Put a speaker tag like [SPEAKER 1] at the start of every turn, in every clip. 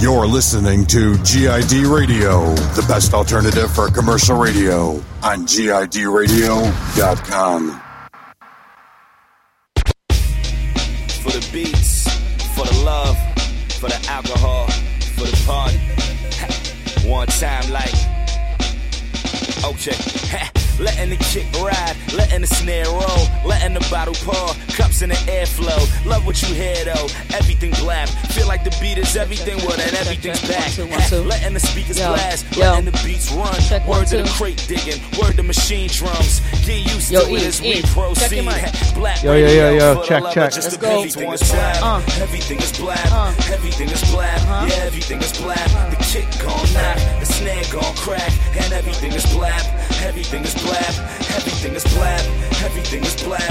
[SPEAKER 1] You're listening to GID Radio, the best alternative for commercial radio on GIDradio.com.
[SPEAKER 2] For the beats, for the love, for the alcohol, for the party. One time, like, okay. Letting the kick ride, letting the snare roll, letting the bottle pour, cups in the airflow. Love what you hear though, everything black. Feel like the beat is everything, well then everything's
[SPEAKER 3] check.
[SPEAKER 2] back.
[SPEAKER 3] One, two, one, two.
[SPEAKER 2] Letting the speakers
[SPEAKER 3] Yo,
[SPEAKER 2] blast,
[SPEAKER 3] yo.
[SPEAKER 2] letting the beats run.
[SPEAKER 3] Check, one,
[SPEAKER 2] Word to the
[SPEAKER 3] two.
[SPEAKER 2] crate digging, word to machine drums. Get used
[SPEAKER 3] Yo,
[SPEAKER 2] to it
[SPEAKER 3] E,
[SPEAKER 2] as
[SPEAKER 3] E,
[SPEAKER 2] we
[SPEAKER 3] check your
[SPEAKER 2] proceed.
[SPEAKER 3] mic.
[SPEAKER 2] Black
[SPEAKER 4] Yo, yo, yo,
[SPEAKER 2] radio
[SPEAKER 4] yo,
[SPEAKER 2] for the
[SPEAKER 4] check,
[SPEAKER 2] lover,
[SPEAKER 4] check.
[SPEAKER 2] just
[SPEAKER 3] Let's
[SPEAKER 2] the
[SPEAKER 3] go.
[SPEAKER 2] Everything is black.
[SPEAKER 3] Uh.
[SPEAKER 2] Everything is black.
[SPEAKER 3] Uh. Uh-huh.
[SPEAKER 2] Everything is black. Yeah, everything is black. The kick gon' knock, the snare gon' crack, and everything is black. Everything is black. Everything is black. Everything is black.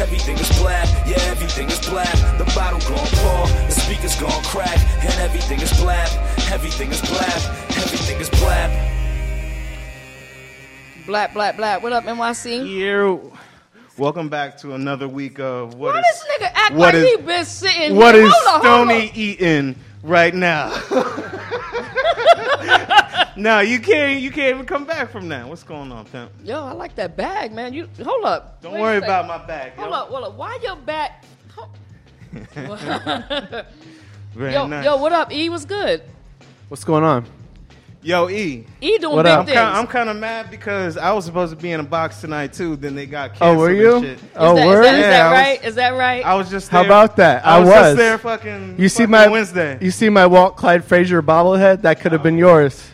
[SPEAKER 2] Everything is black. Yeah, everything is black. The bottle gon' pour, the speakers gon' crack, and everything is black. Everything is black. Everything is black.
[SPEAKER 3] Black, black, black. What up, NYC?
[SPEAKER 4] You. Welcome back to another week of what
[SPEAKER 3] Why
[SPEAKER 4] is
[SPEAKER 3] this nigga act
[SPEAKER 4] what
[SPEAKER 3] like
[SPEAKER 4] is-
[SPEAKER 3] he been sitting?
[SPEAKER 4] what
[SPEAKER 3] here?
[SPEAKER 4] is
[SPEAKER 3] Hold on, hold
[SPEAKER 4] Stony E-
[SPEAKER 3] on.
[SPEAKER 4] eating right now? no, you can't. You can't even come back from that. What's going on, pimp?
[SPEAKER 3] Yo, Oh, I like that bag, man. You hold up.
[SPEAKER 4] Don't
[SPEAKER 3] Wait a
[SPEAKER 4] worry
[SPEAKER 3] second.
[SPEAKER 4] about my bag.
[SPEAKER 3] Hold
[SPEAKER 4] yo.
[SPEAKER 3] up, hold up. Why your back? Hold-
[SPEAKER 4] Very
[SPEAKER 3] yo,
[SPEAKER 4] nice.
[SPEAKER 3] yo, what up? E was good.
[SPEAKER 5] What's going on?
[SPEAKER 4] Yo, E.
[SPEAKER 3] E doing
[SPEAKER 5] What
[SPEAKER 3] big
[SPEAKER 5] up?
[SPEAKER 4] I'm
[SPEAKER 3] things.
[SPEAKER 4] kind. I'm kind of mad because I was supposed to be in a box tonight too. Then they got
[SPEAKER 5] Oh,
[SPEAKER 4] canceled.
[SPEAKER 5] were
[SPEAKER 4] and
[SPEAKER 5] you?
[SPEAKER 4] shit.
[SPEAKER 5] Oh,
[SPEAKER 3] is that,
[SPEAKER 5] were
[SPEAKER 3] is that, is
[SPEAKER 4] Yeah,
[SPEAKER 3] that
[SPEAKER 4] I was-
[SPEAKER 3] right? is that right?
[SPEAKER 4] I was just.
[SPEAKER 5] How
[SPEAKER 4] there-
[SPEAKER 5] about that? I
[SPEAKER 4] just
[SPEAKER 5] was.
[SPEAKER 4] there. Fucking.
[SPEAKER 5] You see
[SPEAKER 4] fucking
[SPEAKER 5] my
[SPEAKER 4] Wednesday.
[SPEAKER 5] You see my Walt Clyde Frazier bobblehead? That could have been yours.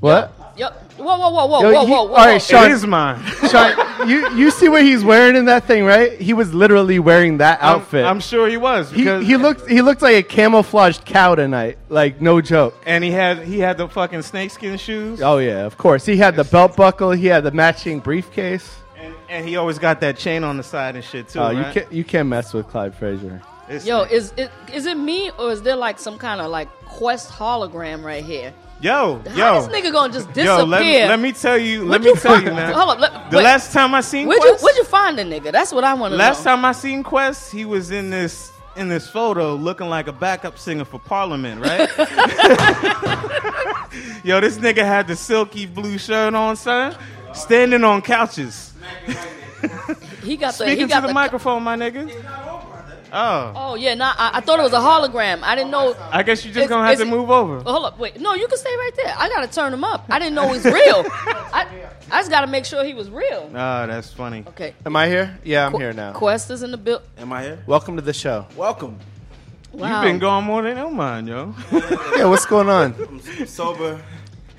[SPEAKER 5] What?
[SPEAKER 3] Yo, whoa, whoa, whoa, whoa,
[SPEAKER 5] Yo,
[SPEAKER 3] whoa,
[SPEAKER 5] he-
[SPEAKER 3] whoa, whoa.
[SPEAKER 5] all right,
[SPEAKER 3] whoa.
[SPEAKER 5] Sean-
[SPEAKER 4] it is mine.
[SPEAKER 5] Sean, you you see what he's wearing in that thing, right? He was literally wearing that
[SPEAKER 4] I'm-
[SPEAKER 5] outfit.
[SPEAKER 4] I'm, sure he was.
[SPEAKER 5] he,
[SPEAKER 4] Because
[SPEAKER 5] he looked he looked like a camouflaged cow tonight. Like no joke.
[SPEAKER 4] And he had he had the fucking snakeskin shoes.
[SPEAKER 5] Oh yeah, of course. He had the belt buckle. He had the matching briefcase.
[SPEAKER 4] And, and he always got that chain on the side and shit too.
[SPEAKER 5] Oh, you
[SPEAKER 4] right?
[SPEAKER 5] can't you can't mess with Clyde Frazier.
[SPEAKER 4] It's-
[SPEAKER 3] Yo, is it is it me or is there like some kind of like quest hologram right here?
[SPEAKER 4] yo,
[SPEAKER 3] How
[SPEAKER 4] yo,
[SPEAKER 3] this nigga gonna just disappear?
[SPEAKER 4] yo. Let me, let me tell you. Let
[SPEAKER 3] What'd
[SPEAKER 4] me
[SPEAKER 3] you
[SPEAKER 4] tell
[SPEAKER 3] find-
[SPEAKER 4] you, man.
[SPEAKER 3] Hold up, let-
[SPEAKER 4] the
[SPEAKER 3] wait.
[SPEAKER 4] last time I seen
[SPEAKER 3] Where'd you,
[SPEAKER 4] Quest,
[SPEAKER 3] where'd you find the nigga? That's what I want to know.
[SPEAKER 4] last time I seen Quest, he was in this in this photo looking like a backup singer for Parliament, right? yo, this nigga had the silky blue shirt on, son, standing on couches,
[SPEAKER 3] he got the he
[SPEAKER 4] speaking
[SPEAKER 3] got
[SPEAKER 4] to the, microphone, my nigga. Oh,
[SPEAKER 3] Oh yeah, nah. I, I thought it was a hologram. I didn't know.
[SPEAKER 4] I guess you just
[SPEAKER 3] It's-
[SPEAKER 4] gonna have to
[SPEAKER 3] it's-
[SPEAKER 4] move over.
[SPEAKER 3] Hold up, wait. No, you can stay right there. I gotta turn him up. I didn't know he's real. I, I just gotta make sure he was real.
[SPEAKER 4] Ah, that's funny.
[SPEAKER 3] Okay.
[SPEAKER 5] Am I here? Yeah, I'm
[SPEAKER 3] Qu-
[SPEAKER 5] here now.
[SPEAKER 3] Quest is in the build.
[SPEAKER 6] Am I here?
[SPEAKER 5] Welcome to the show.
[SPEAKER 6] Welcome.
[SPEAKER 3] Wow.
[SPEAKER 4] You've been gone more than no mine, yo.
[SPEAKER 5] Yeah, what's going on?
[SPEAKER 6] I'm s- sober.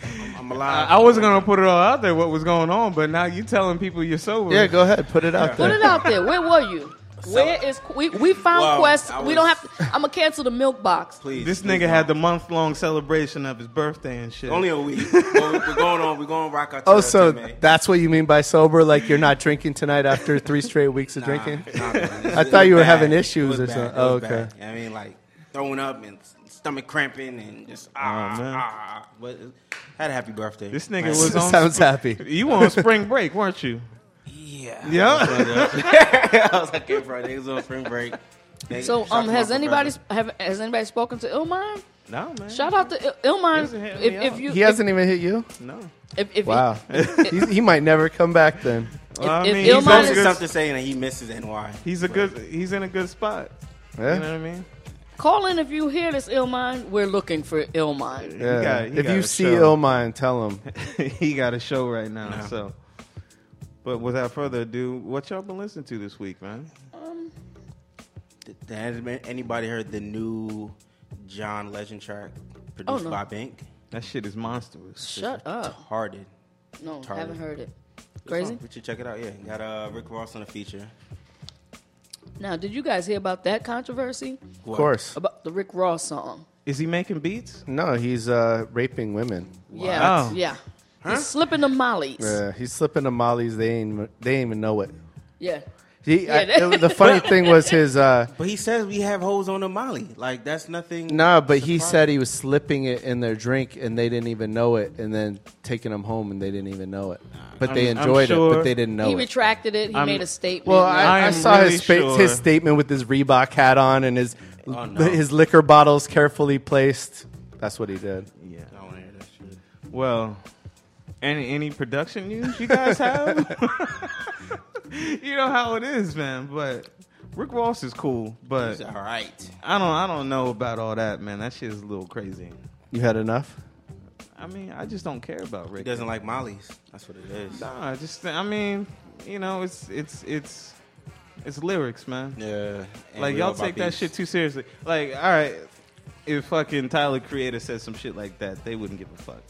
[SPEAKER 6] I'm, I'm alive.
[SPEAKER 4] I was gonna put it all out there what was going on, but now you telling people you're sober.
[SPEAKER 5] Yeah, go ahead, put it out
[SPEAKER 3] Put
[SPEAKER 5] there.
[SPEAKER 3] it out there. Where were you? Where is we we found
[SPEAKER 6] Well,
[SPEAKER 3] Quest?
[SPEAKER 6] I
[SPEAKER 3] we don't
[SPEAKER 6] was-
[SPEAKER 3] have. to I'm gonna cancel the milk box.
[SPEAKER 6] Please.
[SPEAKER 4] This
[SPEAKER 6] please
[SPEAKER 4] nigga had the month long celebration of his birthday and shit.
[SPEAKER 6] don't. only a week. Well, we're going on. We're going to rock our.
[SPEAKER 5] Oh,
[SPEAKER 6] tail
[SPEAKER 5] so
[SPEAKER 6] till May.
[SPEAKER 5] that's what you mean by sober? Like you're not drinking tonight after three straight weeks of drinking?
[SPEAKER 6] Nah, man, this-
[SPEAKER 5] I
[SPEAKER 6] it
[SPEAKER 5] thought you
[SPEAKER 6] was
[SPEAKER 5] were having
[SPEAKER 6] bad. It
[SPEAKER 5] issues
[SPEAKER 6] was
[SPEAKER 5] or
[SPEAKER 6] bad.
[SPEAKER 5] something.
[SPEAKER 6] It was
[SPEAKER 5] Oh,
[SPEAKER 6] bad.
[SPEAKER 5] okay.
[SPEAKER 6] I mean, like throwing up and s- stomach cramping and just ah,
[SPEAKER 4] Oh, man.
[SPEAKER 6] ah, ah. But it- had a happy birthday.
[SPEAKER 4] This nigga
[SPEAKER 6] Like,
[SPEAKER 4] was on
[SPEAKER 5] Sounds happy.
[SPEAKER 4] You were on spring break, weren't you?
[SPEAKER 6] Yeah.
[SPEAKER 4] Yeah.
[SPEAKER 6] I was like, okay, bro, they was on spring break. They
[SPEAKER 3] So
[SPEAKER 6] shocked
[SPEAKER 3] um,
[SPEAKER 6] my
[SPEAKER 3] has
[SPEAKER 6] professor.
[SPEAKER 3] anybody have has anybody spoken to Illmind?
[SPEAKER 4] no, man.
[SPEAKER 3] Shout out to Il- Illmind.
[SPEAKER 4] Listen, hit me
[SPEAKER 3] If, if
[SPEAKER 4] up.
[SPEAKER 3] you
[SPEAKER 5] He hasn't even hit you?
[SPEAKER 4] No.
[SPEAKER 3] if, if, if
[SPEAKER 5] Wow. He's, he might never come back then.
[SPEAKER 4] Well, I
[SPEAKER 3] if Illmind
[SPEAKER 4] mean, he's,
[SPEAKER 6] He's always
[SPEAKER 4] on
[SPEAKER 3] is-
[SPEAKER 4] good-
[SPEAKER 6] something saying that he misses NY.
[SPEAKER 4] he's a good. He's in a good spot.
[SPEAKER 5] Yeah?
[SPEAKER 4] You know what I mean?
[SPEAKER 3] Call in if you hear this, Illmind. We're looking for Illmind.
[SPEAKER 5] Yeah.
[SPEAKER 4] got- he
[SPEAKER 5] if
[SPEAKER 4] got
[SPEAKER 5] you
[SPEAKER 4] a
[SPEAKER 5] see
[SPEAKER 4] show.
[SPEAKER 5] Illmind, tell him.
[SPEAKER 4] he got a show right now.
[SPEAKER 6] No.
[SPEAKER 4] So, but without further ado, what y'all been listening to this week, man?
[SPEAKER 3] Um,
[SPEAKER 6] Th- Has been- anybody heard the new John Legend track produced
[SPEAKER 3] Oh, no.
[SPEAKER 6] by Bank?
[SPEAKER 4] That shit is monstrous.
[SPEAKER 3] Shut up.
[SPEAKER 6] Harded.
[SPEAKER 3] No,
[SPEAKER 6] Retarded.
[SPEAKER 3] haven't heard it. Crazy.
[SPEAKER 6] We should check it out. Yeah, got uh, Rick Ross on the feature.
[SPEAKER 3] Now, did you guys hear about that controversy
[SPEAKER 5] Of course.
[SPEAKER 3] about the Rick Ross song?
[SPEAKER 4] Is he making beats?
[SPEAKER 5] No, he's uh, raping women.
[SPEAKER 3] Yeah,
[SPEAKER 4] Wow.
[SPEAKER 3] yeah. He's slipping the mollies. Yeah.
[SPEAKER 5] Yeah, he's slipping to Molly's. They ain't, they ain't even know it. He, I-
[SPEAKER 3] Yeah, they-
[SPEAKER 5] it- the funny thing was his. Uh,
[SPEAKER 6] But he says we have hoes on the Molly. Like that's nothing.
[SPEAKER 5] No, but he
[SPEAKER 6] surprising.
[SPEAKER 5] said he was slipping it in their drink and they didn't even know it, and then taking them home and they didn't even know it. But they
[SPEAKER 4] I'm- I'm
[SPEAKER 5] enjoyed it,
[SPEAKER 4] sure-
[SPEAKER 5] but they didn't know
[SPEAKER 3] He
[SPEAKER 5] it.
[SPEAKER 3] retracted it. He
[SPEAKER 4] I'm-
[SPEAKER 3] made a statement.
[SPEAKER 5] Well,
[SPEAKER 3] Yeah.
[SPEAKER 5] I,
[SPEAKER 4] I
[SPEAKER 5] I
[SPEAKER 4] am
[SPEAKER 5] saw
[SPEAKER 4] really
[SPEAKER 5] his, spa-
[SPEAKER 4] sure.
[SPEAKER 5] his statement with his Reebok hat on and his
[SPEAKER 6] no.
[SPEAKER 5] his liquor bottles carefully placed. That's what he did.
[SPEAKER 4] Yeah.
[SPEAKER 6] I want to hear that shit.
[SPEAKER 4] Well, any any production news you guys have? you know how it is, man. But Rick Ross is cool, but
[SPEAKER 6] It's all right.
[SPEAKER 4] I don't I don't know about all that, man. That shit is a little crazy.
[SPEAKER 5] You had enough?
[SPEAKER 4] I mean, I just don't care about
[SPEAKER 6] He
[SPEAKER 4] Rick.
[SPEAKER 6] doesn't like Molly's. That's what it is.
[SPEAKER 4] Nah, I just I mean, you know, it's it's it's it's lyrics, man.
[SPEAKER 6] Yeah.
[SPEAKER 4] like y'all take that shit too seriously. Like, all right, if fucking Tyler Creator said some shit like that, they wouldn't give a fuck.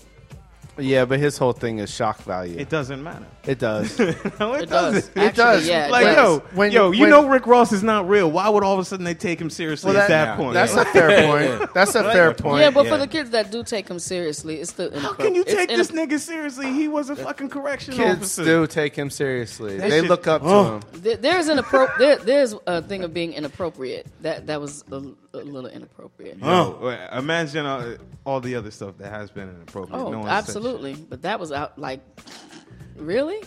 [SPEAKER 5] Yeah, but his whole thing is shock value.
[SPEAKER 4] It doesn't matter.
[SPEAKER 5] It does.
[SPEAKER 4] no, it,
[SPEAKER 3] It does.
[SPEAKER 4] doesn't.
[SPEAKER 3] Actually,
[SPEAKER 5] does.
[SPEAKER 3] Yeah, it
[SPEAKER 4] like
[SPEAKER 3] does.
[SPEAKER 4] yo,
[SPEAKER 5] When-
[SPEAKER 4] yo, you
[SPEAKER 5] when-
[SPEAKER 4] know Rick Ross is not real. Why would all of a sudden they take him seriously at that point?
[SPEAKER 5] That's a
[SPEAKER 4] Like,
[SPEAKER 5] fair point. That's a fair point.
[SPEAKER 3] Yeah, but
[SPEAKER 6] Yeah.
[SPEAKER 3] for the kids that do take him seriously, it's still
[SPEAKER 4] how can you
[SPEAKER 3] it's
[SPEAKER 4] take this
[SPEAKER 3] inappropri-
[SPEAKER 4] nigga seriously? He was a fucking correction
[SPEAKER 5] kids
[SPEAKER 4] officer.
[SPEAKER 5] do take him seriously.
[SPEAKER 4] That
[SPEAKER 5] they
[SPEAKER 4] shit-
[SPEAKER 5] look up to
[SPEAKER 4] Oh.
[SPEAKER 5] him.
[SPEAKER 3] There- There's an appro- there, there's a thing of being inappropriate. That that was a, a little inappropriate.
[SPEAKER 4] Oh, wait, imagine all, all the other stuff that has been inappropriate.
[SPEAKER 3] Oh,
[SPEAKER 4] No one said
[SPEAKER 3] absolutely. But that was out like really?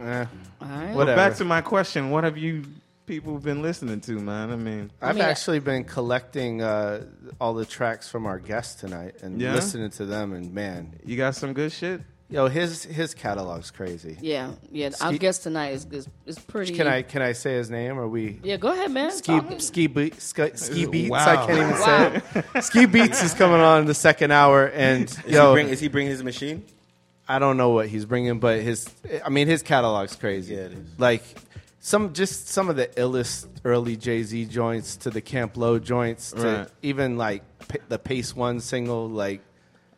[SPEAKER 5] Eh.
[SPEAKER 3] All right.
[SPEAKER 5] What
[SPEAKER 4] shit.
[SPEAKER 5] a-
[SPEAKER 4] Back to my question: What have you people been listening to, man? I mean,
[SPEAKER 5] I've
[SPEAKER 3] mean, I-
[SPEAKER 5] actually been collecting uh, all the tracks from our guests tonight and
[SPEAKER 4] Yeah?
[SPEAKER 5] listening to them. And man,
[SPEAKER 4] you got some good shit.
[SPEAKER 5] yo, his his catalog's crazy.
[SPEAKER 3] Yeah, yeah. I
[SPEAKER 5] Ski-
[SPEAKER 3] guess tonight is is, is pretty.
[SPEAKER 5] Can I can I say his name? Are we
[SPEAKER 3] Yeah, go ahead, man.
[SPEAKER 5] ski
[SPEAKER 3] Talk.
[SPEAKER 5] ski beat, ski, ski
[SPEAKER 4] Wow.
[SPEAKER 5] beats? I can't even
[SPEAKER 3] Wow.
[SPEAKER 5] say it. ski beats is coming on in the second hour, and yo,
[SPEAKER 6] He bring, is he bringing his machine?
[SPEAKER 5] I don't know what he's bringing, but his I mean his catalog's crazy.
[SPEAKER 6] Yeah, it is.
[SPEAKER 5] Like some just some of the illest early Jay Z joints to the Camp Low joints to
[SPEAKER 4] Right.
[SPEAKER 5] even like p- the Pace One single. Like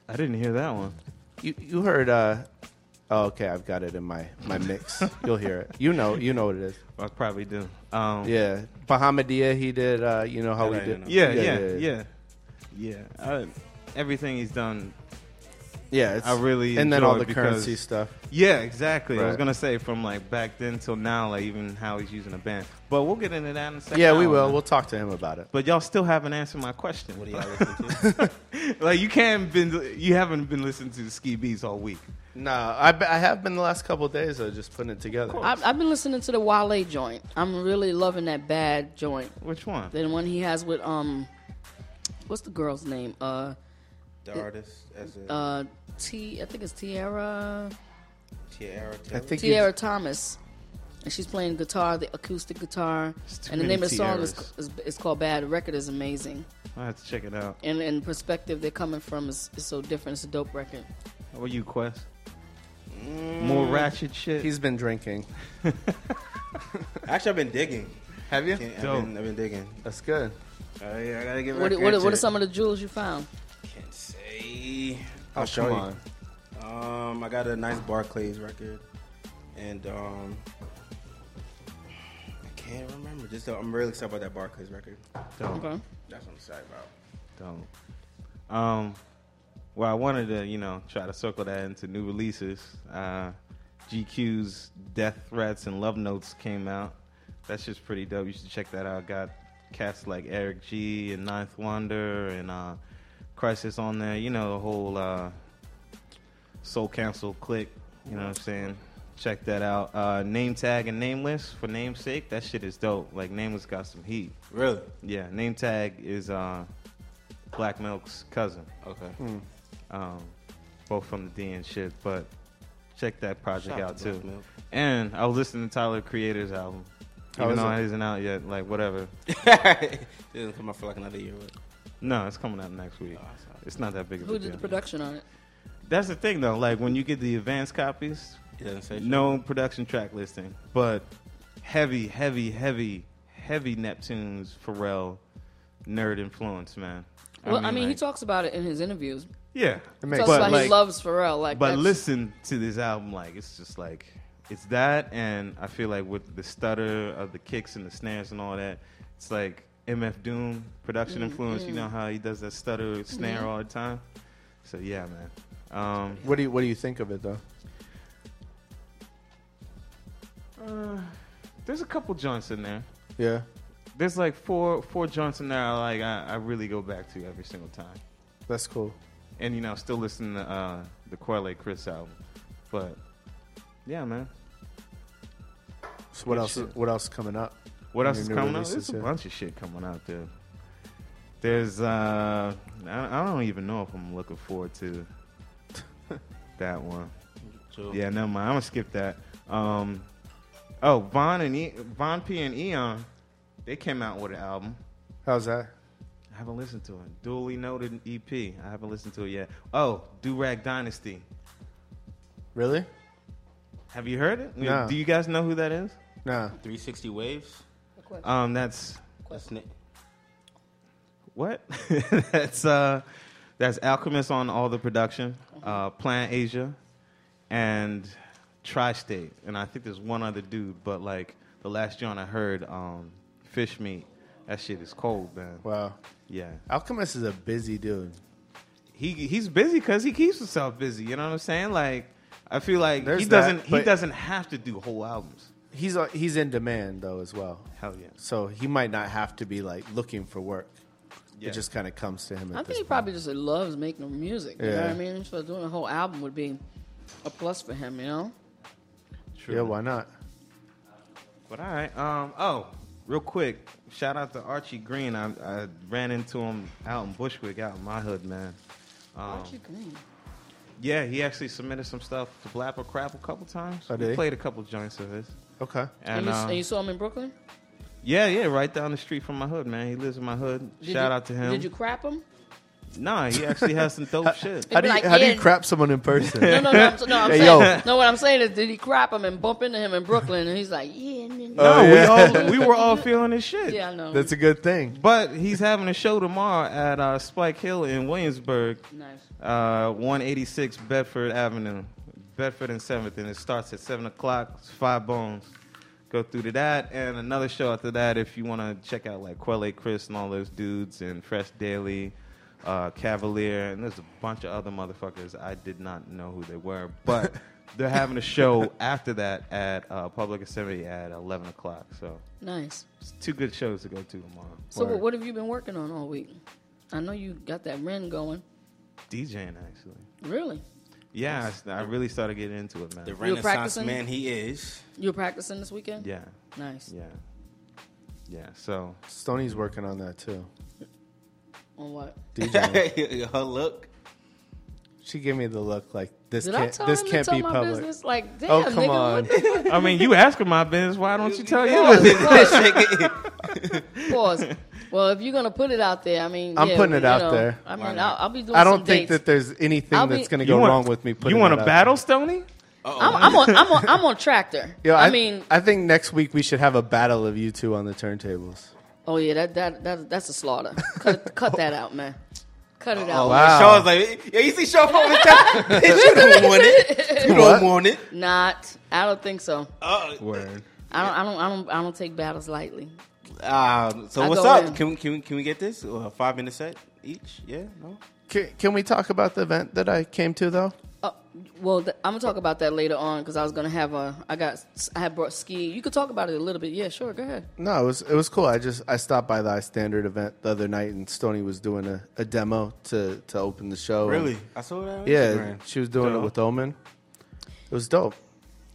[SPEAKER 4] I didn't hear that one.
[SPEAKER 5] you you heard. uh Oh, okay, I've got it in my my mix. You'll hear it. You know you know what it is.
[SPEAKER 4] I probably do. Um,
[SPEAKER 5] Yeah, Bahamadia. He did. uh You know how
[SPEAKER 6] That
[SPEAKER 5] we
[SPEAKER 6] I
[SPEAKER 5] did.
[SPEAKER 6] know.
[SPEAKER 4] yeah, yeah, yeah, yeah. I- everything he's done
[SPEAKER 5] Yeah, it's,
[SPEAKER 4] I really
[SPEAKER 5] and then all
[SPEAKER 4] enjoy
[SPEAKER 5] the
[SPEAKER 4] it because-
[SPEAKER 5] currency stuff.
[SPEAKER 4] Yeah, exactly. I was
[SPEAKER 5] Right.
[SPEAKER 4] gonna say from like back then till now, like even how he's using a band. But we'll get into that in a second.
[SPEAKER 5] Yeah, we
[SPEAKER 4] hour,
[SPEAKER 5] will.
[SPEAKER 4] man.
[SPEAKER 5] We'll talk to him about it.
[SPEAKER 4] but y'all still haven't answered my question.
[SPEAKER 6] What do y'all listen to?
[SPEAKER 4] like you can't been you haven't been listening to Ski Beats all week.
[SPEAKER 5] Nah, I, I have been the last couple of days though, just putting it together.
[SPEAKER 3] I've, I've been listening to the Wale joint. I'm really loving that bad joint.
[SPEAKER 4] Which one?
[SPEAKER 3] The one he has with um, what's the girl's name? Uh,
[SPEAKER 6] the artist as a
[SPEAKER 3] uh, T. I think it's Tiara.
[SPEAKER 6] Tiara
[SPEAKER 5] I
[SPEAKER 6] Taylor?
[SPEAKER 5] think you-
[SPEAKER 3] Tiara Thomas, and she's playing guitar, the acoustic guitar.
[SPEAKER 4] It's too
[SPEAKER 3] And the
[SPEAKER 4] many
[SPEAKER 3] name of the song is,
[SPEAKER 4] Tiaras.
[SPEAKER 3] is is called Bad. The record is amazing,
[SPEAKER 4] I have to check it out.
[SPEAKER 3] and and perspective they're coming from is, is so different. It's a dope record.
[SPEAKER 4] How are you, Quest?
[SPEAKER 3] Mm.
[SPEAKER 4] More ratchet shit.
[SPEAKER 5] He's been drinking.
[SPEAKER 6] Actually, I've been digging.
[SPEAKER 5] Have
[SPEAKER 6] I've
[SPEAKER 5] you?
[SPEAKER 6] been, I've been digging.
[SPEAKER 5] That's good.
[SPEAKER 6] Uh, yeah, I gotta get
[SPEAKER 3] What
[SPEAKER 6] back
[SPEAKER 3] what,
[SPEAKER 6] into
[SPEAKER 3] what are
[SPEAKER 6] it.
[SPEAKER 3] some of the jewels you found?
[SPEAKER 6] Can't say.
[SPEAKER 5] Oh,
[SPEAKER 6] I'll show
[SPEAKER 5] come
[SPEAKER 6] you.
[SPEAKER 5] on.
[SPEAKER 6] Um, I got a nice Barclays record, and um, I can't remember. Just I'm really excited about that Barclays record.
[SPEAKER 4] Dope.
[SPEAKER 3] Okay.
[SPEAKER 6] That's what I'm excited about.
[SPEAKER 4] Don't. Um, well, I wanted to, you know, try to circle that into new releases. Uh, GQ's Death Threats and Love Notes came out. That's just pretty dope. You should check that out. Got cats like Eric G and Ninth Wonder and uh, Crisis on there. You know, the whole uh, Soul Council click. You know what I'm saying? Check that out. Uh, name tag and nameless for namesake. That shit is dope. Like nameless got some heat.
[SPEAKER 6] Really?
[SPEAKER 4] Yeah, name tag is uh, Black Milk's cousin,
[SPEAKER 6] Okay.
[SPEAKER 5] Hmm.
[SPEAKER 4] um, both from the D and shit. But check that project
[SPEAKER 6] Shout out
[SPEAKER 4] out
[SPEAKER 6] to
[SPEAKER 4] too.
[SPEAKER 6] Black Milk.
[SPEAKER 4] And I was listening to Tyler Creator's album,
[SPEAKER 5] How
[SPEAKER 4] even
[SPEAKER 5] is
[SPEAKER 4] though
[SPEAKER 5] it?
[SPEAKER 4] it isn't out yet. Like whatever.
[SPEAKER 6] it doesn't come out for like another year. But
[SPEAKER 4] No, it's coming out next week.
[SPEAKER 6] I saw
[SPEAKER 4] It's not that big of
[SPEAKER 3] Who
[SPEAKER 4] a
[SPEAKER 3] did the
[SPEAKER 4] deal.
[SPEAKER 3] production on it?
[SPEAKER 4] That's the thing though. Like when you get the advanced copies,
[SPEAKER 6] it doesn't say. shit.
[SPEAKER 4] no production track listing, but heavy, heavy, heavy, heavy Neptune's Pharrell nerd influence, man.
[SPEAKER 3] Well, I mean, he
[SPEAKER 4] like-
[SPEAKER 3] talks about it in his interviews.
[SPEAKER 4] Yeah,
[SPEAKER 5] It
[SPEAKER 3] He
[SPEAKER 5] makes
[SPEAKER 3] talks
[SPEAKER 5] sense.
[SPEAKER 3] about
[SPEAKER 4] like-
[SPEAKER 3] he loves Pharrell. Like,
[SPEAKER 4] but
[SPEAKER 3] that's-
[SPEAKER 4] listen to this album like it's just like it's that and i feel like with the stutter of the kicks and the snares and all that it's like mf doom production
[SPEAKER 3] Mm-hmm.
[SPEAKER 4] influence you know how he does that stutter snare all the time so yeah man um
[SPEAKER 5] What do you What do you think of it though?
[SPEAKER 4] Uh, there's a couple joints in there
[SPEAKER 5] Yeah.
[SPEAKER 4] there's like four four joints in there I like I, I really go back to every single time
[SPEAKER 5] That's cool.
[SPEAKER 4] and you know still listening to uh the Corley Chris album but yeah man
[SPEAKER 5] So what
[SPEAKER 4] Good
[SPEAKER 5] else?
[SPEAKER 4] shit.
[SPEAKER 5] What else is coming up?
[SPEAKER 4] What else
[SPEAKER 5] Any
[SPEAKER 4] is
[SPEAKER 5] new
[SPEAKER 4] coming up?
[SPEAKER 5] releases,
[SPEAKER 4] There's a
[SPEAKER 5] yeah.
[SPEAKER 4] bunch of shit coming out there. There's uh, I, I don't even know if I'm looking forward to that one.
[SPEAKER 6] So,
[SPEAKER 4] Yeah, never mind. I'm gonna skip that. Um, oh, Von and e- Von P and Eon, they came out with an album.
[SPEAKER 5] How's that?
[SPEAKER 4] I haven't listened to it. Duly noted EP. I haven't listened to it yet. Oh, Durag Dynasty.
[SPEAKER 5] Really?
[SPEAKER 4] Have you heard it?
[SPEAKER 5] No.
[SPEAKER 4] Do you guys know who that is?
[SPEAKER 5] Nah.
[SPEAKER 6] 360 waves.
[SPEAKER 4] Um, that's
[SPEAKER 6] That's Nick.
[SPEAKER 4] what? that's uh, that's Alchemist on all the production, uh, Plan Asia, and Tri-State, and I think there's one other dude. But like the last joint I heard, um, Fish Meat. That shit is cold, man.
[SPEAKER 5] Wow.
[SPEAKER 4] Yeah,
[SPEAKER 5] Alchemist is a busy dude.
[SPEAKER 4] he he's busy because he keeps himself busy. You know what I'm saying? Like, I feel like
[SPEAKER 5] There's
[SPEAKER 4] he
[SPEAKER 5] that,
[SPEAKER 4] doesn't he
[SPEAKER 5] but-
[SPEAKER 4] doesn't have to do whole albums.
[SPEAKER 5] He's uh, he's in demand though as well.
[SPEAKER 4] Hell yeah.
[SPEAKER 5] So he might not have to be like looking for work.
[SPEAKER 4] Yeah.
[SPEAKER 5] It just kind of comes to him. At
[SPEAKER 3] I
[SPEAKER 5] this
[SPEAKER 3] think he
[SPEAKER 5] point.
[SPEAKER 3] probably just loves making music. You know what
[SPEAKER 5] Yeah.
[SPEAKER 3] I mean? So doing a whole album would be a plus for him, you know?
[SPEAKER 4] True.
[SPEAKER 5] Yeah. Why not?
[SPEAKER 4] But all right. Um. Oh, real quick, shout out to Archie Green. I, I ran into him out in Bushwick, out in my hood, man. Um,
[SPEAKER 3] Archie Green.
[SPEAKER 4] yeah, he actually submitted some stuff to Blapper Crap a couple times.
[SPEAKER 5] Oh,
[SPEAKER 4] I
[SPEAKER 5] did he?
[SPEAKER 4] played a couple joints of his.
[SPEAKER 5] Okay.
[SPEAKER 3] And,
[SPEAKER 4] And,
[SPEAKER 3] you,
[SPEAKER 4] um,
[SPEAKER 3] and you saw him in Brooklyn?
[SPEAKER 4] yeah, yeah, right down the street from my hood, man. He lives in my hood.
[SPEAKER 3] Did
[SPEAKER 4] Shout
[SPEAKER 3] you-
[SPEAKER 4] out to him.
[SPEAKER 3] Did you crap him?
[SPEAKER 4] Nah, he actually has some dope shit.
[SPEAKER 5] How do you,
[SPEAKER 3] like,
[SPEAKER 5] how do
[SPEAKER 3] yeah.
[SPEAKER 5] you crap someone in person?
[SPEAKER 3] No, no, no. I'm, no, I'm
[SPEAKER 5] Hey,
[SPEAKER 3] saying,
[SPEAKER 5] yo.
[SPEAKER 3] no, what I'm saying is, did he crap him and bump into him in Brooklyn? And he's like, yeah, and then,
[SPEAKER 4] No,
[SPEAKER 5] Oh, yeah.
[SPEAKER 4] we all we were all feeling his shit.
[SPEAKER 3] yeah, I know.
[SPEAKER 5] That's a good thing.
[SPEAKER 4] But he's having a show tomorrow at uh, Spike Hill in Williamsburg.
[SPEAKER 3] nice.
[SPEAKER 4] Uh, 186 Bedford Avenue, Bedford and 7th, and it starts at 7 o'clock. It's five bones. Go through to that, and another show after that if you want to check out like Quelle Chris and all those dudes, and Fresh Daily, uh, Cavalier, and there's a bunch of other motherfuckers. I did not know who they were, but they're having a show after that at uh, Public Assembly at 11 o'clock. So
[SPEAKER 3] Nice.
[SPEAKER 4] it's two good shows to go to tomorrow.
[SPEAKER 3] So,
[SPEAKER 5] Word.
[SPEAKER 3] what, what have you been working on all week? I know you got that Ren going.
[SPEAKER 4] DJing, actually.
[SPEAKER 3] Really?
[SPEAKER 4] Yeah, I, I really started getting into it,
[SPEAKER 6] The
[SPEAKER 4] man.
[SPEAKER 6] Renaissance
[SPEAKER 3] practicing?
[SPEAKER 6] man he is.
[SPEAKER 3] You were practicing this weekend?
[SPEAKER 4] Yeah.
[SPEAKER 3] Nice.
[SPEAKER 4] Yeah. Yeah. So
[SPEAKER 5] Stoney's working on that too.
[SPEAKER 3] On what?
[SPEAKER 5] DJ,
[SPEAKER 6] Her look.
[SPEAKER 5] she gave me the look like this
[SPEAKER 3] Did I
[SPEAKER 5] can't
[SPEAKER 3] tell
[SPEAKER 5] this
[SPEAKER 3] him
[SPEAKER 5] can't
[SPEAKER 3] to tell
[SPEAKER 5] be
[SPEAKER 3] my
[SPEAKER 5] public.
[SPEAKER 3] business? Like, damn,
[SPEAKER 5] Oh come
[SPEAKER 3] nigga,
[SPEAKER 5] on!
[SPEAKER 3] what the
[SPEAKER 4] I mean, you ask her my business. Why don't Oh, you tell your business?
[SPEAKER 3] Pause. Pause. Well, if you're gonna put it out there, I mean,
[SPEAKER 5] I'm
[SPEAKER 3] yeah,
[SPEAKER 5] putting it
[SPEAKER 3] you
[SPEAKER 5] out
[SPEAKER 3] know,
[SPEAKER 5] there.
[SPEAKER 3] I mean, I'll, I'll be doing.
[SPEAKER 5] I don't
[SPEAKER 3] some
[SPEAKER 5] think
[SPEAKER 3] dates.
[SPEAKER 5] that there's anything
[SPEAKER 3] I'll be-
[SPEAKER 5] that's going to go wrong with me. Putting
[SPEAKER 4] you want
[SPEAKER 5] it
[SPEAKER 4] to
[SPEAKER 5] out
[SPEAKER 4] battle, Stony?
[SPEAKER 3] I'm, I'm on. I'm on. I'm on tractor.
[SPEAKER 5] there. Yo,
[SPEAKER 3] I, mean,
[SPEAKER 5] I think next week we should have a battle of you two on the turntables.
[SPEAKER 3] oh yeah, that that, that that's a slaughter. Cut, cut that out, man. Cut it out.
[SPEAKER 5] Wow.
[SPEAKER 6] Shaw's like, yeah, you see Shaw over there? Bitch, you don't want it. You
[SPEAKER 5] What?
[SPEAKER 6] don't want it.
[SPEAKER 3] Not. I don't think so.
[SPEAKER 4] Word.
[SPEAKER 3] I don't. I don't. I don't. I don't take battles lightly.
[SPEAKER 6] Um, so
[SPEAKER 3] I
[SPEAKER 6] what's
[SPEAKER 3] go
[SPEAKER 6] up?
[SPEAKER 3] in.
[SPEAKER 6] Can we, can we can we get this? Uh, five minute set each? Yeah, no.
[SPEAKER 5] Can, can we talk about the event that I came to though?
[SPEAKER 3] Oh, well, th- I'm gonna talk about that later on because I was gonna have a. I got. I had brought ski. You could talk about it a little bit. Yeah, sure. Go ahead.
[SPEAKER 5] No, it was it was cool. I just I stopped by the I Standard event the other night, and Stoney was doing a, a demo to to open the show. and-
[SPEAKER 6] I saw that. On
[SPEAKER 5] yeah,
[SPEAKER 6] Instagram.
[SPEAKER 5] she was doing it
[SPEAKER 6] Dope.
[SPEAKER 5] with Omen. It was dope.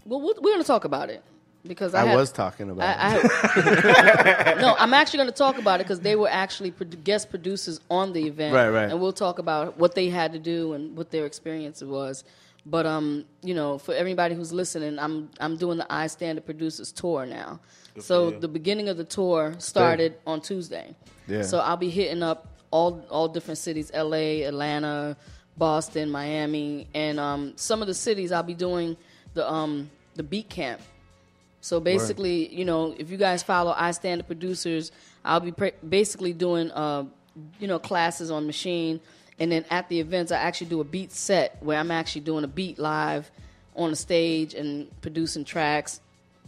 [SPEAKER 3] Well, we'll- we're gonna talk about it because I,
[SPEAKER 5] I,
[SPEAKER 3] had-
[SPEAKER 5] was talking about it.
[SPEAKER 3] I, I- no, I'm actually going to talk about it because they were actually pro- guest producers on the event,
[SPEAKER 5] Right, right.
[SPEAKER 3] And we'll talk about what they had to do and what their experience was. But um, you know, for everybody who's listening, I'm I'm doing the I Standard Producers tour now. so the beginning of the tour started on Tuesday.
[SPEAKER 5] Yeah.
[SPEAKER 3] So I'll be hitting up all all different cities: L.A., Atlanta, Boston, Miami, and um, some of the cities I'll be doing the um the beat camp so basically, you know, if you guys follow I Stand the Producers, I'll be pre- basically doing, uh, you know, classes on machine, and then at the events, I actually do a beat set where I'm actually doing a beat live on the stage and producing tracks.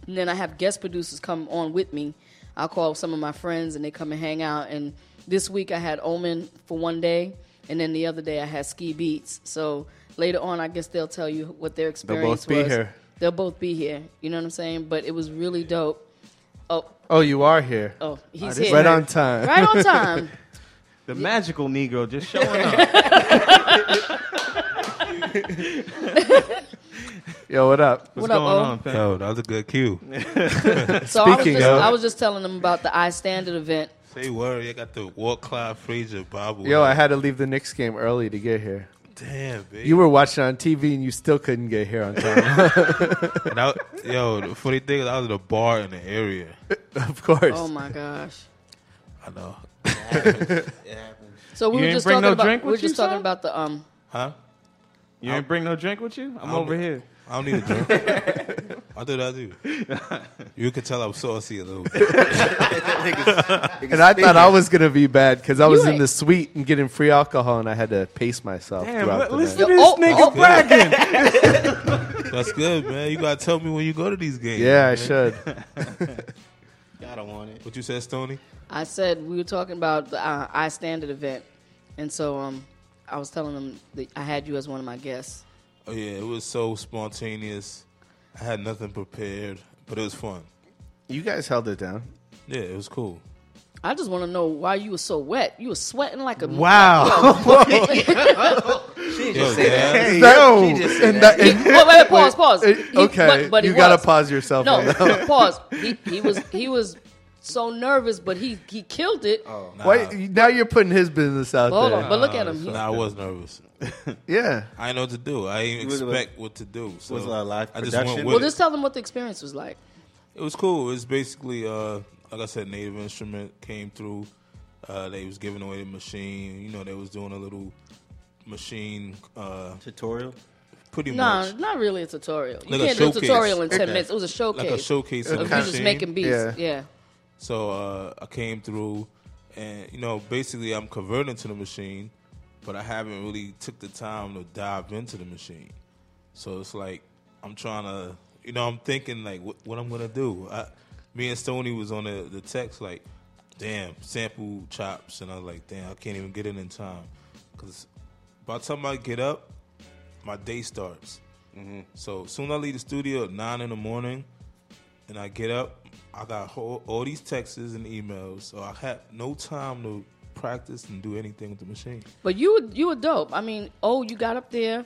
[SPEAKER 3] And then I have guest producers come on with me. I'll call some of my friends and they come and hang out. And this week I had Omen for one day, and then the other day I had Ski Beats. So later on, I guess they'll tell you what their experience
[SPEAKER 5] both be
[SPEAKER 3] was
[SPEAKER 5] here.
[SPEAKER 3] they'll both be here. You know what I'm saying? But it was really dope. Oh,
[SPEAKER 5] oh, you are here.
[SPEAKER 3] oh, he's
[SPEAKER 4] this
[SPEAKER 3] here.
[SPEAKER 5] Right on time.
[SPEAKER 3] Right on time.
[SPEAKER 4] The magical Negro just showing up.
[SPEAKER 5] Yo, what up?
[SPEAKER 4] What's
[SPEAKER 3] What up, O?
[SPEAKER 4] going on, fam?
[SPEAKER 7] Oh, that was a good cue.
[SPEAKER 3] So I was,
[SPEAKER 5] Speaking
[SPEAKER 3] just,
[SPEAKER 5] of-
[SPEAKER 3] I was just telling them about the I Standard event
[SPEAKER 7] Say word, I got the Walt Clyde Frazier Bible.
[SPEAKER 5] Yo, I had to leave the Knicks game early to get here.
[SPEAKER 7] damn, baby.
[SPEAKER 5] You were watching on TV and you still couldn't get here on time.
[SPEAKER 7] And I, yo, the funny thing is, I was at a bar in the area.
[SPEAKER 5] of course.
[SPEAKER 3] Oh my gosh.
[SPEAKER 7] I know,
[SPEAKER 3] So we were
[SPEAKER 4] You ain't
[SPEAKER 3] just
[SPEAKER 4] bring
[SPEAKER 3] talking
[SPEAKER 4] no
[SPEAKER 3] about
[SPEAKER 4] drink
[SPEAKER 3] we were
[SPEAKER 4] with you,
[SPEAKER 3] just talking
[SPEAKER 4] son?
[SPEAKER 3] about the um
[SPEAKER 7] huh?
[SPEAKER 4] You ain't bring no drink with you? I'm over here.
[SPEAKER 7] I don't need a drink. I do what I do. You can tell I'm saucy a little bit.
[SPEAKER 5] and I thought I was gonna be bad because I was
[SPEAKER 3] You
[SPEAKER 5] in
[SPEAKER 3] ain't-
[SPEAKER 5] the suite and getting free alcohol, and I had to pace myself
[SPEAKER 4] Damn,
[SPEAKER 5] throughout
[SPEAKER 4] li-
[SPEAKER 5] the
[SPEAKER 4] listen
[SPEAKER 5] night.
[SPEAKER 4] to this
[SPEAKER 3] Oh,
[SPEAKER 4] nigga
[SPEAKER 3] oh.
[SPEAKER 4] bragging.
[SPEAKER 7] That's good, man. You gotta tell me when you go to these games.
[SPEAKER 5] Yeah, I
[SPEAKER 7] man.
[SPEAKER 5] should.
[SPEAKER 6] I don't want it.
[SPEAKER 7] What you said, Stony?
[SPEAKER 3] I said we were talking about the uh, I Standard event, and so um, I was telling them that I had you as one of my guests.
[SPEAKER 7] Oh yeah, it was so spontaneous. I had nothing prepared, but it was fun.
[SPEAKER 5] You guys held it down.
[SPEAKER 7] Yeah, it was cool.
[SPEAKER 3] I just want to know why you were so wet. You were sweating like a
[SPEAKER 4] Wow.
[SPEAKER 7] Yo, yeah.
[SPEAKER 5] No,
[SPEAKER 6] She just said
[SPEAKER 5] and
[SPEAKER 6] that.
[SPEAKER 5] that- and-
[SPEAKER 3] wait, wait, wait, pause, pause.
[SPEAKER 5] it-
[SPEAKER 3] He-
[SPEAKER 5] okay,
[SPEAKER 3] but- but he
[SPEAKER 5] you gotta
[SPEAKER 3] was.
[SPEAKER 5] pause yourself.
[SPEAKER 3] No,
[SPEAKER 5] on that.
[SPEAKER 3] pause. He, he was he was so nervous, but he he killed it.
[SPEAKER 7] Oh.
[SPEAKER 5] Why, now you're putting his business out
[SPEAKER 3] Hold
[SPEAKER 5] there.
[SPEAKER 3] on, but look at him. He-
[SPEAKER 7] Nah, I was nervous.
[SPEAKER 5] Yeah,
[SPEAKER 7] I didn't know what to do. I didn't
[SPEAKER 6] Was it a-
[SPEAKER 7] expect what to do. So
[SPEAKER 6] was it a live
[SPEAKER 7] I just
[SPEAKER 6] production?
[SPEAKER 7] went
[SPEAKER 3] well,
[SPEAKER 7] with it.
[SPEAKER 3] just tell them what the experience was like.
[SPEAKER 7] It was cool. It was basically, uh, like I said, Native Instrument came through. Uh, they was giving away the machine. You know, they was doing a little machine, uh,
[SPEAKER 6] Tutorial.
[SPEAKER 7] pretty
[SPEAKER 3] No,
[SPEAKER 7] much
[SPEAKER 3] not really a tutorial. You
[SPEAKER 7] Like a
[SPEAKER 3] can't do a
[SPEAKER 7] showcase.
[SPEAKER 3] tutorial in
[SPEAKER 7] Okay.
[SPEAKER 3] ten minutes. It was a showcase.
[SPEAKER 7] like a showcase of
[SPEAKER 3] Of
[SPEAKER 7] the
[SPEAKER 3] you
[SPEAKER 5] kinda-
[SPEAKER 3] just
[SPEAKER 7] machine.
[SPEAKER 3] making beats.
[SPEAKER 5] Yeah.
[SPEAKER 3] Yeah.
[SPEAKER 7] So uh, I came through, and you know, basically, I'm converting to the machine, but I haven't really took the time to dive into the machine. So it's like I'm trying to, you know, I'm thinking like what, what I'm gonna do. I, me and Stony was on the, the text like, damn, sample chops, and I was like, damn, I can't even get it in time, because by the time I get up, my day starts. So soon I leave the studio at nine in the morning, and I get up. I got whole, all these texts and emails, so I had no time to practice and do anything with the machine.
[SPEAKER 3] But you were you were dope. I mean, oh, you got up there.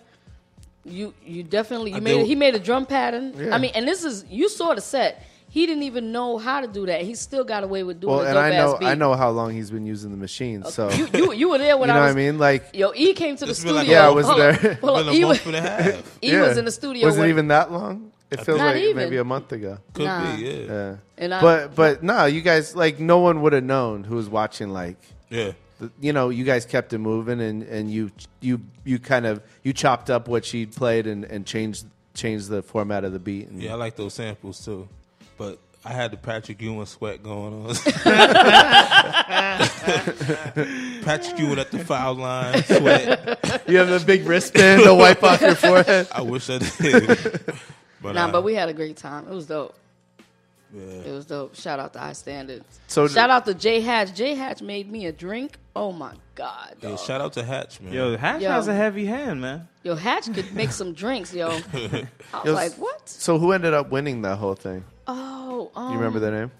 [SPEAKER 3] You you definitely you
[SPEAKER 7] I
[SPEAKER 3] made
[SPEAKER 7] do-
[SPEAKER 3] it, he made a drum pattern.
[SPEAKER 5] Yeah.
[SPEAKER 3] I mean, and this is you saw the set. He didn't even know how to do that. He still got away with doing
[SPEAKER 5] well,
[SPEAKER 3] a
[SPEAKER 5] and
[SPEAKER 3] dope
[SPEAKER 5] I know
[SPEAKER 3] ass beat.
[SPEAKER 5] I know how long he's been using the machine, so
[SPEAKER 3] You, you you were there
[SPEAKER 5] you
[SPEAKER 3] when
[SPEAKER 5] know
[SPEAKER 3] I was.
[SPEAKER 5] what I mean. Like,
[SPEAKER 3] Yo, E came to the
[SPEAKER 7] It's
[SPEAKER 3] studio.
[SPEAKER 7] been like a Yeah, I
[SPEAKER 5] was
[SPEAKER 3] Hold on,
[SPEAKER 5] there.
[SPEAKER 3] hold on.
[SPEAKER 7] Been a
[SPEAKER 3] E, was,
[SPEAKER 7] month and a half.
[SPEAKER 3] E
[SPEAKER 5] yeah.
[SPEAKER 3] was in the studio.
[SPEAKER 5] Was
[SPEAKER 3] when-
[SPEAKER 5] it even that long? It feels
[SPEAKER 3] Not
[SPEAKER 5] like
[SPEAKER 3] even.
[SPEAKER 5] maybe a month ago.
[SPEAKER 7] Could
[SPEAKER 3] Nah.
[SPEAKER 7] be, yeah, yeah.
[SPEAKER 5] Yeah.
[SPEAKER 3] And I,
[SPEAKER 5] But but no, you guys like no one would have known who was watching. Like the- you know, you guys kept it moving, and and you you you kind of you chopped up what she played and and changed changed the format of the beat. And
[SPEAKER 7] Yeah, I like those samples too, but I had the Patrick Ewing sweat going on. Patrick Ewing at the foul line sweat.
[SPEAKER 5] You have the big wristband to wipe off your forehead.
[SPEAKER 7] I wish I did. But,
[SPEAKER 3] nah,
[SPEAKER 7] I-
[SPEAKER 3] but we had a great time. It was dope. It
[SPEAKER 7] yeah.
[SPEAKER 3] was dope. Shout out to High Standards.
[SPEAKER 5] So-
[SPEAKER 3] shout out to J Hatch. J Hatch made me a drink. Oh my god.
[SPEAKER 7] Yeah,
[SPEAKER 3] dog.
[SPEAKER 7] shout out to Hatch, man.
[SPEAKER 4] Yo, Hatch
[SPEAKER 3] Yo.
[SPEAKER 4] has a heavy hand, man.
[SPEAKER 3] Yo, Hatch could make some drinks, yo. I was
[SPEAKER 5] Yo,
[SPEAKER 3] like, what?
[SPEAKER 5] So who ended up winning that whole thing?
[SPEAKER 3] Oh, um,
[SPEAKER 5] You remember their name?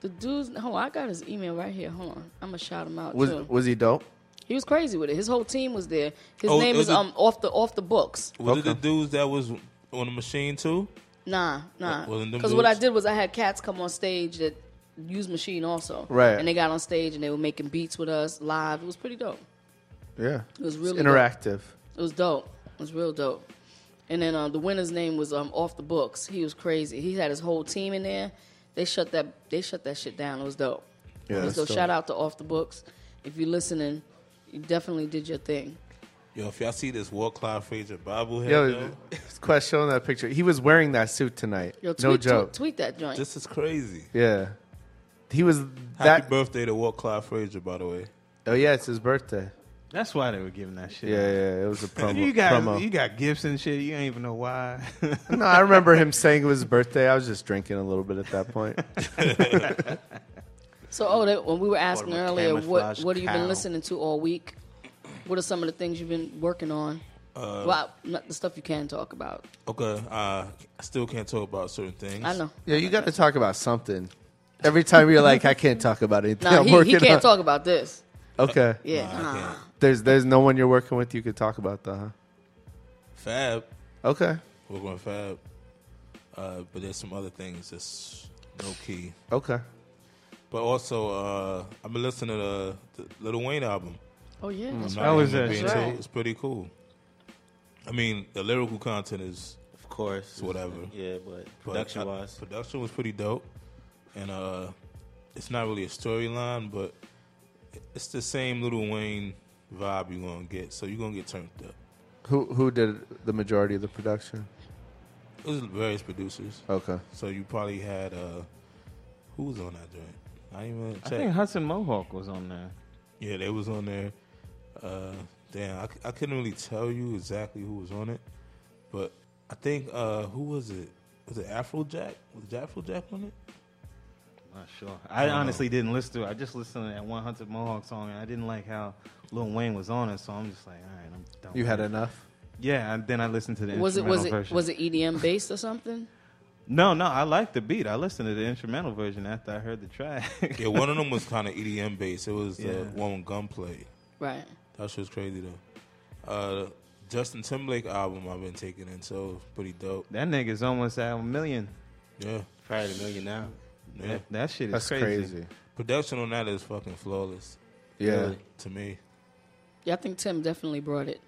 [SPEAKER 3] The dude's. Oh, I got his email right here. Hold on, I'm gonna shout him out
[SPEAKER 5] Was
[SPEAKER 3] too.
[SPEAKER 5] was he dope?
[SPEAKER 3] he was crazy with it. His whole team was there. His
[SPEAKER 7] Oh,
[SPEAKER 3] name
[SPEAKER 7] it
[SPEAKER 3] is
[SPEAKER 7] was a-
[SPEAKER 3] um off the off the books.
[SPEAKER 7] was it the dudes that was on the machine too?
[SPEAKER 3] Nah, nah.
[SPEAKER 7] wasn't them
[SPEAKER 3] Because what I
[SPEAKER 7] dudes?
[SPEAKER 3] did was I had cats come on stage that use machine also.
[SPEAKER 5] Right.
[SPEAKER 3] And they got on stage and they were making beats with us live. It was pretty dope.
[SPEAKER 5] Yeah, it
[SPEAKER 3] was really
[SPEAKER 5] interactive.
[SPEAKER 3] It was dope. It was real dope. And then uh, the winner's name was um, off the books. He was crazy. He had his whole team in there. They shut that. They shut that shit down. It was dope. It
[SPEAKER 5] Yeah,
[SPEAKER 3] was
[SPEAKER 5] that's
[SPEAKER 3] dope.
[SPEAKER 5] dope.
[SPEAKER 3] Shout out to off the books. If you're listening, you definitely did your thing.
[SPEAKER 7] Yo, if y'all see this Walt Clyde Frazier bobblehead,
[SPEAKER 5] Yo,
[SPEAKER 7] yo,
[SPEAKER 5] Quest showing that picture. He was wearing that suit tonight.
[SPEAKER 3] Yo, tweet,
[SPEAKER 5] no
[SPEAKER 3] tweet-
[SPEAKER 5] joke.
[SPEAKER 3] Tweet, that joint.
[SPEAKER 7] this is crazy.
[SPEAKER 5] Yeah, he was
[SPEAKER 7] Happy
[SPEAKER 5] that.
[SPEAKER 7] birthday to Walt Clyde Frazier, by the way.
[SPEAKER 5] oh yeah, it's his birthday.
[SPEAKER 4] That's why they were giving that shit.
[SPEAKER 5] Yeah,
[SPEAKER 4] out.
[SPEAKER 5] yeah, yeah, it was a promo.
[SPEAKER 4] You got
[SPEAKER 5] promo.
[SPEAKER 4] you got gifts and shit. You don't even know why.
[SPEAKER 5] no, I remember him saying it was his birthday. I was just drinking a little bit at that point.
[SPEAKER 3] so, oh, they, when we were asking
[SPEAKER 6] What a
[SPEAKER 3] earlier, what
[SPEAKER 6] camouflage
[SPEAKER 3] what have you
[SPEAKER 6] cow.
[SPEAKER 3] been listening to all week? What are some of the things you've been working on?
[SPEAKER 5] Uh,
[SPEAKER 3] well, not the stuff you can talk about.
[SPEAKER 7] Okay, uh, I still can't talk about certain things.
[SPEAKER 3] I know.
[SPEAKER 5] yeah, you got to talk about something. Every time you're like, I can't talk about anything.
[SPEAKER 3] Nah,
[SPEAKER 5] I'm
[SPEAKER 3] he,
[SPEAKER 5] working
[SPEAKER 3] he can't
[SPEAKER 5] on.
[SPEAKER 3] talk about this.
[SPEAKER 5] Okay.
[SPEAKER 3] Yeah.
[SPEAKER 7] I
[SPEAKER 3] nah.
[SPEAKER 7] can't.
[SPEAKER 5] There's there's no one you're working with you could talk about that, huh?
[SPEAKER 7] Fab,
[SPEAKER 5] Okay.
[SPEAKER 7] we're going Fab. Uh, but there's some other things that's no key.
[SPEAKER 5] Okay.
[SPEAKER 7] But also, uh, I've been listening to the, the Little Wayne album.
[SPEAKER 3] Oh yeah, that's
[SPEAKER 7] Hmm, Not
[SPEAKER 3] right.
[SPEAKER 4] was
[SPEAKER 7] Human
[SPEAKER 4] it?
[SPEAKER 7] Being
[SPEAKER 3] That's
[SPEAKER 7] Too.
[SPEAKER 3] right.
[SPEAKER 7] It's pretty cool. I mean, the lyrical content is
[SPEAKER 6] Of course.
[SPEAKER 7] It's whatever.
[SPEAKER 6] Yeah, but
[SPEAKER 7] but
[SPEAKER 6] production
[SPEAKER 7] I-
[SPEAKER 6] wise.
[SPEAKER 7] production was pretty dope, and uh, it's not really a storyline, but it's the same Little Wayne vibe you're gonna get. So you're gonna get turned up.
[SPEAKER 5] Who who did the majority of the production?
[SPEAKER 7] It was various producers.
[SPEAKER 5] Okay.
[SPEAKER 7] So you probably had uh, who was on that joint? I didn't even
[SPEAKER 4] I
[SPEAKER 7] check.
[SPEAKER 4] think Hudson Mohawk was on there.
[SPEAKER 7] yeah, they was on there. Uh, damn, I, c- I couldn't really tell you exactly who was on it, but I think uh, who was it? Was it Afrojack? Was Afrojack on it?
[SPEAKER 4] Not sure. I
[SPEAKER 7] don't
[SPEAKER 4] honestly didn't listen to it. I just listened to that 100 Mohawk song, and I didn't like how Lil Wayne was on it. So I'm just like, all right, I'm done.
[SPEAKER 5] You
[SPEAKER 4] with
[SPEAKER 5] had
[SPEAKER 4] it.
[SPEAKER 5] enough.
[SPEAKER 4] yeah. And then I listened to the
[SPEAKER 3] Was it was
[SPEAKER 4] instrumental
[SPEAKER 3] it
[SPEAKER 4] version.
[SPEAKER 3] was it EDM based or something?
[SPEAKER 4] No, no. I liked the beat. I listened to the instrumental version after I heard the track.
[SPEAKER 7] Yeah, one of them was kind of EDM based. It was
[SPEAKER 4] Yeah.
[SPEAKER 7] the one with Gunplay.
[SPEAKER 3] Right.
[SPEAKER 7] That shit was crazy though. Uh, Justin Timberlake album I've been taking in, so it's pretty dope.
[SPEAKER 4] that nigga's almost at a million.
[SPEAKER 7] Yeah,
[SPEAKER 6] Probably a million now.
[SPEAKER 7] yeah.
[SPEAKER 4] That, that shit is
[SPEAKER 5] That's
[SPEAKER 4] crazy.
[SPEAKER 5] crazy.
[SPEAKER 7] Production on that is fucking flawless.
[SPEAKER 5] Yeah.
[SPEAKER 7] to me.
[SPEAKER 3] Yeah, I think Tim definitely brought it.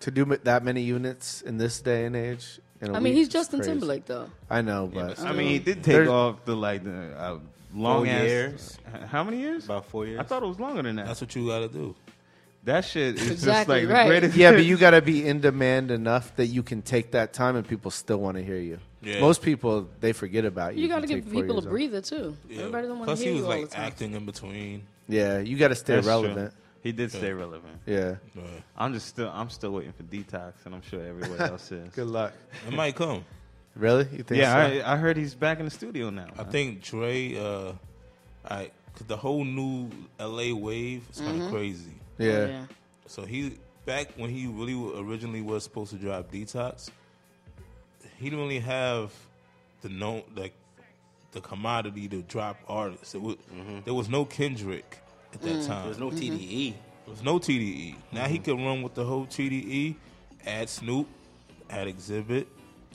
[SPEAKER 5] To do m- that many units in this day and age. In a
[SPEAKER 3] I mean,
[SPEAKER 5] week
[SPEAKER 3] he's
[SPEAKER 5] is
[SPEAKER 3] Justin
[SPEAKER 5] crazy.
[SPEAKER 3] Timberlake though.
[SPEAKER 5] I know, but
[SPEAKER 4] I mean, he did take
[SPEAKER 5] There's-
[SPEAKER 4] off the like the uh, long ass.
[SPEAKER 6] years.
[SPEAKER 4] H- How many years?
[SPEAKER 6] About four years.
[SPEAKER 4] I thought it was longer than that.
[SPEAKER 7] That's what you gotta do.
[SPEAKER 4] that shit is just
[SPEAKER 3] Exactly
[SPEAKER 4] like
[SPEAKER 3] right.
[SPEAKER 4] the greatest.
[SPEAKER 5] yeah, but you got to be in demand enough that you can take that time and people still want to hear you.
[SPEAKER 7] Yeah.
[SPEAKER 5] Most people they forget about you.
[SPEAKER 3] You
[SPEAKER 5] if
[SPEAKER 3] got to
[SPEAKER 5] take
[SPEAKER 3] give
[SPEAKER 5] four
[SPEAKER 3] people a
[SPEAKER 5] years off.
[SPEAKER 3] breather too.
[SPEAKER 7] Yeah.
[SPEAKER 3] Everybody don't want
[SPEAKER 7] Plus,
[SPEAKER 3] to hear
[SPEAKER 7] he was
[SPEAKER 3] you all
[SPEAKER 7] like
[SPEAKER 3] the time.
[SPEAKER 7] acting in between.
[SPEAKER 5] Yeah, you got to stay
[SPEAKER 4] That's true.
[SPEAKER 5] relevant.
[SPEAKER 4] He did stay relevant.
[SPEAKER 5] Yeah.
[SPEAKER 7] Yeah.
[SPEAKER 4] I'm just still I'm still waiting for detox, and I'm sure everyone else is.
[SPEAKER 5] luck.
[SPEAKER 7] It might come.
[SPEAKER 5] Really? You think?
[SPEAKER 4] yeah,
[SPEAKER 5] so?
[SPEAKER 4] I, I heard he's back in the studio now.
[SPEAKER 7] I think Dre, uh, I, cause the whole new LA wave is kind of crazy.
[SPEAKER 5] yeah.
[SPEAKER 3] Mm-hmm. Oh, yeah.
[SPEAKER 7] So he back when he really originally was supposed to drop Detox, he didn't really have the known like the commodity to drop artists. It was,
[SPEAKER 5] Mm-hmm.
[SPEAKER 7] There was no Kendrick
[SPEAKER 3] Mm.
[SPEAKER 7] at that time.
[SPEAKER 6] There's
[SPEAKER 3] Mm-hmm.
[SPEAKER 6] no
[SPEAKER 5] E.
[SPEAKER 6] TDE.
[SPEAKER 7] There was no TDE. Now
[SPEAKER 5] Mm-hmm.
[SPEAKER 7] he could run with the whole TDE, add Snoop, add Exhibit,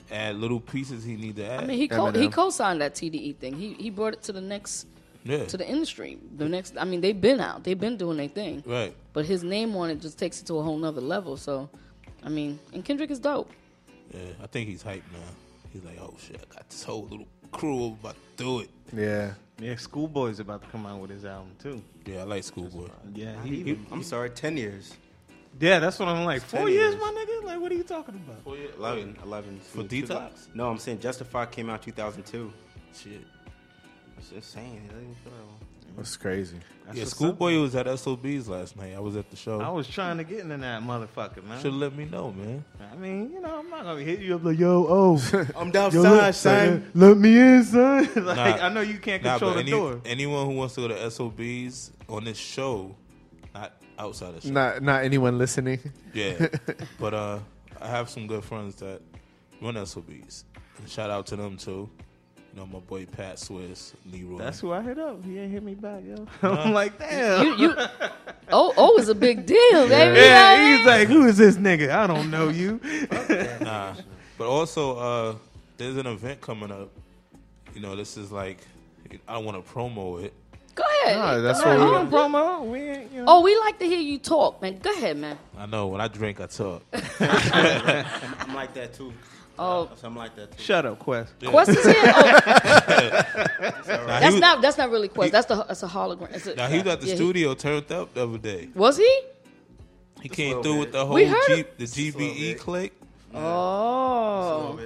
[SPEAKER 7] add little pieces he need to add.
[SPEAKER 3] I mean, he co- he
[SPEAKER 5] Eminem.
[SPEAKER 3] co-signed that TDE thing. He he brought it to the next
[SPEAKER 7] yeah,
[SPEAKER 3] to the industry. The next, I mean, they've been out. They've been doing their thing.
[SPEAKER 7] right.
[SPEAKER 3] But his name on it just takes it to a whole nother level. So, I mean, and Kendrick is dope.
[SPEAKER 7] Yeah, I think he's hyped now. He's like, oh shit, I got this whole little crew I'm about to do it.
[SPEAKER 5] Yeah.
[SPEAKER 4] yeah, Schoolboy's about to come out with his album too.
[SPEAKER 7] Yeah, I like Schoolboy.
[SPEAKER 4] Yeah, he,
[SPEAKER 6] I'm sorry, ten years.
[SPEAKER 4] yeah, that's what I'm like. Four
[SPEAKER 6] 10
[SPEAKER 4] years,
[SPEAKER 6] years.
[SPEAKER 4] my nigga. Like, what are you talking about?
[SPEAKER 6] Eleven. Eleven. For
[SPEAKER 7] Detox?
[SPEAKER 6] No, I'm saying Justify came out 2002.
[SPEAKER 7] Shit.
[SPEAKER 6] It's insane. It doesn't even feel that long.
[SPEAKER 5] That's crazy.
[SPEAKER 4] That's
[SPEAKER 7] yeah,
[SPEAKER 4] what's up.
[SPEAKER 7] Schoolboy was at SOBs last night. I was at the
[SPEAKER 4] I
[SPEAKER 7] show.
[SPEAKER 4] was trying to get into that motherfucker, man.
[SPEAKER 7] Should have let me know, man.
[SPEAKER 4] I mean, you know, I'm not gonna hit you up like, yo, oh,
[SPEAKER 6] I'm
[SPEAKER 4] yo,
[SPEAKER 6] downside,
[SPEAKER 4] let,
[SPEAKER 6] son.
[SPEAKER 4] let me in, son. like,
[SPEAKER 7] Nah.
[SPEAKER 4] I know you can't
[SPEAKER 7] Nah,
[SPEAKER 4] control
[SPEAKER 7] but
[SPEAKER 4] the
[SPEAKER 7] any-
[SPEAKER 4] door.
[SPEAKER 7] anyone who wants to go to SOBs on this show, not outside the show.
[SPEAKER 5] Not not anyone listening.
[SPEAKER 7] Yeah, but uh, I have some good friends that run SOBs. And shout out to them too. You know, my boy Pat Swiss, Leroy.
[SPEAKER 4] That's who I hit up. He ain't hit me back, yo. I'm like, damn.
[SPEAKER 3] You, you oh oh is a big deal, baby.
[SPEAKER 4] yeah, he's like, who is this nigga? I don't know you.
[SPEAKER 7] nah. But also, uh, there's an event coming up. You know, this is like I don't want to promo it.
[SPEAKER 3] Go ahead.
[SPEAKER 5] No, that's
[SPEAKER 3] Go
[SPEAKER 5] what
[SPEAKER 3] ahead.
[SPEAKER 5] we-
[SPEAKER 4] Don't promo. We ain't, you know.
[SPEAKER 3] Oh, we like to hear you talk, man. Go ahead, man.
[SPEAKER 7] I know when I drink, I talk.
[SPEAKER 6] I'm like that too.
[SPEAKER 3] Oh,
[SPEAKER 6] I'm like that too.
[SPEAKER 4] Shut up, Quest.
[SPEAKER 3] Quest is here. Oh,
[SPEAKER 7] Now, he
[SPEAKER 3] that's
[SPEAKER 7] was,
[SPEAKER 3] not that's not really Quest. That's the that's a hologram. It's a-
[SPEAKER 7] now, he was at the
[SPEAKER 3] yeah, he-
[SPEAKER 7] studio turned up the other day.
[SPEAKER 3] was he?
[SPEAKER 7] He came through with the whole
[SPEAKER 3] We heard
[SPEAKER 7] G, E the
[SPEAKER 6] little
[SPEAKER 7] GBE
[SPEAKER 6] bit.
[SPEAKER 7] click.
[SPEAKER 3] Oh,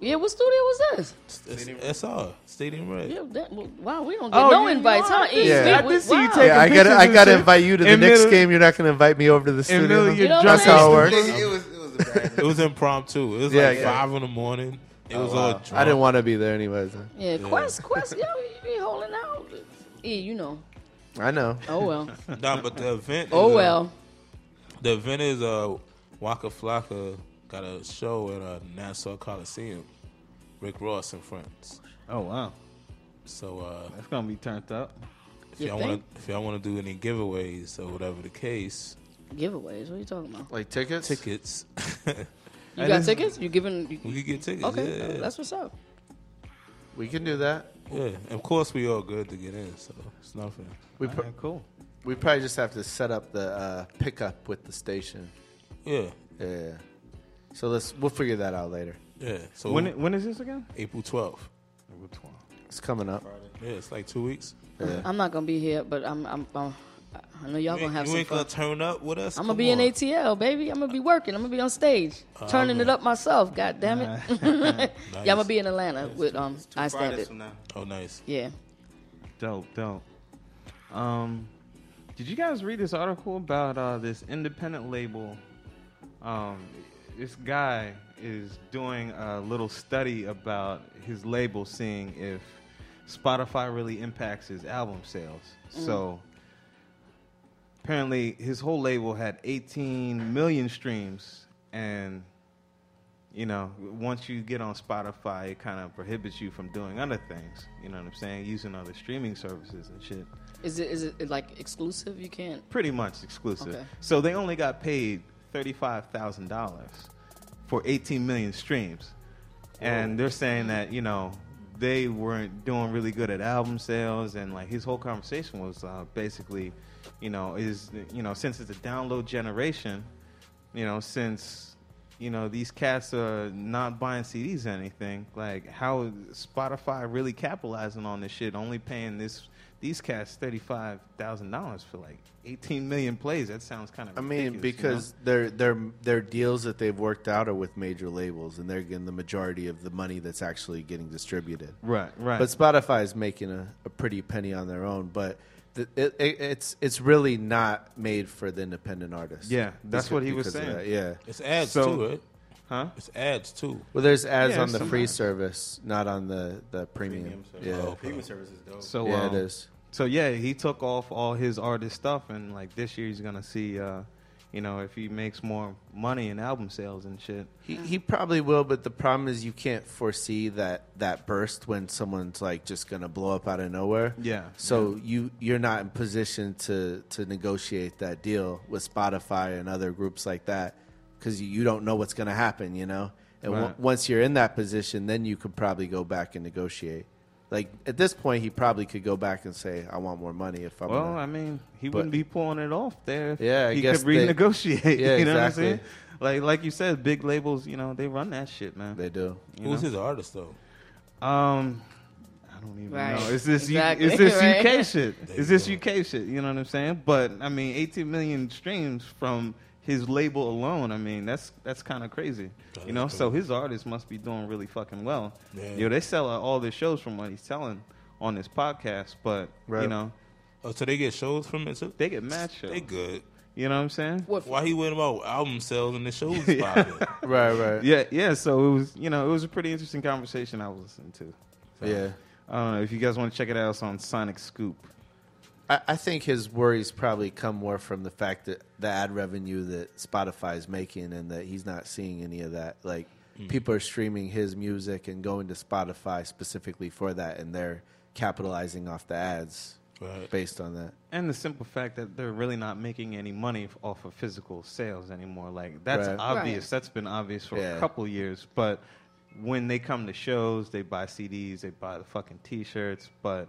[SPEAKER 3] yeah. What studio was this?
[SPEAKER 7] It's, it's all Stadium Red.
[SPEAKER 3] Yeah, that, well, wow, we don't get no
[SPEAKER 4] Oh, you- you
[SPEAKER 3] invites, huh?
[SPEAKER 4] are
[SPEAKER 3] E?
[SPEAKER 4] busy.
[SPEAKER 5] Yeah.
[SPEAKER 4] I did see you
[SPEAKER 3] wow.
[SPEAKER 4] taking
[SPEAKER 5] yeah, I got
[SPEAKER 4] pictures
[SPEAKER 5] I
[SPEAKER 4] and
[SPEAKER 5] got to
[SPEAKER 4] shit.
[SPEAKER 5] invite you to the
[SPEAKER 4] In
[SPEAKER 5] next
[SPEAKER 4] middle-
[SPEAKER 5] game. You're not going to invite me over to the studio.
[SPEAKER 4] middle of your
[SPEAKER 3] You know
[SPEAKER 5] That's
[SPEAKER 3] what I
[SPEAKER 5] how it
[SPEAKER 3] mean?
[SPEAKER 5] works.
[SPEAKER 6] It was. It was a bad.
[SPEAKER 7] It was impromptu. It was
[SPEAKER 5] Yeah,
[SPEAKER 7] like
[SPEAKER 5] yeah. Oh,
[SPEAKER 7] five in the morning. It was all drunk.
[SPEAKER 5] I didn't want to be there anyways.
[SPEAKER 3] Yeah, Quest, Quest, yo, you be holding out. E, you know.
[SPEAKER 5] I know.
[SPEAKER 3] Oh well.
[SPEAKER 7] Nah, but the event. is,
[SPEAKER 3] Oh
[SPEAKER 7] uh,
[SPEAKER 3] well.
[SPEAKER 7] The event is uh, Waka Flocka got a show at uh, Nassau Coliseum. Rick Ross and friends.
[SPEAKER 4] Oh wow,
[SPEAKER 7] So uh,
[SPEAKER 4] that's gonna be turned up.
[SPEAKER 7] if
[SPEAKER 3] You
[SPEAKER 7] y'all want
[SPEAKER 3] think?
[SPEAKER 7] to, if y'all want to do any giveaways or whatever the case,
[SPEAKER 3] Giveaways. What are you talking about?
[SPEAKER 5] Like tickets?
[SPEAKER 7] tickets.
[SPEAKER 3] You got tickets? You giving? You,
[SPEAKER 7] we could get tickets.
[SPEAKER 3] okay, Oh,
[SPEAKER 7] yeah, yeah.
[SPEAKER 3] that's what's up.
[SPEAKER 5] We can do that.
[SPEAKER 7] Yeah, and of course we all good to get in, so it's nothing.
[SPEAKER 5] We pr-
[SPEAKER 4] cool.
[SPEAKER 5] we probably just have to set up the uh, pickup with the station.
[SPEAKER 7] Yeah,
[SPEAKER 5] Yeah. So let's we'll figure that out later.
[SPEAKER 7] yeah. So
[SPEAKER 4] When i- when is this again?
[SPEAKER 7] April twelfth.
[SPEAKER 5] It's coming up.
[SPEAKER 7] Yeah, it's like two weeks.
[SPEAKER 3] I'm not gonna be here, but I'm. I'm, I'm I know y'all gonna
[SPEAKER 7] You ain't,
[SPEAKER 3] have
[SPEAKER 7] you
[SPEAKER 3] some
[SPEAKER 7] ain't gonna
[SPEAKER 3] fun.
[SPEAKER 7] turn up with us.
[SPEAKER 3] I'm
[SPEAKER 7] Come
[SPEAKER 3] gonna be in
[SPEAKER 7] on. Oh,
[SPEAKER 3] ATL, baby. I'm gonna be working. I'm gonna be on stage, turning it up myself. God damn it! Yeah, I'm gonna be in Atlanta with um. I stand
[SPEAKER 6] Fridays
[SPEAKER 3] it.
[SPEAKER 6] from now.
[SPEAKER 7] Oh, nice.
[SPEAKER 3] Yeah.
[SPEAKER 4] Dope, dope. Um, did you guys read this article about uh, this independent label? Um, this guy is doing a little study about his label, seeing if Spotify really impacts his album sales. So apparently, his whole label had 18 million streams, and you know, once you get on Spotify, it kind of prohibits you from doing other things. You know what I'm saying? Using other streaming services and shit.
[SPEAKER 3] Is it is it like exclusive? You can't.
[SPEAKER 4] Pretty much exclusive.
[SPEAKER 3] Okay.
[SPEAKER 4] So they only got paid $35,000 for 18 million streams. And they're saying that, you know, they weren't doing really good at album sales. And like his whole conversation was uh, basically, you know, is, you know, since it's a download generation, you know, since you know these cats are not buying CDs or anything, like how is Spotify really capitalizing on this shit? Only paying this these cats thirty five thousand dollars for like eighteen million plays. That sounds kind of
[SPEAKER 5] I mean,
[SPEAKER 4] ridiculous, you
[SPEAKER 5] because
[SPEAKER 4] know?
[SPEAKER 5] their their their deals that they've worked out are with major labels, and they're getting the majority of the money that's actually getting distributed.
[SPEAKER 4] right, right,
[SPEAKER 5] But Spotify is making a, a pretty penny on their own, but the, it, it, it's it's really not made for the independent artist.
[SPEAKER 4] Yeah, that's what he was
[SPEAKER 5] because of
[SPEAKER 4] saying.
[SPEAKER 5] Yeah.
[SPEAKER 7] It's ads
[SPEAKER 4] So-
[SPEAKER 7] too, right?
[SPEAKER 4] huh?
[SPEAKER 7] It's ads too.
[SPEAKER 5] Well, there's ads
[SPEAKER 4] Yeah,
[SPEAKER 5] on the
[SPEAKER 4] some
[SPEAKER 5] free
[SPEAKER 4] ads.
[SPEAKER 5] service, not on the the premium. yeah,
[SPEAKER 7] Oh,
[SPEAKER 6] Premium service is dope.
[SPEAKER 4] So
[SPEAKER 5] yeah,
[SPEAKER 4] um,
[SPEAKER 5] it is.
[SPEAKER 4] So yeah, he took off all his artist stuff, and like this year he's gonna see, uh, you know, if he makes more money in album sales and shit.
[SPEAKER 5] He, he probably will, but the problem is you can't foresee that that burst when someone's like just gonna blow up out of nowhere.
[SPEAKER 4] Yeah.
[SPEAKER 5] So you you're not in position to to negotiate that deal with Spotify and other groups like that because you, you don't know what's gonna happen, you know. And on-
[SPEAKER 4] Right.
[SPEAKER 5] once you're in that position, then you could probably go back and negotiate. Like at this point, he probably could go back and say, "I want more money." If I'm
[SPEAKER 4] Well,
[SPEAKER 5] gonna-
[SPEAKER 4] I mean, he wouldn't be pulling it off there. if
[SPEAKER 5] Yeah, I
[SPEAKER 4] he
[SPEAKER 5] guess
[SPEAKER 4] could
[SPEAKER 5] they-
[SPEAKER 4] renegotiate.
[SPEAKER 5] Yeah,
[SPEAKER 4] you
[SPEAKER 5] exactly.
[SPEAKER 4] know what I'm saying? Like, like you said, big labels, you know, they run that shit, man.
[SPEAKER 5] they do.
[SPEAKER 4] You
[SPEAKER 7] Who's
[SPEAKER 4] know?
[SPEAKER 7] his artist though?
[SPEAKER 4] Um, I don't even
[SPEAKER 3] Right.
[SPEAKER 4] know. Is this U-
[SPEAKER 3] Exactly,
[SPEAKER 4] is this
[SPEAKER 3] right.
[SPEAKER 4] UK shit? Is this UK shit? You know what I'm saying? But I mean, 18 million streams from his label alone. I mean, that's that's kind of crazy.
[SPEAKER 7] That
[SPEAKER 4] you
[SPEAKER 7] is
[SPEAKER 4] know, so
[SPEAKER 7] crazy.
[SPEAKER 4] his artists must be doing really fucking well.
[SPEAKER 7] Yeah.
[SPEAKER 4] You know, they sell out all their shows from what he's telling on this podcast, but
[SPEAKER 5] Right.
[SPEAKER 4] you know,
[SPEAKER 7] Oh, so they get shows from it too.
[SPEAKER 4] they get mad shows.
[SPEAKER 7] They good.
[SPEAKER 4] You know what I'm saying?
[SPEAKER 3] What?
[SPEAKER 7] Why he went about album sales and the shows popping?
[SPEAKER 5] Right, right.
[SPEAKER 4] Yeah, yeah. So it was, you know, it was a pretty interesting conversation I was listening to. So,
[SPEAKER 5] yeah.
[SPEAKER 4] I don't know if you guys want to check it out. It's on Sonic Scoop.
[SPEAKER 5] I, I think his worries probably come more from the fact that the ad revenue that Spotify is making and that he's not seeing any of that. Like
[SPEAKER 4] Hmm.
[SPEAKER 5] people are streaming his music and going to Spotify specifically for that, and they're capitalizing off the ads
[SPEAKER 7] Right.
[SPEAKER 5] based on that.
[SPEAKER 4] And the simple fact that they're really not making any money f- off of physical sales anymore. Like, that's
[SPEAKER 5] Right.
[SPEAKER 4] obvious.
[SPEAKER 3] Right.
[SPEAKER 4] That's been obvious for
[SPEAKER 5] Yeah.
[SPEAKER 4] a couple years. But when they come to shows, they buy CDs, they buy the fucking t shirts, but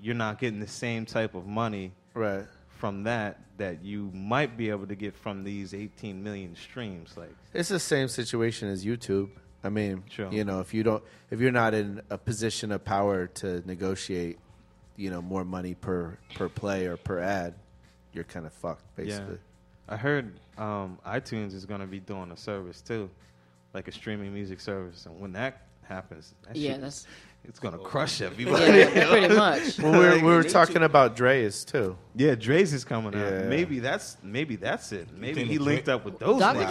[SPEAKER 4] you're not getting the same type of money
[SPEAKER 5] Mm-hmm. Right.
[SPEAKER 4] from that that you might be able to get from these 18 million streams. Like,
[SPEAKER 5] It's the same situation as YouTube. I mean,
[SPEAKER 4] Sure.
[SPEAKER 5] you know, if you don't, if you're not in a position of power to negotiate, you know, more money per per play or per ad, you're kind of fucked basically.
[SPEAKER 4] Yeah. I heard um, iTunes is going to be doing a service too, like a streaming music service. And when that happens, that
[SPEAKER 3] Yeah,
[SPEAKER 4] shit,
[SPEAKER 3] that's-
[SPEAKER 4] it's
[SPEAKER 7] Oh.
[SPEAKER 4] going to crush everybody.
[SPEAKER 3] Yeah, yeah, pretty much.
[SPEAKER 5] Well, we were, we were talking about Dre's too.
[SPEAKER 4] Yeah, Dre's is coming
[SPEAKER 5] Yeah.
[SPEAKER 4] out. Maybe that's maybe that's it. Maybe
[SPEAKER 7] think
[SPEAKER 4] he
[SPEAKER 7] Dre-
[SPEAKER 4] linked up with those.
[SPEAKER 3] Dr.
[SPEAKER 4] niggas.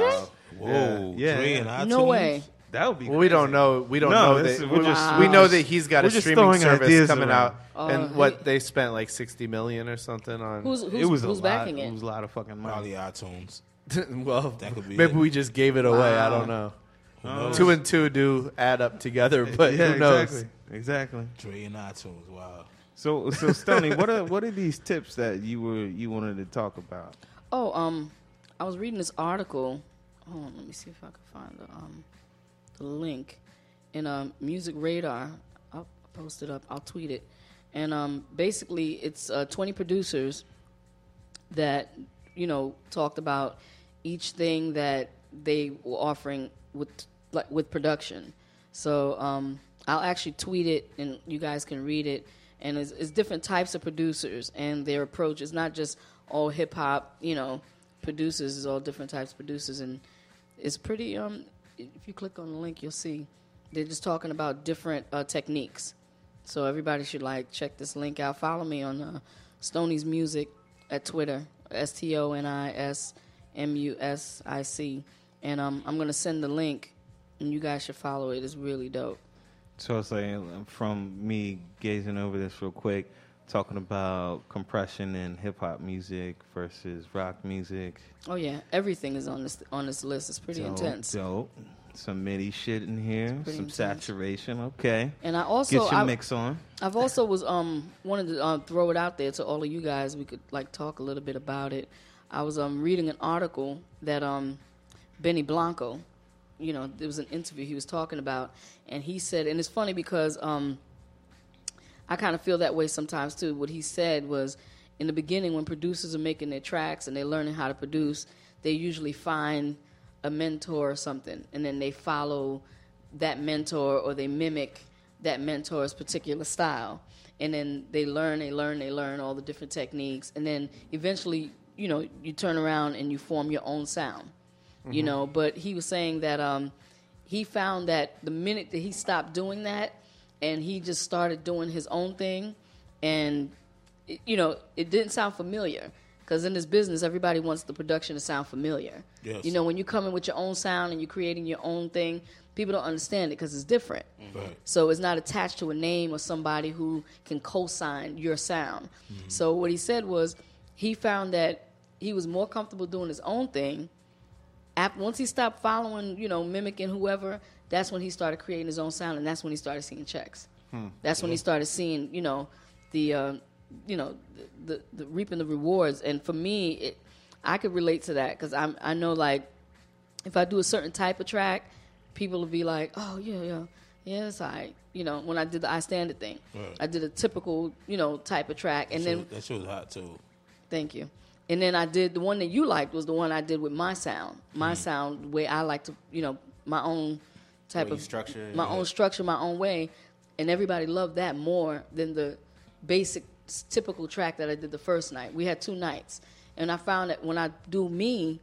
[SPEAKER 3] Dre?
[SPEAKER 7] Whoa,
[SPEAKER 4] Yeah,
[SPEAKER 7] Dre
[SPEAKER 4] yeah.
[SPEAKER 7] and iTunes?
[SPEAKER 3] No way.
[SPEAKER 4] That would be.
[SPEAKER 5] Well, we
[SPEAKER 4] crazy.
[SPEAKER 5] don't know. We don't
[SPEAKER 4] No,
[SPEAKER 5] know
[SPEAKER 4] this-
[SPEAKER 5] that.
[SPEAKER 4] we're
[SPEAKER 5] we
[SPEAKER 4] just-
[SPEAKER 5] we know that he's got
[SPEAKER 4] we're
[SPEAKER 5] a
[SPEAKER 4] just
[SPEAKER 5] streaming
[SPEAKER 4] throwing
[SPEAKER 5] service
[SPEAKER 4] ideas
[SPEAKER 5] coming
[SPEAKER 4] around.
[SPEAKER 5] out,
[SPEAKER 3] Oh,
[SPEAKER 5] and
[SPEAKER 3] he-
[SPEAKER 5] what they spent like sixty million or something on.
[SPEAKER 3] Who's who's,
[SPEAKER 4] it was a
[SPEAKER 3] who's
[SPEAKER 4] lot,
[SPEAKER 3] backing
[SPEAKER 4] It was
[SPEAKER 3] it?
[SPEAKER 4] a lot of fucking
[SPEAKER 7] Probably
[SPEAKER 4] money.
[SPEAKER 7] iTunes.
[SPEAKER 5] well,
[SPEAKER 7] That could be
[SPEAKER 5] maybe
[SPEAKER 7] it.
[SPEAKER 5] we just gave it away. I don't know.
[SPEAKER 7] Who knows?
[SPEAKER 5] Two and two do add up together, but
[SPEAKER 4] Oh. yeah,
[SPEAKER 5] who knows?
[SPEAKER 4] exactly. Exactly.
[SPEAKER 7] Dre and iTunes. Wow.
[SPEAKER 4] So, so Stoney, what are what are these tips that you were you wanted to talk about?
[SPEAKER 3] Oh, um, I was reading this article. Hold on, let me see if I can find the um, the link in um, Music Radar. I'll post it up. I'll tweet it. And um, basically, it's uh, 20 producers that you know talked about each thing that they were offering with like with production. So um, I'll actually tweet it, and you guys can read it. And it's, it's different types of producers and their approach. It's not just all hip hop, you know, producers. It's all different types of producers, and it's pretty. Um, if you click on the link, you'll see they're just talking about different uh, techniques. So everybody should like check this link out. Follow me on uh, Stoney's Music at Twitter, S T O N I S M U S I C, and um, I'm gonna send the link, and you guys should follow it. It's really dope.
[SPEAKER 4] So it's like from me gazing over this real quick, talking about compression in hip hop music versus rock music.
[SPEAKER 3] Oh yeah, everything is on this on this list. It's pretty
[SPEAKER 4] Dope,
[SPEAKER 3] intense.
[SPEAKER 4] Dope. Some MIDI shit in here.
[SPEAKER 3] pretty
[SPEAKER 4] Some
[SPEAKER 3] intense.
[SPEAKER 4] saturation. Okay.
[SPEAKER 3] And I also
[SPEAKER 4] Get your
[SPEAKER 3] I,
[SPEAKER 4] mix on.
[SPEAKER 3] I've also was um wanted to um, throw it out there to all of you guys. We could like talk a little bit about it. I was um reading an article that um Benny Blanco, you know, there was an interview he was talking about, and he said, and it's funny because um I kind of feel that way sometimes too. What he said was, in the beginning, when producers are making their tracks and they're learning how to produce, they usually find a mentor or something, and then they follow that mentor or they mimic that mentor's particular style, and then they learn, they learn, they learn all the different techniques, and then eventually, you know, you turn around and you form your own sound, you know. But he was saying that um, he found that the minute that he stopped doing that and he just started doing his own thing and it- you know it didn't sound familiar because in this business everybody wants the production to sound familiar
[SPEAKER 7] Yes.
[SPEAKER 3] you know when you come in with your own sound and you're creating your own thing people don't understand it because it's different
[SPEAKER 7] Right.
[SPEAKER 3] so it's not attached to a name or somebody who can co-sign your sound. So what he said was he found that he was more comfortable doing his own thing. Ap- Once he stopped following, you know, mimicking whoever, that's when he started creating his own sound, and that's when he started seeing checks. That's when he started seeing, you know, the, uh, you know, the, the, the reaping the rewards. And for me, it, I could relate to that because I'm I know like if I do a certain type of track, people will be like, "Oh yeah, yeah, yeah, it's all right. You know, when I did the I Standard thing,
[SPEAKER 7] Right.
[SPEAKER 3] I did a typical you know type of track, and
[SPEAKER 7] That
[SPEAKER 3] then
[SPEAKER 7] shit- that shit was hot too.
[SPEAKER 3] thank you, and then I did the one that you liked was the one I did with my sound, my
[SPEAKER 6] Mm-hmm.
[SPEAKER 3] sound the way I like to you know my own type
[SPEAKER 6] Way you
[SPEAKER 3] of
[SPEAKER 6] structure it,
[SPEAKER 3] my
[SPEAKER 6] yeah.
[SPEAKER 3] own structure, my own way, and everybody loved that more than the basic s- typical track that I did the first night. We had two nights, and I found that when I do me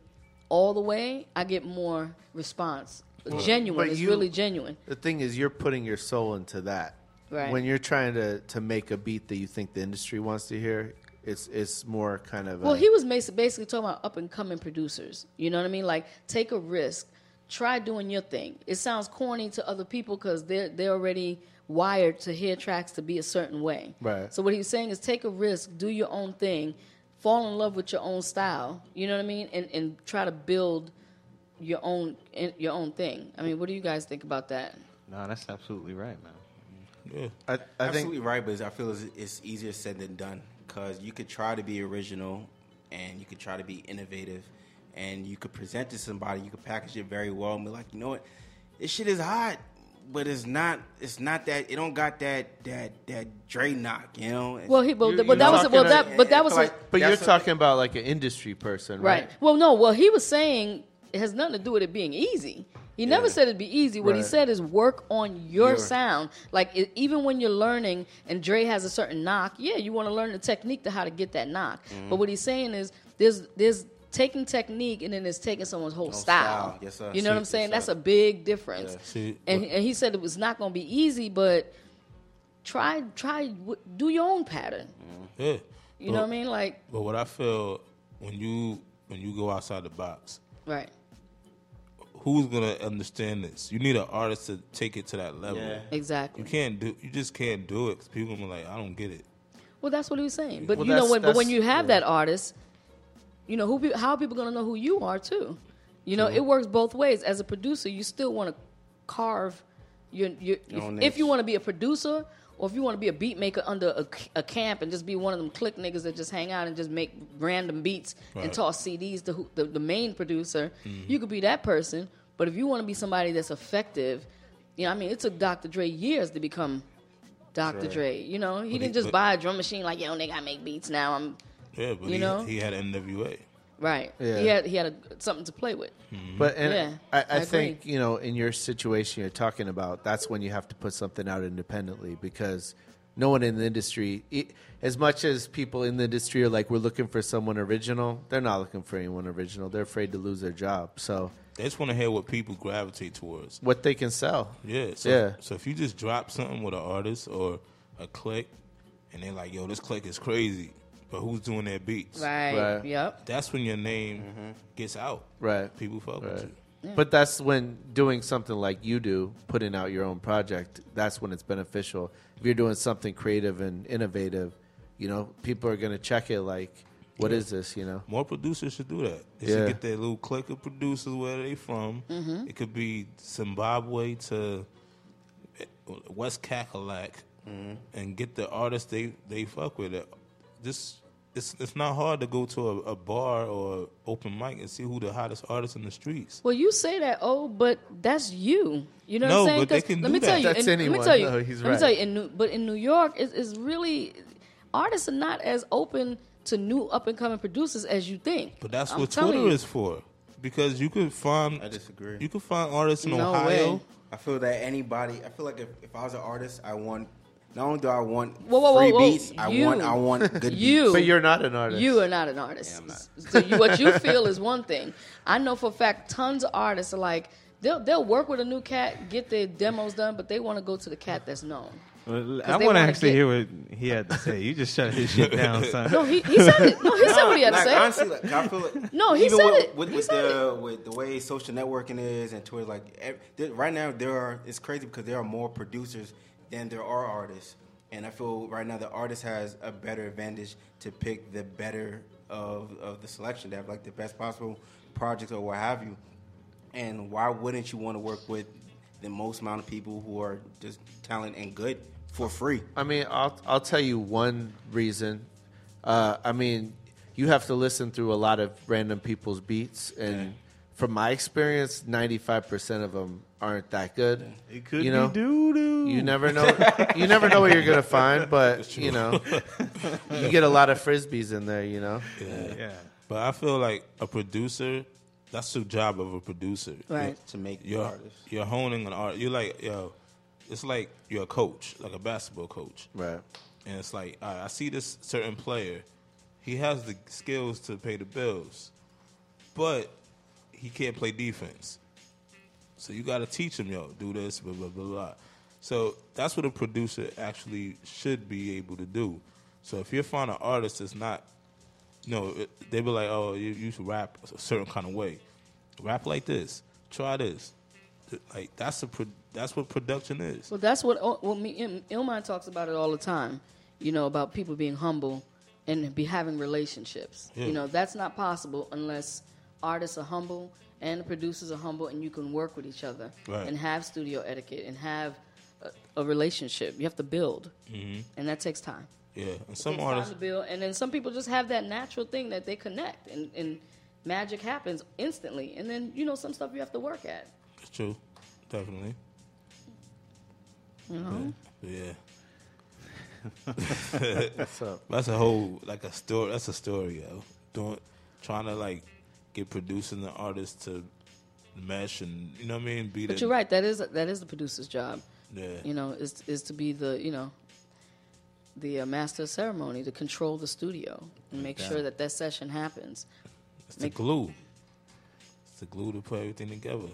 [SPEAKER 3] all the way, I get more response. genuine,
[SPEAKER 5] But
[SPEAKER 3] it's
[SPEAKER 5] you-
[SPEAKER 3] really genuine.
[SPEAKER 5] The thing is, you're putting your soul into that.
[SPEAKER 3] Right.
[SPEAKER 5] When you're trying to, to make a beat that you think the industry wants to hear, it's it's more kind of.
[SPEAKER 3] Well,
[SPEAKER 5] a,
[SPEAKER 3] he was basi- basically talking about up and coming producers. You know what I mean? Like, take a risk, try doing your thing. It sounds corny to other people because they're they're already wired to hear tracks to be a certain way.
[SPEAKER 5] Right.
[SPEAKER 3] So what he was saying is take a risk, do your own thing, fall in love with your own style. You know what I mean? And and try to build your own in- your own thing. I mean, what do you guys think about that?
[SPEAKER 4] No, that's absolutely right, man.
[SPEAKER 7] Yeah.
[SPEAKER 5] I, I
[SPEAKER 6] Absolutely
[SPEAKER 5] think
[SPEAKER 6] right, but I feel it's, it's easier said than done because you could try to be original and you could try to be innovative and you could present to somebody, you could package it very well and be like, you know what, this shit is hot, but it's not, it's not that, it don't got that, that, that Dre knock, you know? It's-
[SPEAKER 3] Well, he well,
[SPEAKER 5] You-
[SPEAKER 3] th-
[SPEAKER 5] you're
[SPEAKER 3] but that was
[SPEAKER 5] talking
[SPEAKER 3] well
[SPEAKER 5] to-
[SPEAKER 3] that but that was
[SPEAKER 6] like-
[SPEAKER 5] But
[SPEAKER 6] That's
[SPEAKER 5] you're
[SPEAKER 6] a-
[SPEAKER 5] talking about like an industry person, right?
[SPEAKER 3] Right. Well, no. Well, he was saying it has nothing to do with it being easy. He never
[SPEAKER 6] Yeah.
[SPEAKER 3] said it'd be easy. What he
[SPEAKER 5] Right.
[SPEAKER 3] said is work on your
[SPEAKER 6] Your-
[SPEAKER 3] sound. Like it, even when you're learning, and Dre has a certain knock. Yeah, you want to learn the technique to how to get that knock. But what he's saying is there's there's taking technique and then there's taking someone's whole style.
[SPEAKER 6] style. Yes, sir.
[SPEAKER 3] You know what I'm
[SPEAKER 6] See,
[SPEAKER 3] saying?
[SPEAKER 6] yes,
[SPEAKER 3] That's
[SPEAKER 6] sir.
[SPEAKER 3] a big difference.
[SPEAKER 7] See,
[SPEAKER 3] And and he said it was not going to be easy, but try try w- do your own pattern.
[SPEAKER 7] Yeah.
[SPEAKER 3] Mm. You know what I mean? Like
[SPEAKER 7] But what I feel when you when you go outside the box,
[SPEAKER 3] right.
[SPEAKER 7] who's gonna understand this? You need an artist to take it to that level.
[SPEAKER 6] Yeah.
[SPEAKER 3] Exactly.
[SPEAKER 7] You can't do. You just can't do it. 'cause people gonna be like, I don't get it.
[SPEAKER 3] Well, that's what he was saying. But
[SPEAKER 5] Well,
[SPEAKER 3] you know,
[SPEAKER 5] that's-
[SPEAKER 3] when, but when
[SPEAKER 5] that's-
[SPEAKER 3] you have
[SPEAKER 5] yeah.
[SPEAKER 3] that artist, you know who pe- how are people going to know who you are too? You know, it works both ways. As a producer, you still want to carve your, your
[SPEAKER 6] Your own
[SPEAKER 3] if, if you
[SPEAKER 6] niche.
[SPEAKER 3] want to be a producer or if you want to be a beat maker under a, c- a camp and just be one of them click niggas that just hang out and just make random beats and
[SPEAKER 7] Right.
[SPEAKER 3] toss CDs to who, the, the main producer,
[SPEAKER 7] Mm-hmm.
[SPEAKER 3] you could be that person. But if you want to be somebody that's effective, you know, I mean, it took Dr. Dre years to become Dr. Dre. You know, he didn't just
[SPEAKER 7] but-
[SPEAKER 3] buy a drum machine like, yo, nigga, I make beats now. I'm
[SPEAKER 7] Yeah, but
[SPEAKER 3] You
[SPEAKER 7] he,
[SPEAKER 3] know?
[SPEAKER 7] he had NWA.
[SPEAKER 3] right.
[SPEAKER 5] Yeah.
[SPEAKER 3] He had he had a, something to play with.
[SPEAKER 5] Mm-hmm.
[SPEAKER 7] Mm-hmm.
[SPEAKER 5] But and
[SPEAKER 3] Yeah,
[SPEAKER 5] I, I,
[SPEAKER 3] I
[SPEAKER 5] think
[SPEAKER 3] agree.
[SPEAKER 5] you know, in your situation you're talking about, that's when you have to put something out independently because no one in the industry, e- as much as people in the industry are like, we're looking for someone original, they're not looking for anyone original. They're afraid to lose their job. So
[SPEAKER 7] They just want to hear what people gravitate towards.
[SPEAKER 5] what they can sell,
[SPEAKER 7] Yeah. So,
[SPEAKER 5] Yeah.
[SPEAKER 7] So if you just drop something with an artist or a clique, and they're like, "Yo, this clique is crazy," but who's doing their beats?
[SPEAKER 3] Right.
[SPEAKER 5] Right. Mm-hmm.
[SPEAKER 3] Yep.
[SPEAKER 7] That's when your name gets out.
[SPEAKER 5] right?
[SPEAKER 7] People fuck with
[SPEAKER 5] Right.
[SPEAKER 7] you.
[SPEAKER 5] But that's when doing something like you do, putting out your own project, that's when it's beneficial. If you're doing something creative and innovative, you know, people are going to check it like, what is this, you know?
[SPEAKER 7] More producers should do that. They
[SPEAKER 5] Yeah.
[SPEAKER 7] should get their little clique of producers where they from.
[SPEAKER 3] Mm-hmm.
[SPEAKER 7] It could be Zimbabwe to West Cackalack,
[SPEAKER 6] Mm-hmm.
[SPEAKER 7] and get the artists they they fuck with. It. Just it's it's not hard to go to a, a bar or open mic and see who the hottest artists in the streets.
[SPEAKER 3] Well, you say that, oh, but that's you. You know what
[SPEAKER 7] No,
[SPEAKER 3] I'm saying?
[SPEAKER 7] but they
[SPEAKER 3] 'Cause
[SPEAKER 7] can
[SPEAKER 3] let
[SPEAKER 7] do
[SPEAKER 3] me
[SPEAKER 7] that.
[SPEAKER 3] tell you.
[SPEAKER 5] That's
[SPEAKER 3] in, let
[SPEAKER 5] anyone.
[SPEAKER 3] me tell you.
[SPEAKER 5] No, he's
[SPEAKER 3] let
[SPEAKER 5] right.
[SPEAKER 3] me tell you. In New, but in New York, it's, it's really artists are not as open to new up and coming producers as you think.
[SPEAKER 7] But that's
[SPEAKER 3] I'm
[SPEAKER 7] what
[SPEAKER 3] telling
[SPEAKER 7] Twitter
[SPEAKER 3] you.
[SPEAKER 7] is for. Because you could find
[SPEAKER 6] I disagree.
[SPEAKER 7] You could find artists in
[SPEAKER 3] No
[SPEAKER 7] Ohio.
[SPEAKER 3] way.
[SPEAKER 6] I feel that anybody. I feel like if, if I was an artist, I want. Not only do I want
[SPEAKER 3] Whoa, whoa, whoa,
[SPEAKER 6] free
[SPEAKER 3] whoa.
[SPEAKER 6] beats, I
[SPEAKER 3] You.
[SPEAKER 6] want. I want good
[SPEAKER 3] You.
[SPEAKER 6] beats.
[SPEAKER 5] But you're not an artist.
[SPEAKER 3] You are not an artist.
[SPEAKER 6] Yeah, I'm not.
[SPEAKER 3] So you, what you feel is one thing. I know for a fact tons of artists are like they'll they'll work with a new cat, get their demos done, but they want to go to the cat that's known.
[SPEAKER 4] Well,
[SPEAKER 3] 'Cause
[SPEAKER 4] I
[SPEAKER 3] they
[SPEAKER 4] want
[SPEAKER 3] wanna
[SPEAKER 4] to actually
[SPEAKER 3] get-
[SPEAKER 4] hear what he had to say. You just shut his shit down, son.
[SPEAKER 3] No, he, he said it. No, he said what he had to
[SPEAKER 6] Like,
[SPEAKER 3] say.
[SPEAKER 6] honestly, like, I feel like
[SPEAKER 3] No, he
[SPEAKER 6] even
[SPEAKER 3] said
[SPEAKER 6] with,
[SPEAKER 3] it.
[SPEAKER 6] With,
[SPEAKER 3] He
[SPEAKER 6] with
[SPEAKER 3] said
[SPEAKER 6] the with the way social networking is and Twitter, like ev- there, right now there are it's crazy because there are more producers than there are artists, and I feel right now the artist has a better advantage to pick the better of of the selection to have like the best possible projects or what have you. And why wouldn't you want to work with the most amount of people who are just talented and good for free?
[SPEAKER 5] I mean, I'll I'll tell you one reason. Uh, I mean, you have to listen through a lot of random people's beats, and from my experience, ninety five percent of them aren't that good.
[SPEAKER 4] It could
[SPEAKER 5] you know,
[SPEAKER 4] be doo doo.
[SPEAKER 5] You never know. you never know what you're gonna find, but you know, you get a lot of frisbees in there. You know,
[SPEAKER 4] Yeah.
[SPEAKER 7] But I feel like a producer, that's the job of a producer.
[SPEAKER 3] Right.
[SPEAKER 6] To make the
[SPEAKER 7] You're,
[SPEAKER 6] artist.
[SPEAKER 7] you're honing an art. You're like, yo, it's like you're a coach, like a basketball coach.
[SPEAKER 5] right?
[SPEAKER 7] And it's like, all right, I see this certain player. He has the skills to pay the bills, but he can't play defense. So you got to teach him, yo, do this, blah, blah, blah, blah. So that's what a producer actually should be able to do. So if you find an artist that's not, you know, it- they be like, oh, you, you should rap a certain kind of way. Rap like this. Try this. Like that's a pro- that's what production is.
[SPEAKER 3] Well, that's what well, me, Il- Illmind talks about it all the time. You know about people being humble and be having relationships. You
[SPEAKER 7] Yeah.
[SPEAKER 3] know that's not possible unless artists are humble and the producers are humble, and you can work with each other
[SPEAKER 7] Right.
[SPEAKER 3] and have studio etiquette and have a, a relationship. You have to build, and that takes time.
[SPEAKER 7] Mm-hmm. Yeah. And
[SPEAKER 3] It
[SPEAKER 7] some
[SPEAKER 3] takes
[SPEAKER 7] artists
[SPEAKER 3] time to build, and then some people just have that natural thing that they connect, and, and magic happens instantly. And then you know some stuff you have to work at.
[SPEAKER 7] It's true, definitely.
[SPEAKER 3] Mm-hmm.
[SPEAKER 7] Yeah.
[SPEAKER 5] What's up?
[SPEAKER 7] that's a whole like a story. That's a story, yo. Doing, trying to like get producing the artists to mesh and you know what I mean. Be
[SPEAKER 3] But
[SPEAKER 7] the-
[SPEAKER 3] you're right. That is that is the producer's job.
[SPEAKER 7] Yeah.
[SPEAKER 3] You know, is is to be the you know the uh, master of ceremony to control the studio and make sure that that session happens.
[SPEAKER 7] It's the glue. It's the glue to put everything together.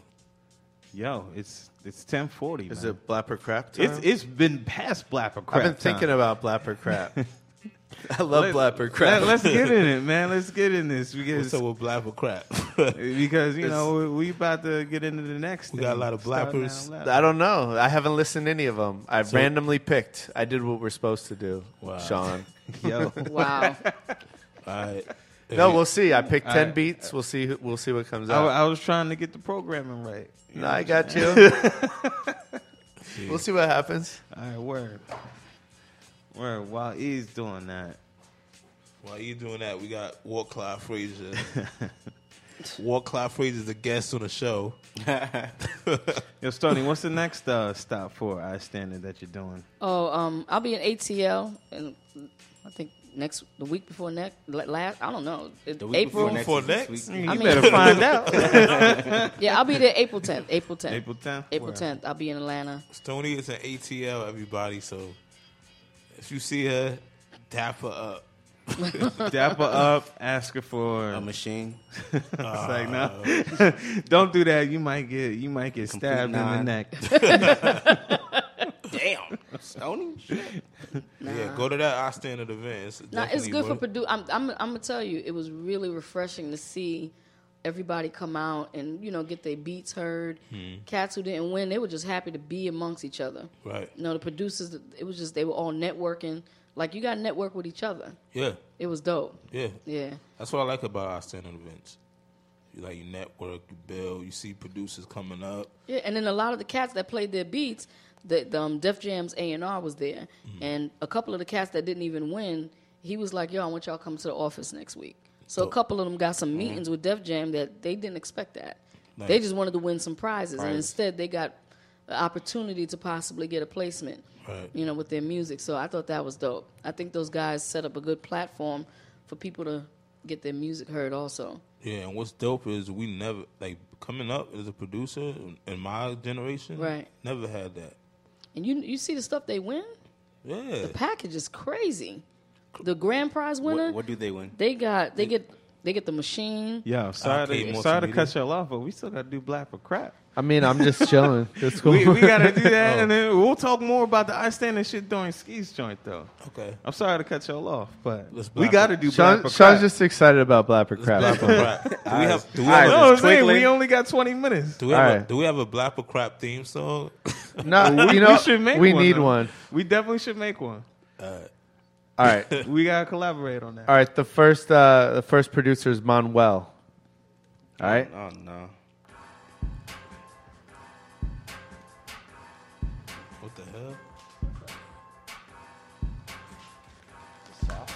[SPEAKER 4] Yo, it's it's ten forty.
[SPEAKER 5] Is it blapper crap time?
[SPEAKER 4] It's it's been past blapper crap.
[SPEAKER 5] I've been thinking about blapper crap. I love blapper crap.
[SPEAKER 4] Let, let's get in it, man. Let's get in this because
[SPEAKER 7] What's up with blapper crap?
[SPEAKER 4] because you know we, we about to get into the next.
[SPEAKER 7] We got a
[SPEAKER 4] thing.
[SPEAKER 7] lot of
[SPEAKER 4] Start now,
[SPEAKER 7] blappers.
[SPEAKER 4] left.
[SPEAKER 5] I don't know. I haven't listened to any of them. I randomly picked. I did what we're supposed to do,
[SPEAKER 7] Wow.
[SPEAKER 5] Sean.
[SPEAKER 4] Yo,
[SPEAKER 3] Wow.
[SPEAKER 7] All right.
[SPEAKER 5] No, we'll see. I picked ten
[SPEAKER 4] right.
[SPEAKER 5] beats. We'll see. who- We'll see what comes
[SPEAKER 4] I,
[SPEAKER 5] out.
[SPEAKER 4] I was trying to get the programming right.
[SPEAKER 5] no, I got you. we'll see what happens.
[SPEAKER 4] All right, word, word. While he's doing that,
[SPEAKER 7] While you doing that, we got Walt Clyde Frazier Walt Clyde Frazier's a guest on the show.
[SPEAKER 4] Yo, Stoney, what's the next uh, stop for I standard that you're doing?
[SPEAKER 3] Oh, um, I'll be in ATL, and I think next the week before next, la- last I don't know, it- April.
[SPEAKER 7] Before next,
[SPEAKER 4] You
[SPEAKER 3] I mean-
[SPEAKER 4] better find out.
[SPEAKER 3] Yeah, I'll be there April 10th. April 10th.
[SPEAKER 4] April 10th.
[SPEAKER 3] April 10th. I'll be in Atlanta.
[SPEAKER 7] Stoney is an ATL, everybody. So if you see her, dap her up.
[SPEAKER 4] Dapper up, ask her for.
[SPEAKER 6] A machine.
[SPEAKER 4] It's like no, don't do that. You might get you might get stabbed in the
[SPEAKER 6] nod.
[SPEAKER 4] neck.
[SPEAKER 6] Damn. Stony? Shit.
[SPEAKER 7] Yeah, go to that I standard event. It's
[SPEAKER 3] Now it's
[SPEAKER 7] definitely
[SPEAKER 3] good for
[SPEAKER 7] worth-
[SPEAKER 3] produ I'm, I'm, I'm gonna tell you, it was really refreshing to see everybody come out and you know get their beats heard.
[SPEAKER 7] Mm-hmm.
[SPEAKER 3] Cats who didn't win, they were just happy to be amongst each other.
[SPEAKER 7] Right.
[SPEAKER 3] You know, the producers, it was just they were all networking. Like you got to network with each other.
[SPEAKER 7] Yeah,
[SPEAKER 3] It was dope.
[SPEAKER 7] yeah.
[SPEAKER 3] Yeah.
[SPEAKER 7] That's what I like about our standard events. You like you network, you build, you see producers coming up.
[SPEAKER 3] Yeah, and then a lot of the cats that played their beats, the, the um, Def Jam's A and R was there,
[SPEAKER 7] Mm-hmm.
[SPEAKER 3] and a couple of the cats that didn't even win, he was like, "Yo, I want y'all to come to the office next week." So a couple of them got some meetings with Def Jam that they didn't expect that. They
[SPEAKER 7] Mm-hmm. Nice.
[SPEAKER 3] just wanted to win some prizes, and
[SPEAKER 6] Prizes.
[SPEAKER 3] instead they got an opportunity to possibly get a placement,
[SPEAKER 7] Right.
[SPEAKER 3] you know, with their music. So I thought that was dope. I think those guys set up a good platform for people to get their music heard, also.
[SPEAKER 7] Yeah, and what's dope is we never like coming up as a producer in my generation.
[SPEAKER 3] Right.
[SPEAKER 7] Never had that.
[SPEAKER 3] And you you see the stuff they win.
[SPEAKER 7] Yeah.
[SPEAKER 3] The package is crazy. The grand prize winner,
[SPEAKER 6] What, what do they win?
[SPEAKER 3] they got they get they get the machine.
[SPEAKER 4] Yo, sorry
[SPEAKER 7] Arcade
[SPEAKER 4] to, sorry to
[SPEAKER 7] multimedia.
[SPEAKER 4] cut y'all off, but we still got to do black for crap.
[SPEAKER 5] I mean, I'm just chilling. That's cool.
[SPEAKER 4] We, we got to do
[SPEAKER 5] Oh.
[SPEAKER 4] that, and then we'll talk more about the I stand and shit during skis joint though.
[SPEAKER 7] okay.
[SPEAKER 4] I'm sorry to cut y'all off, but
[SPEAKER 7] Let's
[SPEAKER 4] we
[SPEAKER 7] Black
[SPEAKER 4] got to
[SPEAKER 7] for-
[SPEAKER 4] do
[SPEAKER 5] Sean,
[SPEAKER 4] black for crap.
[SPEAKER 5] Sean's just excited about Blapper
[SPEAKER 7] Black
[SPEAKER 5] Crap.
[SPEAKER 7] or crap. Do we have do we
[SPEAKER 4] I
[SPEAKER 7] have,
[SPEAKER 4] know
[SPEAKER 7] a,
[SPEAKER 4] what I'm saying.
[SPEAKER 5] twinkling.
[SPEAKER 4] We only got 20 minutes.
[SPEAKER 7] do we have, a,
[SPEAKER 5] Alright.
[SPEAKER 7] do we have a black or crap theme song?
[SPEAKER 5] No,
[SPEAKER 4] We,
[SPEAKER 5] you know,
[SPEAKER 4] we should make
[SPEAKER 5] we
[SPEAKER 4] one.
[SPEAKER 5] need
[SPEAKER 4] though.
[SPEAKER 5] one.
[SPEAKER 4] We definitely should make one.
[SPEAKER 5] All right,
[SPEAKER 4] We gotta collaborate on that.
[SPEAKER 5] all right. The first, uh, the first producer is Manuel. All right,
[SPEAKER 6] Oh, no.
[SPEAKER 7] what the hell?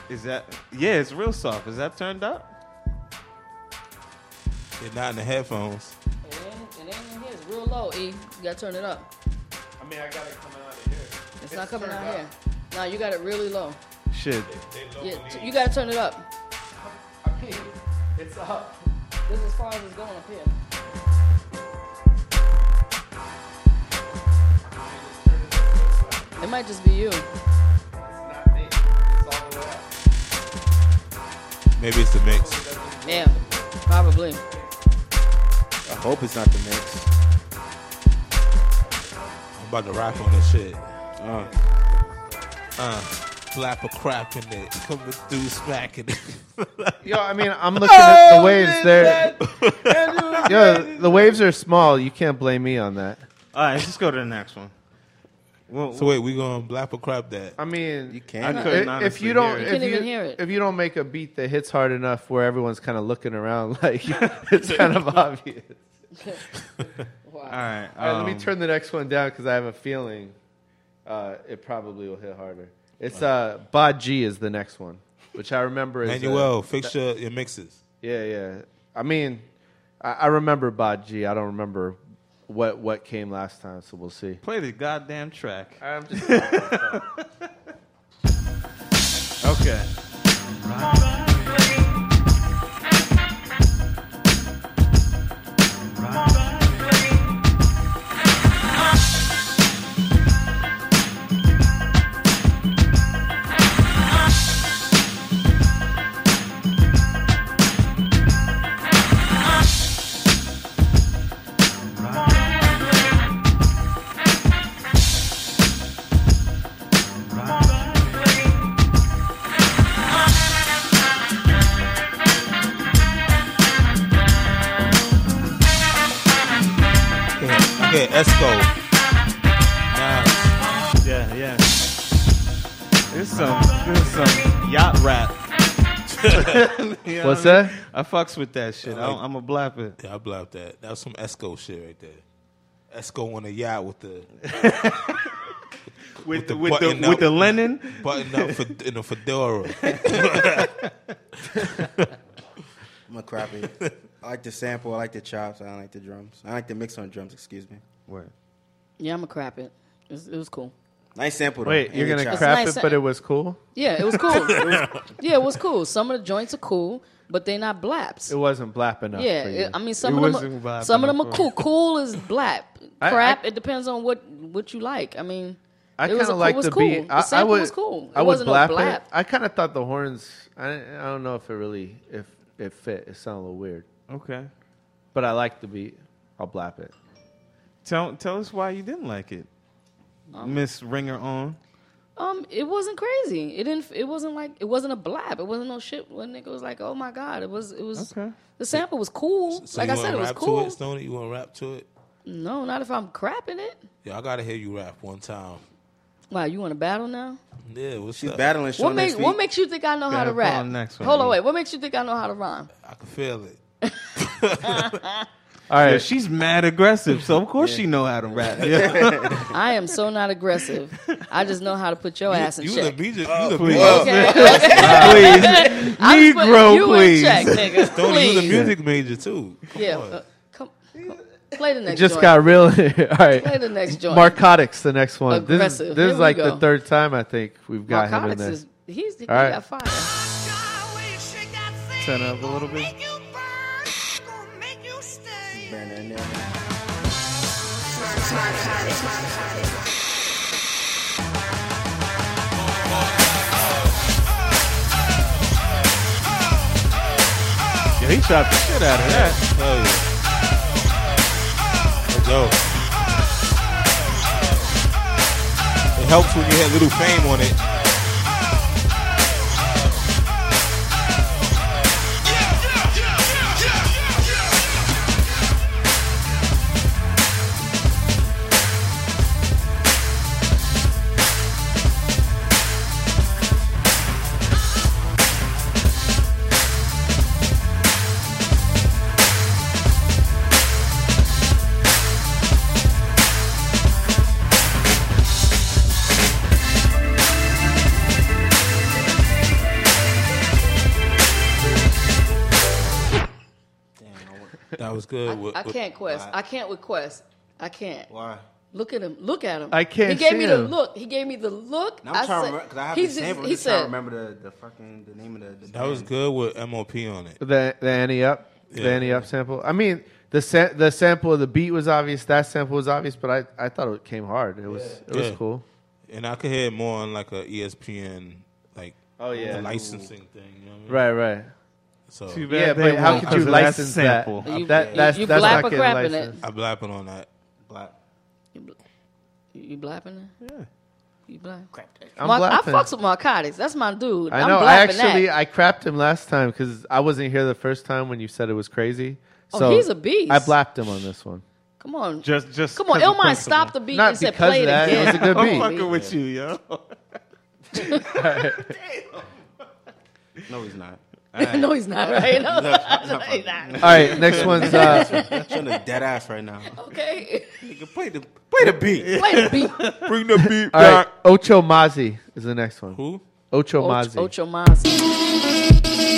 [SPEAKER 4] Is that yeah? It's real soft. Is that turned up?
[SPEAKER 7] They're not in the headphones.
[SPEAKER 3] It ain't, it ain't in here. It's real low. E, you gotta turn it up.
[SPEAKER 5] I mean, I gotta come out of here.
[SPEAKER 3] It's, not coming out here. No, you got it really low.
[SPEAKER 4] Shit.
[SPEAKER 3] Yeah, t- you gotta turn it up.
[SPEAKER 5] I mean, it's up.
[SPEAKER 3] This is as far as it's going up here. It might just be you.
[SPEAKER 7] Maybe it's the mix.
[SPEAKER 3] Yeah, probably.
[SPEAKER 6] I hope it's not the mix.
[SPEAKER 7] I'm about to rap on this shit. Uh. Uh. Black or crap in it. Coming through smacking it. Oh,
[SPEAKER 5] Yo, I mean, I'm looking at
[SPEAKER 3] Oh,
[SPEAKER 5] the waves. They're yo, the waves are small. You can't blame me on that.
[SPEAKER 4] All right, let's go to the next one. Well,
[SPEAKER 7] so wait, we going black or crap that?
[SPEAKER 5] I mean, you
[SPEAKER 6] can't.
[SPEAKER 4] I
[SPEAKER 5] If,
[SPEAKER 4] couldn't
[SPEAKER 5] if
[SPEAKER 4] honestly
[SPEAKER 5] you don't,
[SPEAKER 4] hear
[SPEAKER 5] if
[SPEAKER 4] it.
[SPEAKER 3] You couldn't
[SPEAKER 5] you,
[SPEAKER 3] even hear it.
[SPEAKER 5] if you don't make a beat that hits hard enough where everyone's kind of looking around, like it's kind of obvious.
[SPEAKER 4] all right,
[SPEAKER 5] All right, let
[SPEAKER 4] um,
[SPEAKER 5] me turn the next one down because I have a feeling uh, it probably will hit harder. It's uh, Ba G is the next one, which I remember. Is uh,
[SPEAKER 7] Manuel, fix your, your mixes.
[SPEAKER 5] yeah, yeah. I mean, I, I remember Ba G. I don't remember what what came last time, so we'll see.
[SPEAKER 4] Play the goddamn track.
[SPEAKER 5] I'm just
[SPEAKER 4] Okay.
[SPEAKER 7] Okay, Esco. Nas.
[SPEAKER 4] Yeah, yeah. There's some, there's some yacht rap. You know
[SPEAKER 5] What's
[SPEAKER 4] what I
[SPEAKER 5] that?
[SPEAKER 4] mean? I fucks with that shit. I I'm a blap it.
[SPEAKER 7] Yeah, I blocked that. That was some Esco shit right there. Esco on the yacht with the
[SPEAKER 4] With
[SPEAKER 7] the
[SPEAKER 4] the with the,
[SPEAKER 7] button
[SPEAKER 4] with the
[SPEAKER 7] up.
[SPEAKER 4] linen.
[SPEAKER 7] button up for, in a fedora.
[SPEAKER 6] I'm a crappie. I like the sample. I like the chops. I don't like the drums. I like the mix on drums. Excuse me.
[SPEAKER 4] Word.
[SPEAKER 3] Yeah, I'm a crap it. It was, it was cool.
[SPEAKER 6] Nice sample. Though.
[SPEAKER 5] Wait,
[SPEAKER 6] And
[SPEAKER 5] you're
[SPEAKER 6] the
[SPEAKER 5] gonna
[SPEAKER 6] chops.
[SPEAKER 5] crap
[SPEAKER 3] nice.
[SPEAKER 5] it, but it was cool.
[SPEAKER 3] Yeah, it was cool. It was- yeah, it was cool. Some of the joints are cool, but they're not blaps.
[SPEAKER 5] It wasn't blap enough.
[SPEAKER 3] Yeah,
[SPEAKER 5] for you.
[SPEAKER 3] it- I mean some
[SPEAKER 4] It
[SPEAKER 3] of
[SPEAKER 4] wasn't
[SPEAKER 3] them. Are,
[SPEAKER 4] blapping
[SPEAKER 3] some of them
[SPEAKER 4] up
[SPEAKER 3] are
[SPEAKER 4] for-
[SPEAKER 3] cool. Cool is blap.
[SPEAKER 5] I-
[SPEAKER 3] Crap.
[SPEAKER 5] I-
[SPEAKER 3] it depends on what what you like. I mean,
[SPEAKER 5] I
[SPEAKER 3] it
[SPEAKER 5] kind
[SPEAKER 3] was a
[SPEAKER 5] of
[SPEAKER 3] cool-
[SPEAKER 5] like
[SPEAKER 3] was
[SPEAKER 5] the
[SPEAKER 3] cool.
[SPEAKER 5] beat.
[SPEAKER 3] The
[SPEAKER 5] I, I
[SPEAKER 3] sample
[SPEAKER 5] would,
[SPEAKER 3] was cool.
[SPEAKER 5] I
[SPEAKER 3] It
[SPEAKER 5] would
[SPEAKER 3] wasn't no
[SPEAKER 5] blap
[SPEAKER 3] blap.
[SPEAKER 5] it. I kind of thought the horns. I, I don't know if it really if it fit. It sounded a little weird,
[SPEAKER 4] Okay.
[SPEAKER 5] but I like the beat. I'll blap it.
[SPEAKER 4] Tell tell us why you didn't like it, Miss Ringer on.
[SPEAKER 3] Um, it wasn't crazy. It didn't. It wasn't like it wasn't a blab. It wasn't no shit. When nigga was like, "Oh my god," it was. It was.
[SPEAKER 4] Okay.
[SPEAKER 3] The sample was cool.
[SPEAKER 7] So
[SPEAKER 3] like
[SPEAKER 7] you
[SPEAKER 3] I
[SPEAKER 7] wanna
[SPEAKER 3] said, it was
[SPEAKER 7] rap To
[SPEAKER 3] cool.
[SPEAKER 7] it, Stoney? You want to rap to it?
[SPEAKER 3] No, not if I'm crapping it.
[SPEAKER 7] Yeah, I gotta hear you rap one time.
[SPEAKER 3] Wow, you want to battle now?
[SPEAKER 7] Yeah, what's
[SPEAKER 6] She's
[SPEAKER 7] up?
[SPEAKER 6] battling.
[SPEAKER 3] What
[SPEAKER 6] What
[SPEAKER 3] makes What makes you think I know how
[SPEAKER 4] Gotta
[SPEAKER 3] to
[SPEAKER 4] put
[SPEAKER 3] rap?
[SPEAKER 4] on next one,
[SPEAKER 3] Hold on,
[SPEAKER 4] E.
[SPEAKER 3] wait. What makes you think I know how to rhyme?
[SPEAKER 7] I can feel it.
[SPEAKER 5] All right,
[SPEAKER 4] Yeah, she's mad aggressive, so of course she know how to rap.
[SPEAKER 3] I am so not aggressive. I just know how to put your ass in
[SPEAKER 7] You the
[SPEAKER 3] check.
[SPEAKER 5] Uh,
[SPEAKER 7] BJ? You the
[SPEAKER 4] please.
[SPEAKER 7] music?
[SPEAKER 3] Okay.
[SPEAKER 4] Please,
[SPEAKER 3] I just put
[SPEAKER 4] Negro,
[SPEAKER 3] you
[SPEAKER 4] please.
[SPEAKER 3] In check, nigga.
[SPEAKER 7] Stoney, you the
[SPEAKER 3] please.
[SPEAKER 7] music major too. Come
[SPEAKER 3] Yeah.
[SPEAKER 7] on.
[SPEAKER 3] uh, come, come. Play the next.
[SPEAKER 5] just
[SPEAKER 3] joint.
[SPEAKER 5] got real. All right,
[SPEAKER 3] Play the next joint.
[SPEAKER 5] narcotics. The next one. This
[SPEAKER 3] Aggressive.
[SPEAKER 5] is,
[SPEAKER 3] Here
[SPEAKER 5] this is
[SPEAKER 3] we
[SPEAKER 5] like
[SPEAKER 3] go.
[SPEAKER 5] the third time I think we've got him in
[SPEAKER 3] Narcotics
[SPEAKER 5] there.
[SPEAKER 3] is. He's. He
[SPEAKER 5] All right.
[SPEAKER 3] got fired.
[SPEAKER 4] Turn it up a little bit. Yeah, he shot the shit out of that.
[SPEAKER 7] Hell yeah. Let's go. It helps when you had little fame on it. That was good. With-
[SPEAKER 3] I
[SPEAKER 7] with-
[SPEAKER 3] can't quest. I can't with quest. I can't.
[SPEAKER 6] Why?
[SPEAKER 3] Look at him. Look at him.
[SPEAKER 5] I can't
[SPEAKER 3] He gave
[SPEAKER 5] see
[SPEAKER 3] me the
[SPEAKER 5] him.
[SPEAKER 3] look. He gave me the look.
[SPEAKER 6] Now I'm trying to
[SPEAKER 3] said-
[SPEAKER 6] remember because I have
[SPEAKER 3] he
[SPEAKER 6] the
[SPEAKER 3] just-
[SPEAKER 6] sample. I'm
[SPEAKER 3] He
[SPEAKER 6] just trying to
[SPEAKER 3] said,
[SPEAKER 6] remember the, the fucking the name of the. the
[SPEAKER 7] That was
[SPEAKER 6] band.
[SPEAKER 7] good with MOP on it.
[SPEAKER 5] The the Annie up, the
[SPEAKER 7] Yeah.
[SPEAKER 5] Annie up sample. I mean, the sa- the sample of the beat was obvious. That sample was obvious, but I, I thought it came hard. It was it was
[SPEAKER 7] Yeah.
[SPEAKER 5] cool.
[SPEAKER 7] And I could hear it more on like a E ESPN like
[SPEAKER 5] Oh, yeah.
[SPEAKER 7] a licensing thing, you know what I mean?
[SPEAKER 5] Right, right.
[SPEAKER 7] So
[SPEAKER 4] Too bad
[SPEAKER 5] Yeah,
[SPEAKER 4] they
[SPEAKER 5] but how
[SPEAKER 4] won't
[SPEAKER 5] could you
[SPEAKER 4] do that
[SPEAKER 5] license that?
[SPEAKER 4] sample.
[SPEAKER 3] You-
[SPEAKER 5] that
[SPEAKER 3] you-
[SPEAKER 5] that's
[SPEAKER 3] you
[SPEAKER 5] that's
[SPEAKER 3] blap
[SPEAKER 5] not
[SPEAKER 3] or
[SPEAKER 5] getting
[SPEAKER 3] crapping it?
[SPEAKER 5] licensed.
[SPEAKER 7] I blapping on that.
[SPEAKER 6] Black.
[SPEAKER 3] "You blapping it? Yeah. You black?
[SPEAKER 5] I'm
[SPEAKER 3] Mar- I
[SPEAKER 5] blapping.
[SPEAKER 3] fucks with narcotics. That's my dude.
[SPEAKER 5] I know.
[SPEAKER 3] I'm
[SPEAKER 5] I
[SPEAKER 3] blapping
[SPEAKER 5] actually
[SPEAKER 3] that.
[SPEAKER 5] I crapped him last time because I wasn't here the first time when you said it was crazy.
[SPEAKER 3] Oh,
[SPEAKER 5] So
[SPEAKER 3] he's a beast.
[SPEAKER 5] I blapped him on this one.
[SPEAKER 3] Come on.
[SPEAKER 4] Just, just
[SPEAKER 3] Come on.
[SPEAKER 4] 'cause of
[SPEAKER 3] Illmind
[SPEAKER 4] principle.
[SPEAKER 3] stopped the beat
[SPEAKER 5] Not
[SPEAKER 3] and said,
[SPEAKER 5] because
[SPEAKER 3] "Play
[SPEAKER 5] of that.
[SPEAKER 3] it again."
[SPEAKER 5] It was a good
[SPEAKER 7] Oh,
[SPEAKER 4] I'm
[SPEAKER 5] beat.
[SPEAKER 4] fucking with you, yo.
[SPEAKER 6] No, he's not.
[SPEAKER 3] no, he's not right. No, he's
[SPEAKER 5] All
[SPEAKER 3] not.
[SPEAKER 5] right, next one's uh,
[SPEAKER 6] Showing a dead ass right now.
[SPEAKER 3] Okay.
[SPEAKER 6] Nigga, play the play the beat.
[SPEAKER 3] Play the beat.
[SPEAKER 7] Bring the beat
[SPEAKER 5] all right. Ocho Mazi is the next one.
[SPEAKER 7] Who?
[SPEAKER 5] Ocho Mazi.
[SPEAKER 3] Ocho, Ocho Mozzie.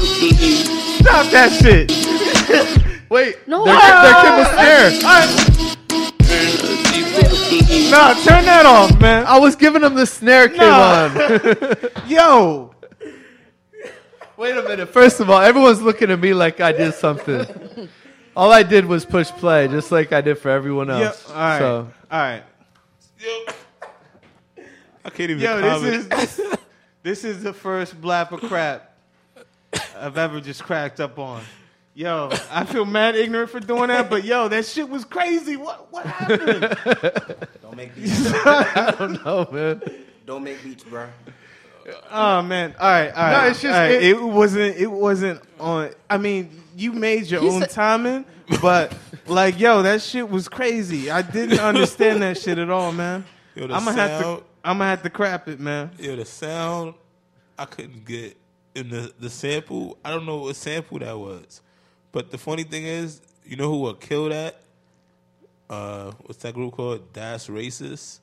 [SPEAKER 4] Stop that shit.
[SPEAKER 5] Wait,
[SPEAKER 3] No,
[SPEAKER 5] they're,
[SPEAKER 3] I-
[SPEAKER 5] they're kicking the stairs.
[SPEAKER 4] Nah, turn that off, man.
[SPEAKER 5] I was giving him the snare, Kayvon.
[SPEAKER 4] Yo,
[SPEAKER 5] Wait a minute. First of all, everyone's looking at me like I did something. all I did was push play, just like I did for everyone
[SPEAKER 4] yep.
[SPEAKER 5] else.
[SPEAKER 4] All right,
[SPEAKER 5] So
[SPEAKER 4] all right.
[SPEAKER 7] I can't even
[SPEAKER 4] Yo,
[SPEAKER 7] comment.
[SPEAKER 4] this is this, this is the first blap of crap I've ever just cracked up on. Yo, I feel mad ignorant for doing that, but yo, that shit was crazy. What what happened?
[SPEAKER 6] Don't make beats.
[SPEAKER 5] oh man, Uh,
[SPEAKER 6] Don't make beats, bro.
[SPEAKER 4] Oh man. All right, all right.
[SPEAKER 5] No, it's just-
[SPEAKER 4] all right.
[SPEAKER 5] it-
[SPEAKER 4] It, wasn't it wasn't on I mean, you made your
[SPEAKER 3] He
[SPEAKER 4] own
[SPEAKER 3] said-
[SPEAKER 4] timing, but like yo, that shit was crazy. I didn't understand that shit at all, man.
[SPEAKER 7] Yo, the
[SPEAKER 4] I'm gonna have to
[SPEAKER 7] sound-
[SPEAKER 4] I'm gonna have to crap it, man.
[SPEAKER 7] Yo, the sound I couldn't get in the the sample. I don't know what sample that was, but the funny thing is, you know who will kill that? Uh, what's that group called? Das Racist.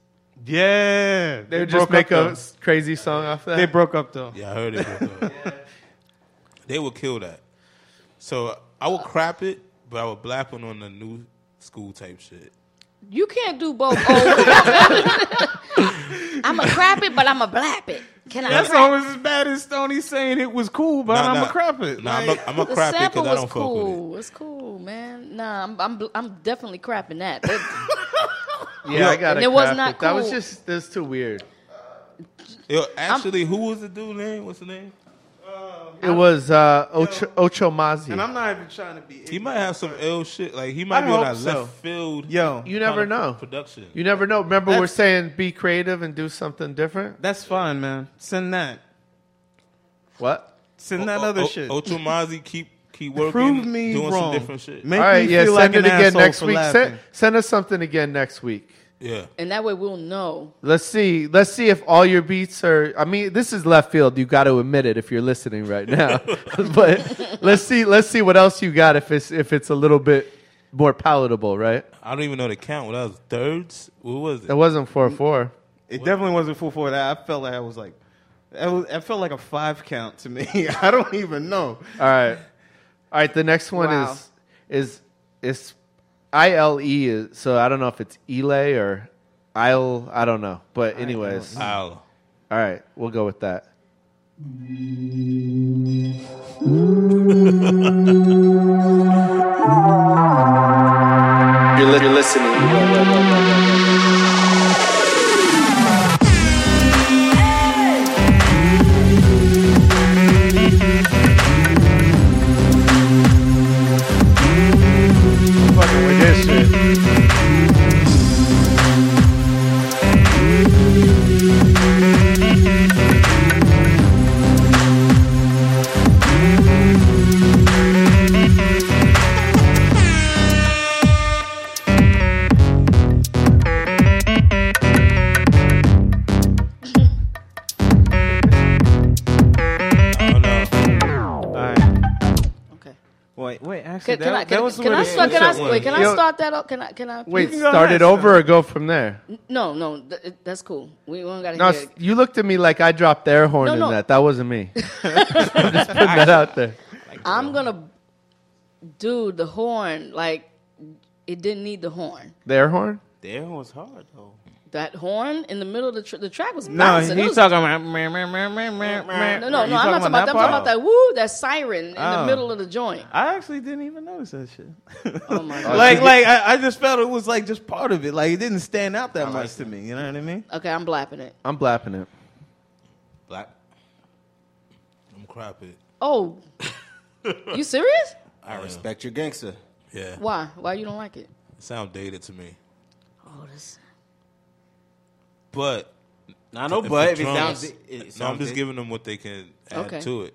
[SPEAKER 8] Yeah.
[SPEAKER 5] They would just
[SPEAKER 8] broke
[SPEAKER 5] make
[SPEAKER 8] up,
[SPEAKER 5] a
[SPEAKER 8] though.
[SPEAKER 5] s- crazy song off that.
[SPEAKER 8] They broke up though.
[SPEAKER 7] Yeah, I heard it. before. They would kill that. So I would crap it, but I would blap it on the new school type shit.
[SPEAKER 3] You can't do both. Oh, I'm a crap it, but I'm a blap it. Can I?
[SPEAKER 4] That
[SPEAKER 3] crap-
[SPEAKER 4] song was as bad as Stoney saying it was cool, but
[SPEAKER 7] Nah,
[SPEAKER 4] I'm
[SPEAKER 7] nah.
[SPEAKER 4] a crap it.
[SPEAKER 7] Nah,
[SPEAKER 4] Like,
[SPEAKER 7] I'm a, I'm a
[SPEAKER 3] The
[SPEAKER 7] crap it
[SPEAKER 3] sample
[SPEAKER 7] because I
[SPEAKER 3] was
[SPEAKER 7] don't fuck with it.
[SPEAKER 3] cool. It's cool, man. Nah, I'm I'm, bl- I'm definitely crapping that. That-
[SPEAKER 5] yeah, I got
[SPEAKER 3] and it was not
[SPEAKER 5] That was
[SPEAKER 3] cool.
[SPEAKER 5] just that's too weird.
[SPEAKER 7] Yo, actually, who was the dude name? What's the name?
[SPEAKER 5] It was uh, Ocho, Ocho Mazzi.
[SPEAKER 4] and I'm not even trying to be.
[SPEAKER 7] He might have some ill shit. Like he might
[SPEAKER 5] I
[SPEAKER 7] be on
[SPEAKER 5] hope
[SPEAKER 7] that
[SPEAKER 5] so.
[SPEAKER 7] left field.
[SPEAKER 4] Yo,
[SPEAKER 5] you never
[SPEAKER 7] kind of
[SPEAKER 5] know.
[SPEAKER 7] Production.
[SPEAKER 5] You never know. Remember, we're
[SPEAKER 4] That's-
[SPEAKER 5] saying be creative and do something different.
[SPEAKER 4] that's fine, man. Send that.
[SPEAKER 5] What?
[SPEAKER 4] Send that other shit.
[SPEAKER 7] Ocho Mazi keep keep working.
[SPEAKER 4] Prove me
[SPEAKER 7] doing
[SPEAKER 4] wrong.
[SPEAKER 7] some different shit.
[SPEAKER 4] Make
[SPEAKER 5] All right,
[SPEAKER 4] me
[SPEAKER 5] yeah.
[SPEAKER 4] feel
[SPEAKER 5] Send
[SPEAKER 4] like
[SPEAKER 5] it
[SPEAKER 4] an
[SPEAKER 5] again
[SPEAKER 4] asshole
[SPEAKER 5] next
[SPEAKER 4] for
[SPEAKER 5] week.
[SPEAKER 4] laughing.
[SPEAKER 5] Send, send us something again next week.
[SPEAKER 7] yeah.
[SPEAKER 3] and that way we'll know.
[SPEAKER 5] Let's see. Let's see if all your beats are. I mean, this is left field. You got to admit it if you're listening right now. but let's see. Let's see what else you got. If it's if it's a little bit more palatable, right?
[SPEAKER 7] I don't even know the count. What that was thirds? What was it?
[SPEAKER 5] That wasn't four four.
[SPEAKER 4] It definitely wasn't full for that. I felt like I was like, I, was, I felt like a five count to me. I don't even know.
[SPEAKER 5] All right. All right. The next one
[SPEAKER 3] Wow.
[SPEAKER 5] is is is I L E. is- So I don't know if it's Ele or I'll. I don't know. But anyways, all
[SPEAKER 7] Ow.
[SPEAKER 5] right. We'll go with that.
[SPEAKER 9] You're, li- you're listening.
[SPEAKER 5] Fucking with this shit.
[SPEAKER 7] Oh no.
[SPEAKER 4] All right.
[SPEAKER 3] Okay.
[SPEAKER 4] Wait, wait. Actually,
[SPEAKER 3] Can, can
[SPEAKER 4] that,
[SPEAKER 3] I can,
[SPEAKER 4] that was the
[SPEAKER 3] can
[SPEAKER 4] way
[SPEAKER 3] I
[SPEAKER 4] the
[SPEAKER 3] start? Can
[SPEAKER 4] switch
[SPEAKER 3] I
[SPEAKER 4] up was.
[SPEAKER 3] wait? Can I
[SPEAKER 5] Yo-
[SPEAKER 3] start that up? Can I can I?
[SPEAKER 5] Wait,
[SPEAKER 4] can go
[SPEAKER 5] start
[SPEAKER 4] ahead,
[SPEAKER 5] it over
[SPEAKER 4] sir.
[SPEAKER 5] or go from there?
[SPEAKER 3] No, no. Th- it- that's cool. We don't gotta
[SPEAKER 5] No,
[SPEAKER 3] hear.
[SPEAKER 5] s-
[SPEAKER 3] It.
[SPEAKER 5] you looked at me like I dropped the air horn
[SPEAKER 3] No,
[SPEAKER 5] in
[SPEAKER 3] no.
[SPEAKER 5] that. That wasn't me. I'm just putting that out there.
[SPEAKER 3] I'm gonna do the horn. Like it didn't need the horn.
[SPEAKER 5] The air horn?
[SPEAKER 6] There was hard though.
[SPEAKER 3] That horn in the middle of the tr- the track was
[SPEAKER 4] No,
[SPEAKER 3] bouncing. It
[SPEAKER 4] he's
[SPEAKER 3] was-
[SPEAKER 4] talking about. meh, meh, meh, meh, meh, meh.
[SPEAKER 3] No, no,
[SPEAKER 4] You
[SPEAKER 3] no. I'm not talking about that. I'm talking
[SPEAKER 4] part?
[SPEAKER 3] about that woo, that siren in
[SPEAKER 4] Oh.
[SPEAKER 3] the middle of the joint.
[SPEAKER 4] I actually didn't even notice that shit.
[SPEAKER 3] Oh my god.
[SPEAKER 4] like, like I, I just felt it was like just part of it. Like it didn't stand out that much to me. You know what I mean?
[SPEAKER 3] Okay, I'm blapping it.
[SPEAKER 5] I'm blapping it.
[SPEAKER 7] Black. I'm crap it.
[SPEAKER 3] Oh, you serious?
[SPEAKER 6] I respect your gangster.
[SPEAKER 7] Yeah.
[SPEAKER 3] Why? Why you don't like it?
[SPEAKER 7] Sound dated to me.
[SPEAKER 3] Oh, this.
[SPEAKER 7] But
[SPEAKER 6] Nah, no,
[SPEAKER 7] if
[SPEAKER 6] but
[SPEAKER 7] the
[SPEAKER 6] if it
[SPEAKER 7] drums-
[SPEAKER 6] sounds, it, it sounds
[SPEAKER 7] no, I'm just
[SPEAKER 6] big.
[SPEAKER 7] giving them what they can add
[SPEAKER 3] Okay.
[SPEAKER 7] to it.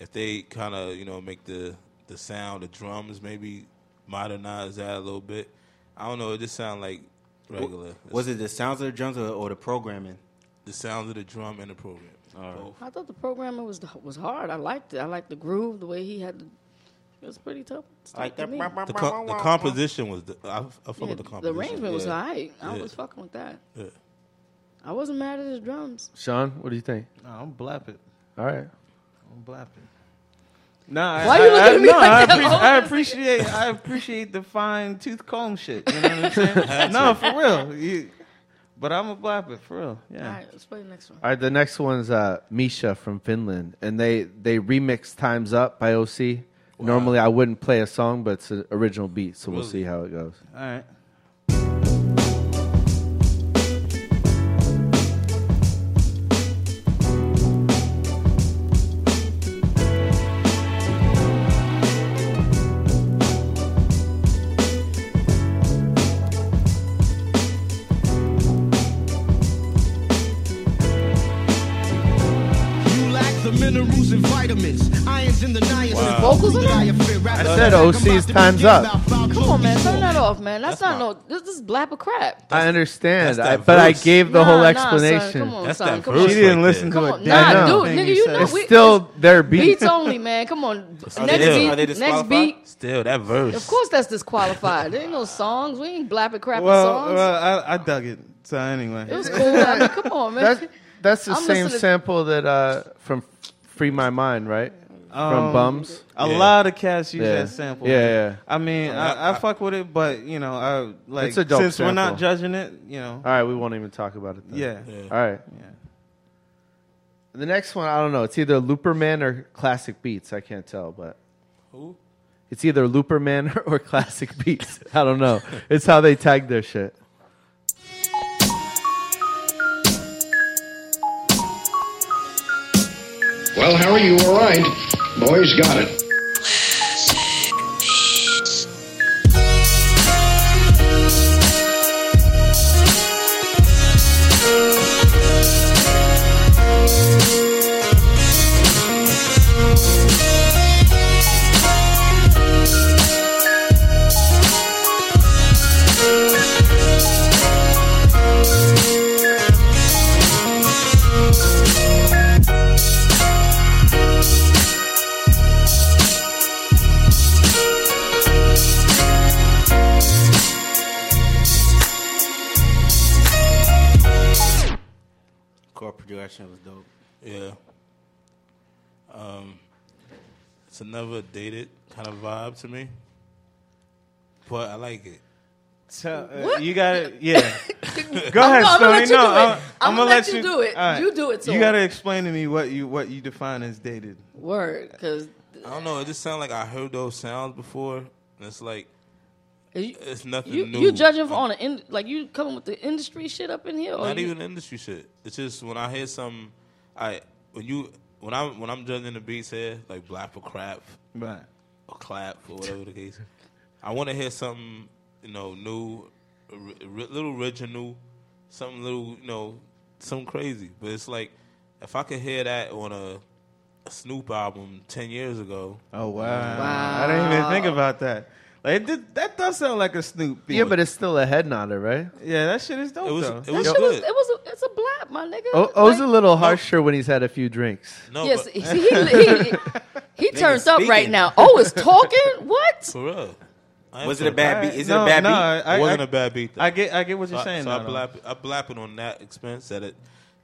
[SPEAKER 7] If they kind of you know make the the sound, the drums maybe modernize that a little bit. I don't know. It just sound like regular.
[SPEAKER 6] Was it the sounds of the drums or, or the programming?
[SPEAKER 7] the sounds of the drum and the program? Both.
[SPEAKER 3] I thought the programmer was was hard. I liked it. I liked the groove, the way he had. The, it was pretty tough. stuff
[SPEAKER 6] Like
[SPEAKER 3] to
[SPEAKER 6] that.
[SPEAKER 3] me.
[SPEAKER 7] The, co- the composition was the, I, I fuck
[SPEAKER 3] Yeah,
[SPEAKER 7] with
[SPEAKER 3] the,
[SPEAKER 7] the composition.
[SPEAKER 3] arrangement was
[SPEAKER 7] Yeah.
[SPEAKER 3] alright. I
[SPEAKER 7] Yeah.
[SPEAKER 3] was fucking with that.
[SPEAKER 7] Yeah.
[SPEAKER 3] I wasn't mad at his drums.
[SPEAKER 5] Sean, what do you think?
[SPEAKER 4] No, I'm blapping.
[SPEAKER 5] All right.
[SPEAKER 4] I'm blapping. Nah, I-
[SPEAKER 3] Why
[SPEAKER 4] I,
[SPEAKER 3] you looking
[SPEAKER 4] I,
[SPEAKER 3] at me
[SPEAKER 4] no,
[SPEAKER 3] like
[SPEAKER 4] I,
[SPEAKER 3] that?
[SPEAKER 4] appre-
[SPEAKER 3] Hold
[SPEAKER 4] I
[SPEAKER 3] on a
[SPEAKER 4] appreciate. I appreciate the fine tooth comb shit. You know what I'm saying? no, for real. You, but I'm a blapper for real. Yeah.
[SPEAKER 3] All right, let's play the next one.
[SPEAKER 5] All right, the next one's uh, Misha from Finland, and they they remix "Times Up" by OC. Normally, I wouldn't play a song, but it's an original beat, so we'll see how it goes.
[SPEAKER 4] All right.
[SPEAKER 10] You lack the minerals and vitamins. I
[SPEAKER 8] lions in the night.
[SPEAKER 3] Vocals in it?
[SPEAKER 5] I said OC's time's up.
[SPEAKER 3] Come on, man, turn that off, man. That's, not no. This, this is blab of crap.
[SPEAKER 5] I understand,
[SPEAKER 7] that's that
[SPEAKER 5] I, but I
[SPEAKER 7] verse.
[SPEAKER 5] gave the
[SPEAKER 3] Nah,
[SPEAKER 5] whole
[SPEAKER 3] nah,
[SPEAKER 5] explanation.
[SPEAKER 3] son, come on,
[SPEAKER 7] That's
[SPEAKER 3] son,
[SPEAKER 7] that
[SPEAKER 3] come
[SPEAKER 7] verse
[SPEAKER 3] on.
[SPEAKER 4] She didn't
[SPEAKER 7] like
[SPEAKER 4] listen
[SPEAKER 7] that.
[SPEAKER 4] to
[SPEAKER 3] Come
[SPEAKER 4] a
[SPEAKER 3] on,
[SPEAKER 4] damn
[SPEAKER 3] nah, dude,
[SPEAKER 5] thing
[SPEAKER 3] nigga,
[SPEAKER 5] you
[SPEAKER 3] you
[SPEAKER 5] said.
[SPEAKER 3] know
[SPEAKER 5] It's
[SPEAKER 3] we-
[SPEAKER 5] still their beat.
[SPEAKER 3] beats only, man. Come on,
[SPEAKER 6] Are
[SPEAKER 3] next
[SPEAKER 6] they- are they
[SPEAKER 3] beat, next
[SPEAKER 6] disqualified?
[SPEAKER 3] beat.
[SPEAKER 7] Still, that verse.
[SPEAKER 3] Of course, that's disqualified. there ain't no songs. We ain't blapping crap
[SPEAKER 4] Well,
[SPEAKER 3] songs.
[SPEAKER 4] well I, I dug it. So
[SPEAKER 3] it
[SPEAKER 4] anyway,
[SPEAKER 3] was cool. I mean, come on, man.
[SPEAKER 5] That's that's the
[SPEAKER 3] I'm
[SPEAKER 5] same
[SPEAKER 3] listening-
[SPEAKER 5] sample that uh, from Free My Mind, right?
[SPEAKER 4] Um,
[SPEAKER 5] from Bums.
[SPEAKER 4] a
[SPEAKER 7] Yeah.
[SPEAKER 4] lot of cats use
[SPEAKER 5] Yeah.
[SPEAKER 4] that sample.
[SPEAKER 5] Yeah, yeah.
[SPEAKER 4] I mean, I, I,
[SPEAKER 7] I-
[SPEAKER 4] fuck with it, but you know, I Oh, like
[SPEAKER 5] It's a dope
[SPEAKER 4] since we're
[SPEAKER 5] sample.
[SPEAKER 4] not judging it, you know.
[SPEAKER 5] All right, we won't even talk about it. Then.
[SPEAKER 4] Yeah.
[SPEAKER 7] Yeah.
[SPEAKER 5] All right.
[SPEAKER 4] Yeah.
[SPEAKER 5] The next one, I don't know. It's either Looperman or Classic Beats. I can't tell, but
[SPEAKER 7] Who?
[SPEAKER 5] it's either Looperman or Classic Beats. I don't know. It's how they tag their shit.
[SPEAKER 9] Well, Harry, you were right. Boys got it.
[SPEAKER 6] Core production was dope.
[SPEAKER 7] Yeah. Um, it's another dated kind of vibe to me, but I like it.
[SPEAKER 4] So, uh, you got it. Yeah. Go ahead,
[SPEAKER 3] gonna- I'm gonna
[SPEAKER 4] Stoney.
[SPEAKER 3] let you
[SPEAKER 4] no,
[SPEAKER 3] do it.
[SPEAKER 4] I'm,
[SPEAKER 3] I'm
[SPEAKER 4] gonna let you
[SPEAKER 3] do it.
[SPEAKER 4] all right.
[SPEAKER 3] You do it to
[SPEAKER 4] You
[SPEAKER 3] him.
[SPEAKER 4] got to explain to me what you what you define as dated.
[SPEAKER 3] Word, because
[SPEAKER 7] I don't know. It just sounds like I heard those sounds before, and it's like
[SPEAKER 3] you,
[SPEAKER 7] it's nothing
[SPEAKER 3] you,
[SPEAKER 7] new.
[SPEAKER 3] you judging for
[SPEAKER 7] I'm
[SPEAKER 3] on an in, like you coming with the industry shit up in here. Or
[SPEAKER 7] not
[SPEAKER 3] Oh, you-
[SPEAKER 7] even industry shit. It's just when I hear some, I when you when I'm when I'm judging the beats here, like black or crap
[SPEAKER 4] Right.
[SPEAKER 7] or clap or whatever the case. I want to hear something you know new, a ri- a ri- little original, something little you know, something crazy. But it's like if I could hear that on a, a Snoop album ten years ago,
[SPEAKER 4] Oh wow. I didn't even think about that. Like it did, that does sound like a Snoop. Beat.
[SPEAKER 5] Yeah, but it's still a head nodder, right?
[SPEAKER 4] yeah, that shit is dope
[SPEAKER 7] it was
[SPEAKER 4] though.
[SPEAKER 7] it
[SPEAKER 3] that
[SPEAKER 7] was
[SPEAKER 3] shit was,
[SPEAKER 7] good.
[SPEAKER 3] it was a, it's a blap, my nigga.
[SPEAKER 5] O- O's oh, a
[SPEAKER 3] Like-
[SPEAKER 5] little harsher when he's had a few drinks.
[SPEAKER 7] no,
[SPEAKER 3] Yes,
[SPEAKER 7] but
[SPEAKER 3] he, he, he, he turns up right
[SPEAKER 6] speaking.
[SPEAKER 3] now. Oh, is talking? What?
[SPEAKER 7] for real, I ain't
[SPEAKER 6] Was it
[SPEAKER 7] for-
[SPEAKER 6] a bad
[SPEAKER 4] Alright,
[SPEAKER 6] beat? Is
[SPEAKER 4] no,
[SPEAKER 6] it a bad
[SPEAKER 4] no,
[SPEAKER 6] beat?
[SPEAKER 4] I, I,
[SPEAKER 7] it wasn't
[SPEAKER 4] I,
[SPEAKER 7] a bad beat. Though.
[SPEAKER 4] I get I get what you're
[SPEAKER 7] so,
[SPEAKER 4] saying.
[SPEAKER 7] so
[SPEAKER 4] though.
[SPEAKER 7] I blap I blap it on that expense that it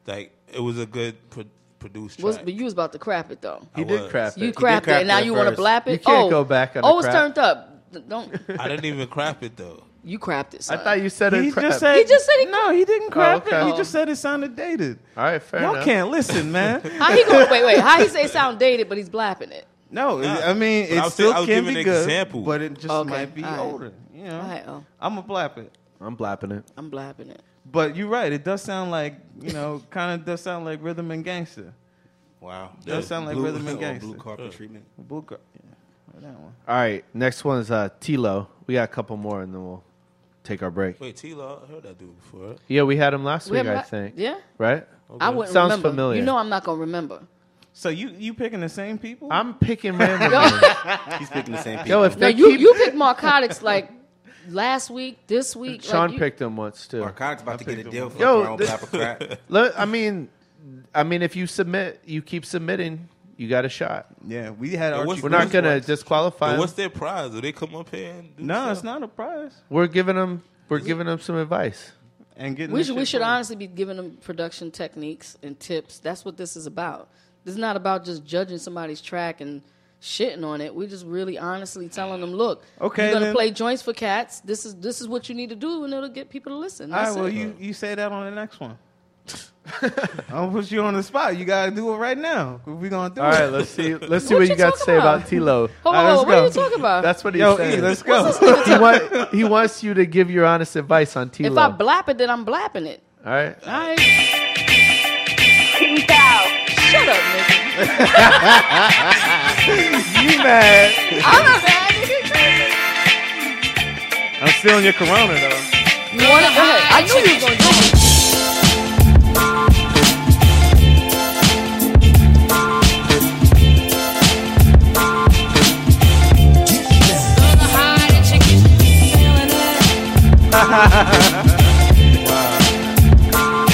[SPEAKER 7] like it was a good pro- produced track.
[SPEAKER 3] Was, but you was about to crap it though.
[SPEAKER 5] He
[SPEAKER 7] I
[SPEAKER 5] did
[SPEAKER 7] was.
[SPEAKER 5] crap
[SPEAKER 3] You
[SPEAKER 5] it.
[SPEAKER 3] crap it,
[SPEAKER 6] crap
[SPEAKER 3] and now
[SPEAKER 6] it
[SPEAKER 3] you want to
[SPEAKER 6] first.
[SPEAKER 3] blap it.
[SPEAKER 5] You can't
[SPEAKER 3] oh,
[SPEAKER 5] go back on the
[SPEAKER 3] Oh, it's
[SPEAKER 5] crap.
[SPEAKER 3] turned up. D- Don't
[SPEAKER 7] I didn't even crap it though.
[SPEAKER 3] you crapped it?
[SPEAKER 5] I
[SPEAKER 3] Son.
[SPEAKER 5] thought you said it.
[SPEAKER 4] He
[SPEAKER 5] crap. Oh,
[SPEAKER 4] just said
[SPEAKER 3] He just said he-
[SPEAKER 4] no. He didn't crap
[SPEAKER 5] okay.
[SPEAKER 4] it. He just said it sounded dated.
[SPEAKER 5] All right, fair
[SPEAKER 4] Y'all
[SPEAKER 5] enough.
[SPEAKER 4] can't listen, man.
[SPEAKER 3] How he going? Wait, wait. How he say sound dated, but he's blapping it?
[SPEAKER 4] No,
[SPEAKER 7] Nah.
[SPEAKER 4] I mean
[SPEAKER 7] But I
[SPEAKER 4] it
[SPEAKER 7] was-
[SPEAKER 4] still
[SPEAKER 7] I was
[SPEAKER 4] can
[SPEAKER 7] giving
[SPEAKER 4] be
[SPEAKER 7] an
[SPEAKER 4] good,
[SPEAKER 7] example.
[SPEAKER 4] but it just
[SPEAKER 3] Okay,
[SPEAKER 4] might be
[SPEAKER 3] all right.
[SPEAKER 4] older. You know,
[SPEAKER 3] All right, oh,
[SPEAKER 4] I'm a blap it.
[SPEAKER 5] I'm blapping it.
[SPEAKER 3] I'm blapping it.
[SPEAKER 4] But you're right. It does sound like you know, kind of does sound like rhythm and gangster.
[SPEAKER 6] Wow.
[SPEAKER 4] That sound like Rhythm
[SPEAKER 7] oh,
[SPEAKER 4] and
[SPEAKER 6] or
[SPEAKER 4] Gangsta.
[SPEAKER 6] Blue carpet treatment.
[SPEAKER 4] Blue Car- yeah, that one.
[SPEAKER 5] All right, next one is uh, Tilo. We got a couple more, and then we'll take our break.
[SPEAKER 7] Wait, T Law, I heard that dude before.
[SPEAKER 5] Yeah, we had him last
[SPEAKER 3] We
[SPEAKER 5] week,
[SPEAKER 3] haven't
[SPEAKER 5] I
[SPEAKER 3] got-
[SPEAKER 5] think.
[SPEAKER 3] Yeah,
[SPEAKER 5] Right?
[SPEAKER 3] I wouldn't
[SPEAKER 5] Sounds
[SPEAKER 3] remember.
[SPEAKER 5] familiar.
[SPEAKER 3] You know, I'm not gonna remember.
[SPEAKER 4] So you you picking the same people?
[SPEAKER 5] I'm picking random. ones.
[SPEAKER 6] He's picking the same people.
[SPEAKER 5] Yo, if
[SPEAKER 3] No,
[SPEAKER 5] they
[SPEAKER 3] you
[SPEAKER 5] keep
[SPEAKER 3] you picked narcotics like last week, this week.
[SPEAKER 5] Sean
[SPEAKER 3] like, you-
[SPEAKER 5] picked him once too.
[SPEAKER 6] Narcotics about to get a deal for
[SPEAKER 5] Yo,
[SPEAKER 6] Yo, around
[SPEAKER 5] this-
[SPEAKER 6] Papa Crack.
[SPEAKER 5] Look, I mean, I mean, if you submit, you keep submitting, you got a shot.
[SPEAKER 4] yeah, we had
[SPEAKER 7] Yeah,
[SPEAKER 4] our.
[SPEAKER 7] what's-
[SPEAKER 5] We're not gonna disqualify.
[SPEAKER 7] But what's
[SPEAKER 5] Him.
[SPEAKER 7] their prize? Do they come up here and do
[SPEAKER 4] No, it's
[SPEAKER 7] stuff?
[SPEAKER 4] not a prize.
[SPEAKER 5] We're giving him. We're giving him some advice.
[SPEAKER 4] And getting
[SPEAKER 3] We
[SPEAKER 4] the
[SPEAKER 3] should we
[SPEAKER 4] shit
[SPEAKER 3] should
[SPEAKER 4] from-
[SPEAKER 3] honestly be giving them production techniques and tips. That's what this is about. This is not about just judging somebody's track and shitting on it. We're just really honestly telling them, look,
[SPEAKER 4] Okay,
[SPEAKER 3] you're gonna
[SPEAKER 4] then.
[SPEAKER 3] play joints for cats. This is this is what you need to do, and it'll get people to listen.
[SPEAKER 4] All
[SPEAKER 3] That's
[SPEAKER 4] right, well
[SPEAKER 3] it.
[SPEAKER 4] you you say that on the next one. I'm gonna put you on the spot. You gotta do it right now. We gonna do
[SPEAKER 5] All
[SPEAKER 4] it.
[SPEAKER 5] right, let's see. Let's see
[SPEAKER 3] What
[SPEAKER 5] what,
[SPEAKER 3] you
[SPEAKER 5] you got to
[SPEAKER 3] talking
[SPEAKER 5] say
[SPEAKER 3] about?
[SPEAKER 5] about Tilo.
[SPEAKER 3] Hold on,
[SPEAKER 4] All right,
[SPEAKER 3] hold on,
[SPEAKER 4] let's
[SPEAKER 3] what are you
[SPEAKER 4] go.
[SPEAKER 3] talking about?
[SPEAKER 5] That's what he's
[SPEAKER 4] Yo, E,
[SPEAKER 5] saying.
[SPEAKER 4] let's go.
[SPEAKER 5] he, want, he wants you to give your honest advice on Tilo.
[SPEAKER 3] if
[SPEAKER 4] uh,
[SPEAKER 3] I blap it, then I'm blapping it.
[SPEAKER 5] All right.
[SPEAKER 3] All right. Shut up, nigga.
[SPEAKER 4] you mad?
[SPEAKER 3] I'm not mad, nigga.
[SPEAKER 4] I'm still in your Corona though.
[SPEAKER 3] You wanna go ahead. I knew you was gonna do it.
[SPEAKER 8] Peace out.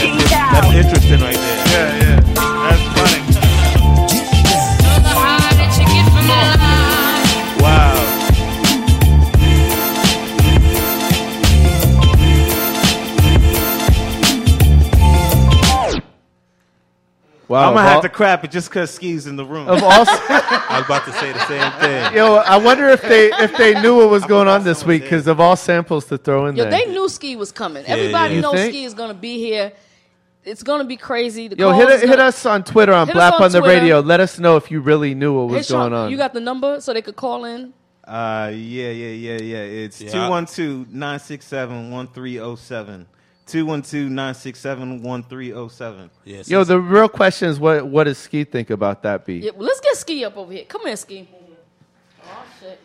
[SPEAKER 7] That's interesting right there.
[SPEAKER 10] Yeah, yeah. That's funny. Wow.
[SPEAKER 5] Wow.
[SPEAKER 4] I'm gonna
[SPEAKER 5] of all-
[SPEAKER 4] have to crap it just cause Ski's in the room.
[SPEAKER 5] of all-
[SPEAKER 7] I was about to say the same thing.
[SPEAKER 5] yo, I wonder if they if they knew what was going on this week because of all samples to throw in
[SPEAKER 3] Yo,
[SPEAKER 5] there.
[SPEAKER 3] they knew Ski was coming. Everybody
[SPEAKER 7] yeah.
[SPEAKER 5] You
[SPEAKER 3] knows
[SPEAKER 5] think?
[SPEAKER 3] Ski is gonna be here. It's gonna be crazy. The
[SPEAKER 5] Yo,
[SPEAKER 3] call
[SPEAKER 5] hit,
[SPEAKER 3] is
[SPEAKER 5] hit
[SPEAKER 3] gonna-
[SPEAKER 5] us on Twitter on
[SPEAKER 3] Hit us
[SPEAKER 5] Blap
[SPEAKER 3] on
[SPEAKER 5] on, the
[SPEAKER 3] Twitter.
[SPEAKER 5] Radio. Let us know if you really knew what
[SPEAKER 3] Hey,
[SPEAKER 5] was
[SPEAKER 3] Sean,
[SPEAKER 5] going on.
[SPEAKER 3] You got the number so they could call in.
[SPEAKER 4] Uh, yeah, yeah, yeah, yeah. It's
[SPEAKER 7] Yeah.
[SPEAKER 4] 212 967 1307. 212 967 1307.
[SPEAKER 7] Yes,
[SPEAKER 5] Yo,
[SPEAKER 7] yes.
[SPEAKER 5] the real question is what what does Ski think about that beat?
[SPEAKER 3] Yeah, well, let's get Ski up over here. Come here, Ski. Oh shit.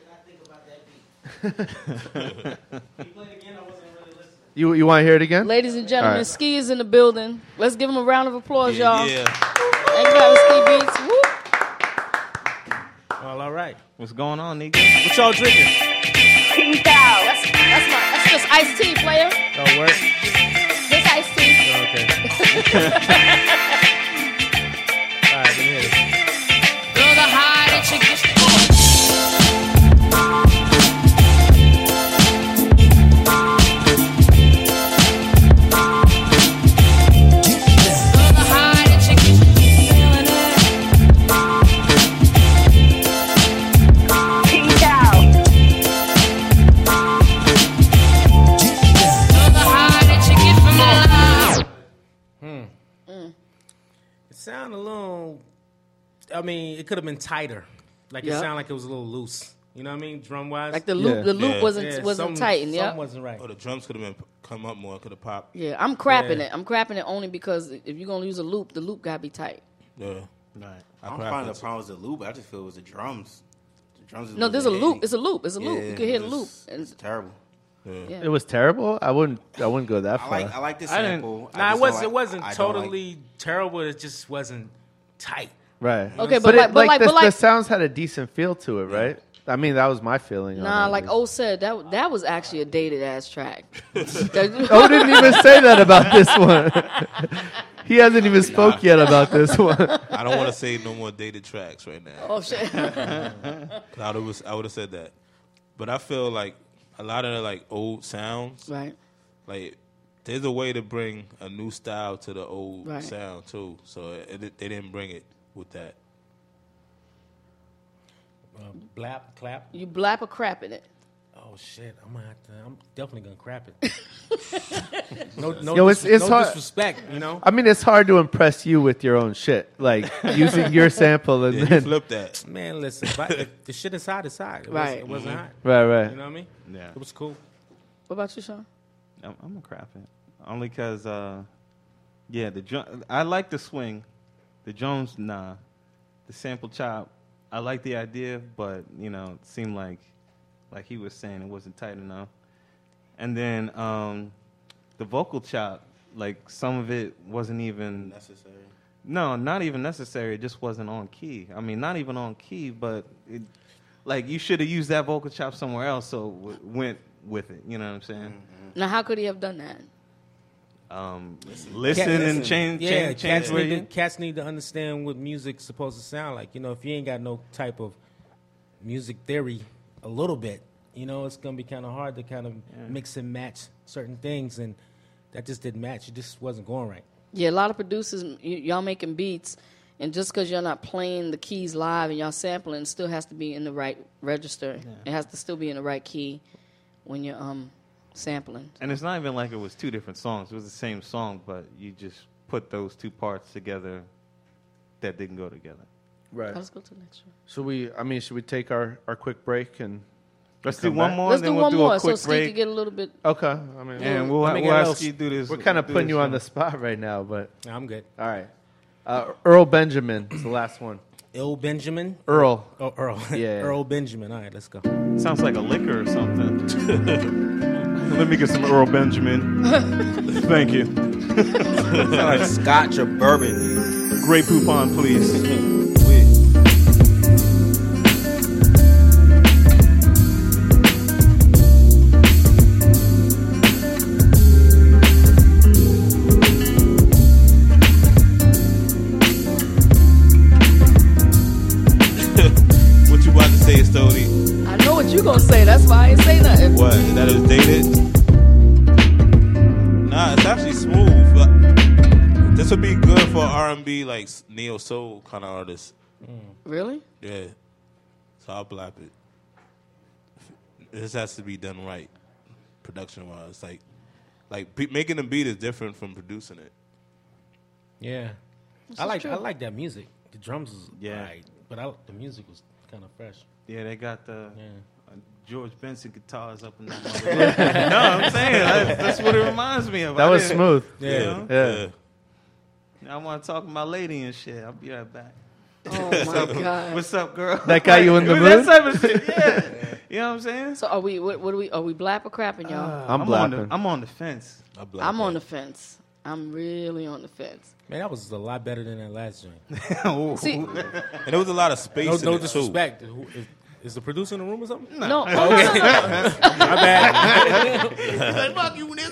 [SPEAKER 5] You you want to hear it again?
[SPEAKER 3] Ladies and gentlemen,
[SPEAKER 5] All right.
[SPEAKER 3] Ski is in the building. Let's give him a round of applause, y'all.
[SPEAKER 7] yeah.
[SPEAKER 3] Thank you, Ski Beats. Woo.
[SPEAKER 10] Well, all right.
[SPEAKER 4] What's going on, nigga?
[SPEAKER 10] What y'all drinking?
[SPEAKER 8] Peace out.
[SPEAKER 3] That's, that's, my, that's just iced tea, player.
[SPEAKER 10] Don't work.
[SPEAKER 3] Just iced
[SPEAKER 4] Oh,
[SPEAKER 3] tea.
[SPEAKER 10] Okay. all right, let me hear this.
[SPEAKER 8] Peace out.
[SPEAKER 11] Hmm.
[SPEAKER 3] Mm.
[SPEAKER 11] It sounded a little. I mean, it could have been tighter. Like
[SPEAKER 3] Yeah.
[SPEAKER 11] it sounded like it was a little loose. You know what I mean? Drum wise,
[SPEAKER 3] Like the loop, the loop
[SPEAKER 7] Yeah.
[SPEAKER 3] wasn't wasn't tightened.
[SPEAKER 11] Something
[SPEAKER 3] Yeah.
[SPEAKER 11] wasn't right.
[SPEAKER 7] Oh, the drums could have been come up more. Could have popped.
[SPEAKER 3] Yeah, I'm crapping
[SPEAKER 11] Yeah.
[SPEAKER 3] it. I'm crapping it only because if you're gonna use a loop, the loop gotta be tight.
[SPEAKER 7] Yeah.
[SPEAKER 4] Right.
[SPEAKER 7] I
[SPEAKER 6] I don't
[SPEAKER 7] cracked
[SPEAKER 6] find the
[SPEAKER 7] it.
[SPEAKER 6] problem was the loop. I just feel it was the drums. The drums. is
[SPEAKER 3] No,
[SPEAKER 6] what
[SPEAKER 3] there's a
[SPEAKER 6] they
[SPEAKER 3] loop.
[SPEAKER 6] hate.
[SPEAKER 3] It's a loop. It's a loop. you
[SPEAKER 6] Yeah,
[SPEAKER 3] can hear the
[SPEAKER 6] it
[SPEAKER 3] loop.
[SPEAKER 6] was-
[SPEAKER 3] And
[SPEAKER 6] It's terrible.
[SPEAKER 5] It was terrible. I wouldn't I wouldn't go that
[SPEAKER 6] I
[SPEAKER 5] far.
[SPEAKER 6] like I like this
[SPEAKER 4] I didn't-
[SPEAKER 6] sample. I
[SPEAKER 11] Nah, it
[SPEAKER 6] just don't
[SPEAKER 11] was
[SPEAKER 6] like-
[SPEAKER 11] it wasn't
[SPEAKER 6] I don't like-
[SPEAKER 11] totally terrible. It just wasn't tight. Mm.
[SPEAKER 5] right.
[SPEAKER 3] Okay, but like- but like-
[SPEAKER 5] the,
[SPEAKER 3] but like-
[SPEAKER 5] the sounds had a decent feel to it, right? I mean, that was my feeling. on
[SPEAKER 3] nah,
[SPEAKER 5] it.
[SPEAKER 3] like O said, that that was actually a dated ass track.
[SPEAKER 5] O didn't even say that about this one. he hasn't even spoke yet about this one.
[SPEAKER 7] I don't want to say no more dated tracks right now.
[SPEAKER 3] oh shit.
[SPEAKER 7] I would have I would have said that, but I feel like a lot of the, like old sounds.
[SPEAKER 3] right.
[SPEAKER 7] Like there's a way to bring a new style to the old
[SPEAKER 3] Right.
[SPEAKER 7] sound too. So it, it- they didn't bring it with that.
[SPEAKER 11] Blap, clap.
[SPEAKER 3] You blap or crap in it.
[SPEAKER 11] Oh shit! I'm gonna have to, I'm definitely gonna crap it. no, no,
[SPEAKER 5] Yo,
[SPEAKER 11] dis-
[SPEAKER 5] it's- it's
[SPEAKER 11] no
[SPEAKER 5] hard-
[SPEAKER 11] disrespect. You know,
[SPEAKER 5] I mean, it's hard to impress you with your own shit, like using your sample and
[SPEAKER 7] Yeah, you
[SPEAKER 5] then
[SPEAKER 7] flip that.
[SPEAKER 11] man, listen. But the, the shit inside is hot. It
[SPEAKER 3] Right.
[SPEAKER 11] wasn't, it wasn't hot.
[SPEAKER 5] Mm-hmm. right, right.
[SPEAKER 11] You know what I mean?
[SPEAKER 4] Yeah.
[SPEAKER 11] It was cool.
[SPEAKER 3] What about you, Sean?
[SPEAKER 4] I'm, I'm gonna crap it. Only cause, uh, yeah, the drum. I like the swing. The drums, nah. The sample chop, I like the idea, but you know, it seemed like, like he was saying, it wasn't tight enough. And then um, the vocal chop, like some of it wasn't even
[SPEAKER 6] Necessary.
[SPEAKER 4] No, not even necessary. It just wasn't on key. I mean, not even on key, but it, like you should have used that vocal chop somewhere else, so w- went with it. You know what I'm saying?
[SPEAKER 3] Now, how could he have done that?
[SPEAKER 4] Um, listen,
[SPEAKER 11] Cat-
[SPEAKER 4] and change,
[SPEAKER 11] Yeah,
[SPEAKER 4] change, change
[SPEAKER 11] cats,
[SPEAKER 4] where
[SPEAKER 11] need to,
[SPEAKER 4] you.
[SPEAKER 11] cats need to understand what music's supposed to sound like. You know, if you ain't got no type of music theory, a little bit, you know, it's gonna be kind of hard to kind of mix and match certain things, and that just didn't match. It just wasn't going right.
[SPEAKER 3] Yeah, a lot of producers, y- y'all making beats, and just because you're not playing the keys live and y'all sampling, it still has to be in the right register. It has to still be in the right key when you're um sampling.
[SPEAKER 4] And it's not even like it was two different songs. It was the same song, but you just put those two parts together that didn't go together.
[SPEAKER 5] Right.
[SPEAKER 3] Let's go to the next one.
[SPEAKER 5] Should we? I mean, should we take our our quick break and?
[SPEAKER 4] Let's do
[SPEAKER 5] Come
[SPEAKER 4] one
[SPEAKER 5] back.
[SPEAKER 4] more,
[SPEAKER 3] Let's
[SPEAKER 4] and then
[SPEAKER 3] do
[SPEAKER 4] we'll
[SPEAKER 3] one
[SPEAKER 4] do
[SPEAKER 3] more
[SPEAKER 4] a quick
[SPEAKER 3] so Steve
[SPEAKER 4] break.
[SPEAKER 3] can get a little bit.
[SPEAKER 5] Okay. I mean,
[SPEAKER 4] and we'll,
[SPEAKER 11] Let me
[SPEAKER 4] we'll
[SPEAKER 11] get a
[SPEAKER 4] ask
[SPEAKER 11] little-
[SPEAKER 4] you do this.
[SPEAKER 5] we're kind of
[SPEAKER 4] do
[SPEAKER 5] putting
[SPEAKER 4] this
[SPEAKER 5] you on
[SPEAKER 4] one.
[SPEAKER 5] the spot right now, but
[SPEAKER 11] Nah, I'm good.
[SPEAKER 5] all right. Uh, Earl Benjamin is the last one.
[SPEAKER 11] Earl Benjamin.
[SPEAKER 5] Earl.
[SPEAKER 11] Oh, Earl.
[SPEAKER 5] Yeah.
[SPEAKER 11] Earl Benjamin. All right, let's go.
[SPEAKER 4] Sounds like a liquor or something. Let me get some Earl Benjamin. Thank you.
[SPEAKER 6] Like Scotch or bourbon.
[SPEAKER 4] Great poupon, please.
[SPEAKER 5] Earl Benjamin.
[SPEAKER 7] Stoney.
[SPEAKER 3] I know what you gonna say. That's why I ain't say nothing.
[SPEAKER 7] What? That it was dated? Nah, it's actually smooth. Like, This would be good for R and B like neo soul kind of artists.
[SPEAKER 3] Really?
[SPEAKER 7] Yeah. So I'll blap it. This has to be done right, production wise. Like, like be- making a beat is different from producing it.
[SPEAKER 11] Yeah,
[SPEAKER 7] This
[SPEAKER 11] I
[SPEAKER 7] is
[SPEAKER 11] like
[SPEAKER 7] true.
[SPEAKER 11] I like that music. The drums was
[SPEAKER 4] Yeah.
[SPEAKER 11] yeah, but I, the music was kind of fresh.
[SPEAKER 4] Yeah, they got the uh, George Benson guitars up in that.
[SPEAKER 11] Yeah.
[SPEAKER 4] motherfucker. no, I'm saying that's, that's what it reminds me of.
[SPEAKER 5] That
[SPEAKER 4] I
[SPEAKER 5] was
[SPEAKER 4] didn't-
[SPEAKER 5] smooth.
[SPEAKER 4] you
[SPEAKER 5] Yeah.
[SPEAKER 4] know?
[SPEAKER 5] Yeah.
[SPEAKER 4] I want to talk to my lady and shit. I'll be right back.
[SPEAKER 3] Oh
[SPEAKER 4] What's
[SPEAKER 3] my
[SPEAKER 4] up?
[SPEAKER 3] God.
[SPEAKER 4] What's up, girl?
[SPEAKER 5] That got you in the
[SPEAKER 4] That
[SPEAKER 5] mood?
[SPEAKER 4] type of shit. Yeah. You know what I'm saying?
[SPEAKER 3] So are we? What, what are we? Are we blap or crapping, y'all?
[SPEAKER 5] I'm
[SPEAKER 4] on the-
[SPEAKER 5] blapping.
[SPEAKER 4] I'm on the fence.
[SPEAKER 5] Ah.
[SPEAKER 3] I'm on the fence. I'm really on the fence.
[SPEAKER 11] Man, that was a lot better than that last
[SPEAKER 4] joint.
[SPEAKER 3] See-
[SPEAKER 7] And there was a lot of space
[SPEAKER 11] No,
[SPEAKER 7] in
[SPEAKER 11] no
[SPEAKER 7] it, too.
[SPEAKER 11] disrespect. Who- is, is the producer in the room or something?
[SPEAKER 3] No. No,
[SPEAKER 11] Okay.
[SPEAKER 3] no, no, no.
[SPEAKER 11] My bad.
[SPEAKER 3] He's like, "Fuck you, nigga."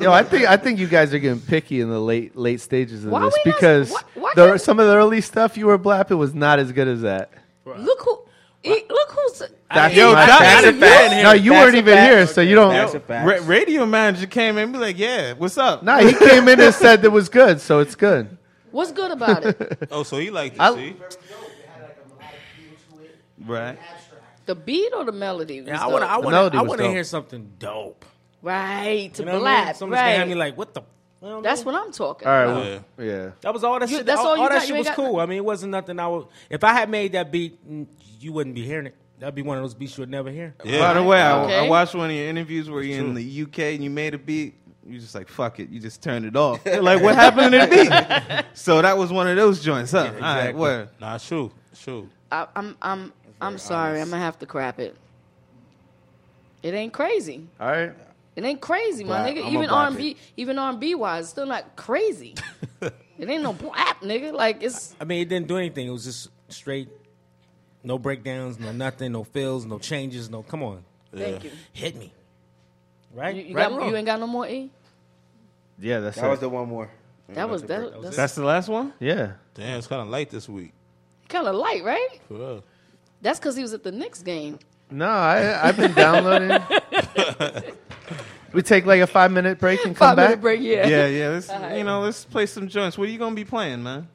[SPEAKER 5] Yo, I think I think you guys are getting picky in the late late stages of
[SPEAKER 3] Why
[SPEAKER 5] this
[SPEAKER 3] we not-
[SPEAKER 5] because
[SPEAKER 3] why- why
[SPEAKER 5] the,
[SPEAKER 3] can't-
[SPEAKER 5] some of the early stuff you were blapping was not as good as that.
[SPEAKER 3] Look who. he- look who's.
[SPEAKER 5] That's Yo, my- that's a fact. No, you That's weren't a even fact. here, so you don't- That's a fact.
[SPEAKER 4] Ra- radio manager came in and be like, yeah, what's up?
[SPEAKER 5] Nah, he came in and said it was good, so it's good.
[SPEAKER 3] What's good about it?
[SPEAKER 7] Oh, so he liked it,
[SPEAKER 5] I-
[SPEAKER 7] see?
[SPEAKER 4] Right.
[SPEAKER 3] The beat or the melody? was
[SPEAKER 11] Yeah, I want to.
[SPEAKER 3] dope.
[SPEAKER 11] I want to. I
[SPEAKER 5] was
[SPEAKER 11] want to
[SPEAKER 5] dope.
[SPEAKER 11] hear something dope.
[SPEAKER 3] Right to
[SPEAKER 11] You know what I mean?
[SPEAKER 3] blap.
[SPEAKER 11] Someone's gonna
[SPEAKER 3] Right.
[SPEAKER 11] have me like, what the?
[SPEAKER 3] That's what I'm talking.
[SPEAKER 5] All right,
[SPEAKER 3] about.
[SPEAKER 5] well, yeah.
[SPEAKER 11] That was all that
[SPEAKER 3] You-
[SPEAKER 11] shit.
[SPEAKER 3] that's
[SPEAKER 11] all,
[SPEAKER 3] all you
[SPEAKER 11] all that
[SPEAKER 3] got?
[SPEAKER 11] shit
[SPEAKER 3] You ain't got
[SPEAKER 11] was cool. I mean, it wasn't nothing. I would. If I had made that beat, mm, you wouldn't be hearing it. That'd be one of those beats you would never hear.
[SPEAKER 4] By the way, I, I
[SPEAKER 11] Okay.
[SPEAKER 4] watched one of your interviews where you're in the UK and you made a beat. You just like fuck it. You just turned it off. You're like what happened to the beat? So that was one of those joints, huh? All right, word.
[SPEAKER 7] Nah, shoot, shoot.
[SPEAKER 3] I, I'm. I'm. I'm sorry. I'm gonna have to crap it. It ain't crazy.
[SPEAKER 5] All right.
[SPEAKER 3] It ain't crazy, my
[SPEAKER 5] Blap.
[SPEAKER 3] nigga.
[SPEAKER 5] I'ma
[SPEAKER 3] even
[SPEAKER 5] blap
[SPEAKER 3] R and B, even R and B wise, it's still not crazy. it ain't no blap, nigga. Like it's
[SPEAKER 11] I mean, it didn't do anything. It was just straight, no breakdowns, no nothing, no fills, no changes, no. Come on.
[SPEAKER 3] Thank Yeah. you.
[SPEAKER 11] Hit me. Right.
[SPEAKER 3] you,
[SPEAKER 11] right
[SPEAKER 3] got,
[SPEAKER 11] or wrong?
[SPEAKER 3] you ain't got no more E.
[SPEAKER 4] Yeah, that's
[SPEAKER 12] That was the one more.
[SPEAKER 3] That was that. That's
[SPEAKER 4] That's the last one.
[SPEAKER 5] Yeah.
[SPEAKER 7] Damn, it's kind of light this week.
[SPEAKER 3] kind of light, right?
[SPEAKER 7] For real.
[SPEAKER 3] That's because he was at the Knicks game.
[SPEAKER 5] No, I I've been downloading. we take like a five minute break and come
[SPEAKER 3] Five-minute
[SPEAKER 5] back.
[SPEAKER 3] break, yeah.
[SPEAKER 4] Yeah, yeah. Let's,
[SPEAKER 3] All right.
[SPEAKER 4] You know, let's play some joints. What are you gonna be playing, man?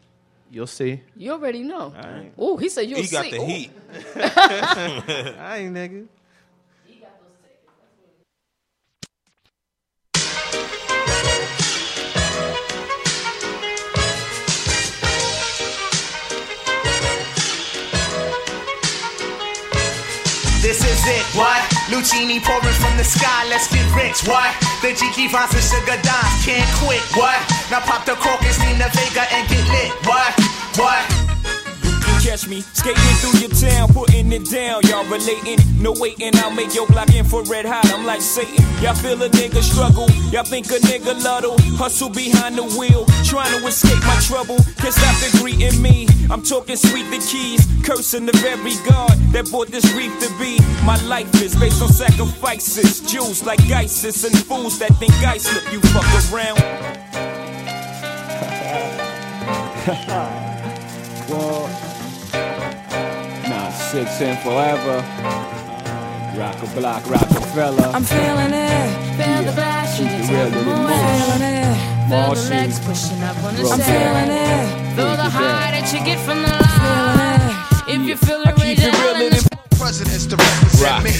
[SPEAKER 5] You'll see.
[SPEAKER 3] You already know.
[SPEAKER 4] right.
[SPEAKER 3] Oh, he said you.
[SPEAKER 4] He
[SPEAKER 3] was
[SPEAKER 4] got
[SPEAKER 3] sick.
[SPEAKER 4] the
[SPEAKER 3] Ooh.
[SPEAKER 4] heat. I ain't nigga.
[SPEAKER 13] This is it, what? Lucini pouring from the sky, let's get rich, what? The GT finds the sugar dimes, can't quit, what? Now pop the cork and steam the Vega and get lit, what? What?
[SPEAKER 14] You catch me skating through your town, putting it down. Y'all relating? No waiting, I'll make your block infrared hot. I'm like Satan. Y'all feel a nigga struggle. Y'all think a nigga luddle. Hustle behind the wheel, trying to escape my trouble. Can't stop the greeting me. I'm talking sweet the keys, cursing the very God that brought this reef to be. My life is based on sacrifices. Jews like ISIS and fools that think I slip. You fuck around.
[SPEAKER 15] Well, nah, six and forever. Rock a block, Rockefeller.
[SPEAKER 16] I'm feeling it. Feel the flash in the
[SPEAKER 15] Keep it real
[SPEAKER 16] top of the feeling it. Feel the
[SPEAKER 15] with emotion. Martian.
[SPEAKER 16] legs pushing up on the
[SPEAKER 15] Rock
[SPEAKER 16] sand.
[SPEAKER 15] back.
[SPEAKER 16] feeling it. Feel the
[SPEAKER 15] Keep it
[SPEAKER 16] high that you get from the light. If you feel it, raise your hand in the
[SPEAKER 17] Presidents to represent
[SPEAKER 15] Rock.
[SPEAKER 17] me.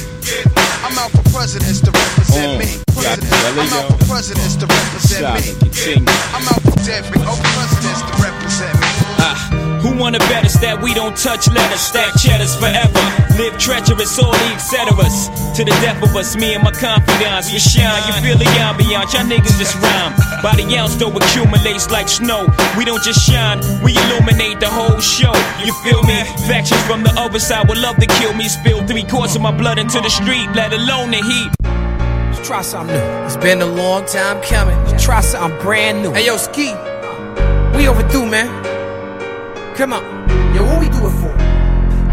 [SPEAKER 17] I'm out for presidents to represent
[SPEAKER 15] Mm.
[SPEAKER 17] me. President,
[SPEAKER 15] Rockefeller,
[SPEAKER 17] I'm out
[SPEAKER 15] yo.
[SPEAKER 17] for presidents to represent
[SPEAKER 15] Solid,
[SPEAKER 17] me.
[SPEAKER 15] continue.
[SPEAKER 17] I'm out for every oh, presidents to represent me.
[SPEAKER 14] Ah, who wanna bet us that we don't touch letters, stack cheddars forever? Live treacherous, all the etceteras. To the death of us, me and my confidants, we shine. You feel the ambiance, y'all niggas just rhyme. By the ounce though accumulates like snow. We don't just shine, we illuminate the whole show. You feel me? Factions from the other side would love to kill me. Spill three quarts of my blood into the street, let alone the heat.
[SPEAKER 18] Let's try something new. It's been a long time coming. Let's try something brand new. Hey, yo, Ski. We overdue, man. Come on. Yo, what we do it for?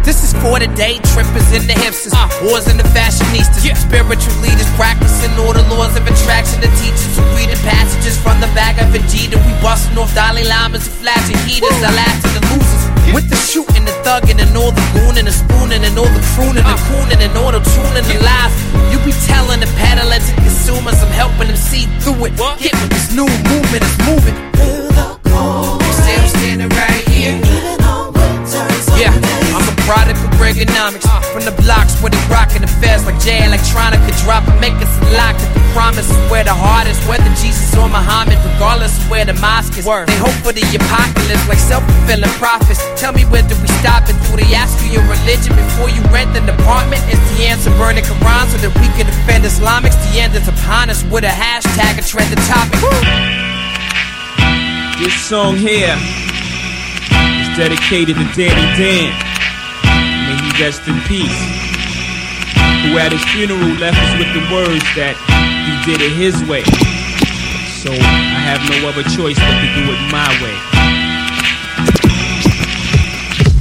[SPEAKER 18] This is for the day trippers and the hipsters, wars and the fashionistas, spiritual leaders practicing all the laws of attraction. The teachers who reading passages from the back of Vegeta. We busting off Dalai Lamas and flashing heaters, the last of the losers. With the shoot and the thug and the northern goon and the spoon and the northern croon and the coon and the auto tune and the live. You be telling the peddler to consumers, I'm helping them see through it. Get with this new movement, it's moving. Still standing right here. Yeah, I'm a product of Reaganomics. From the blocks where they rockin' the fast like Jay Electronica. Drop it, make us a lock. That the promise is where the heart is. Whether Jesus or Muhammad, regardless of where the mosque is. They hope for the apocalypse like self fulfilling prophets. Tell me where do we stop it? Do they ask you your religion before you rent an apartment? Is the answer burning Quran so that we can defend Islamics? The end is upon us with a hashtag, a trending topic.
[SPEAKER 14] This song here is dedicated to Danny Dan. May he rest in peace. Who at his funeral left us with the words that he did it his way. So I have no other choice but to do it my way.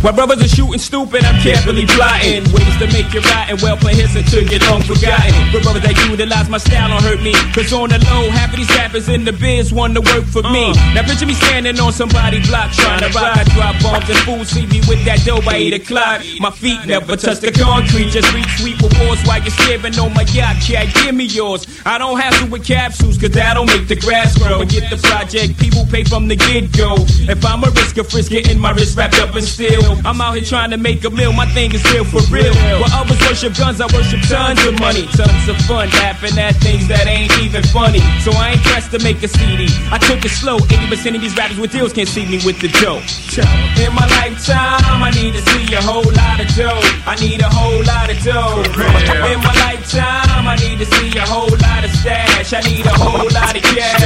[SPEAKER 14] While brothers are shooting stupid, I'm carefully plotting ways to make you rotten. Well, for his until you're long forgotten. But brothers that utilize my style don't hurt me. Cause on the low, half of these rappers in the biz want to work for me. Now picture me standing on somebody's block trying to rock. I drop bombs and fools see me with that dough by 8 o'clock. My feet never touch the concrete. Just reach sweet rewards while you're staring on my yacht. Cat, give me yours. I don't hassle with capsules cause that'll make the grass grow. But get the project, people pay from the get-go. If I'm a risk of frisk, getting my wrist wrapped up and still. I'm out here trying to make a meal, my thing is real for real. While others worship guns, I worship tons of money. Tons of fun, laughing at things that ain't even funny. So I ain't pressed to make a CD. I took it slow, 80% of these rappers with deals can't see me with the dough. In my lifetime, I need to see a whole lot of dough. I need a whole lot of dough. In my lifetime, I need to see a whole lot of stash. I need a whole lot of cash.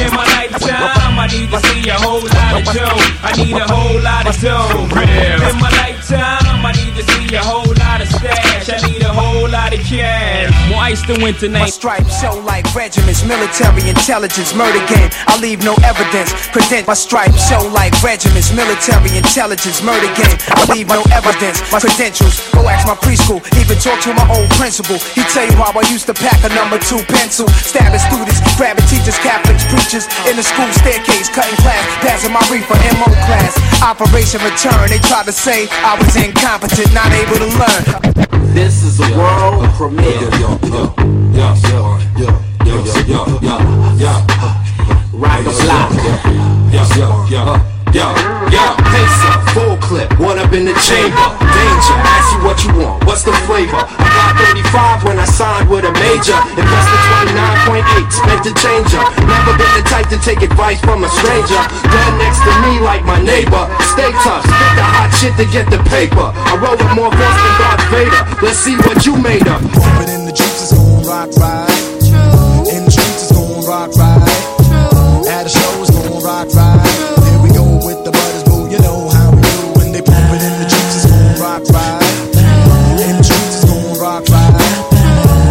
[SPEAKER 14] In my lifetime, I need to see a whole lot of dough. I need a whole lot of dough. In my lifetime, I need to see a whole lot of stash. I need a whole lot of cash. More ice than winter night.
[SPEAKER 13] My stripes show like regiments, military intelligence, murder game. I leave no evidence. Credent my stripes show like regiments, military intelligence, murder game. I leave no evidence. My credentials. Go ask my preschool. Even talk to my old principal. He tell you how I used to pack a number two pencil, stabbing students, grabbing teachers, Catholics, preachers in the school staircase, cutting class, passing my reefer, MO class. Operation Return. They tried to say I was incompetent, not able to learn.
[SPEAKER 16] This is a world premiere. Yo, yo, yo, yo, yo, yo, yo, yo, yo, yo. Rock a block. Yo, yo, yo, yo, yo. Pace up, full clip, one up in the chamber. Danger, ask you what you want, what's the flavor? I got 35 when I signed with a major. Invested 29.8, spent to change up. Never been the type to take advice from a stranger. Gun next to me like my neighbor. Stay tough, spit the hot shit to get the paper. I roll with more guns than Darth Vader. Let's see what you made up.
[SPEAKER 19] But in the streets is gon' rock right. True. In the streets is gon' rock right. True. At a show is gon' rock right. Here we go with the butters, boo. You know how we do when they prove it in the streets is gon' rock right. In the streets is gon' rock right.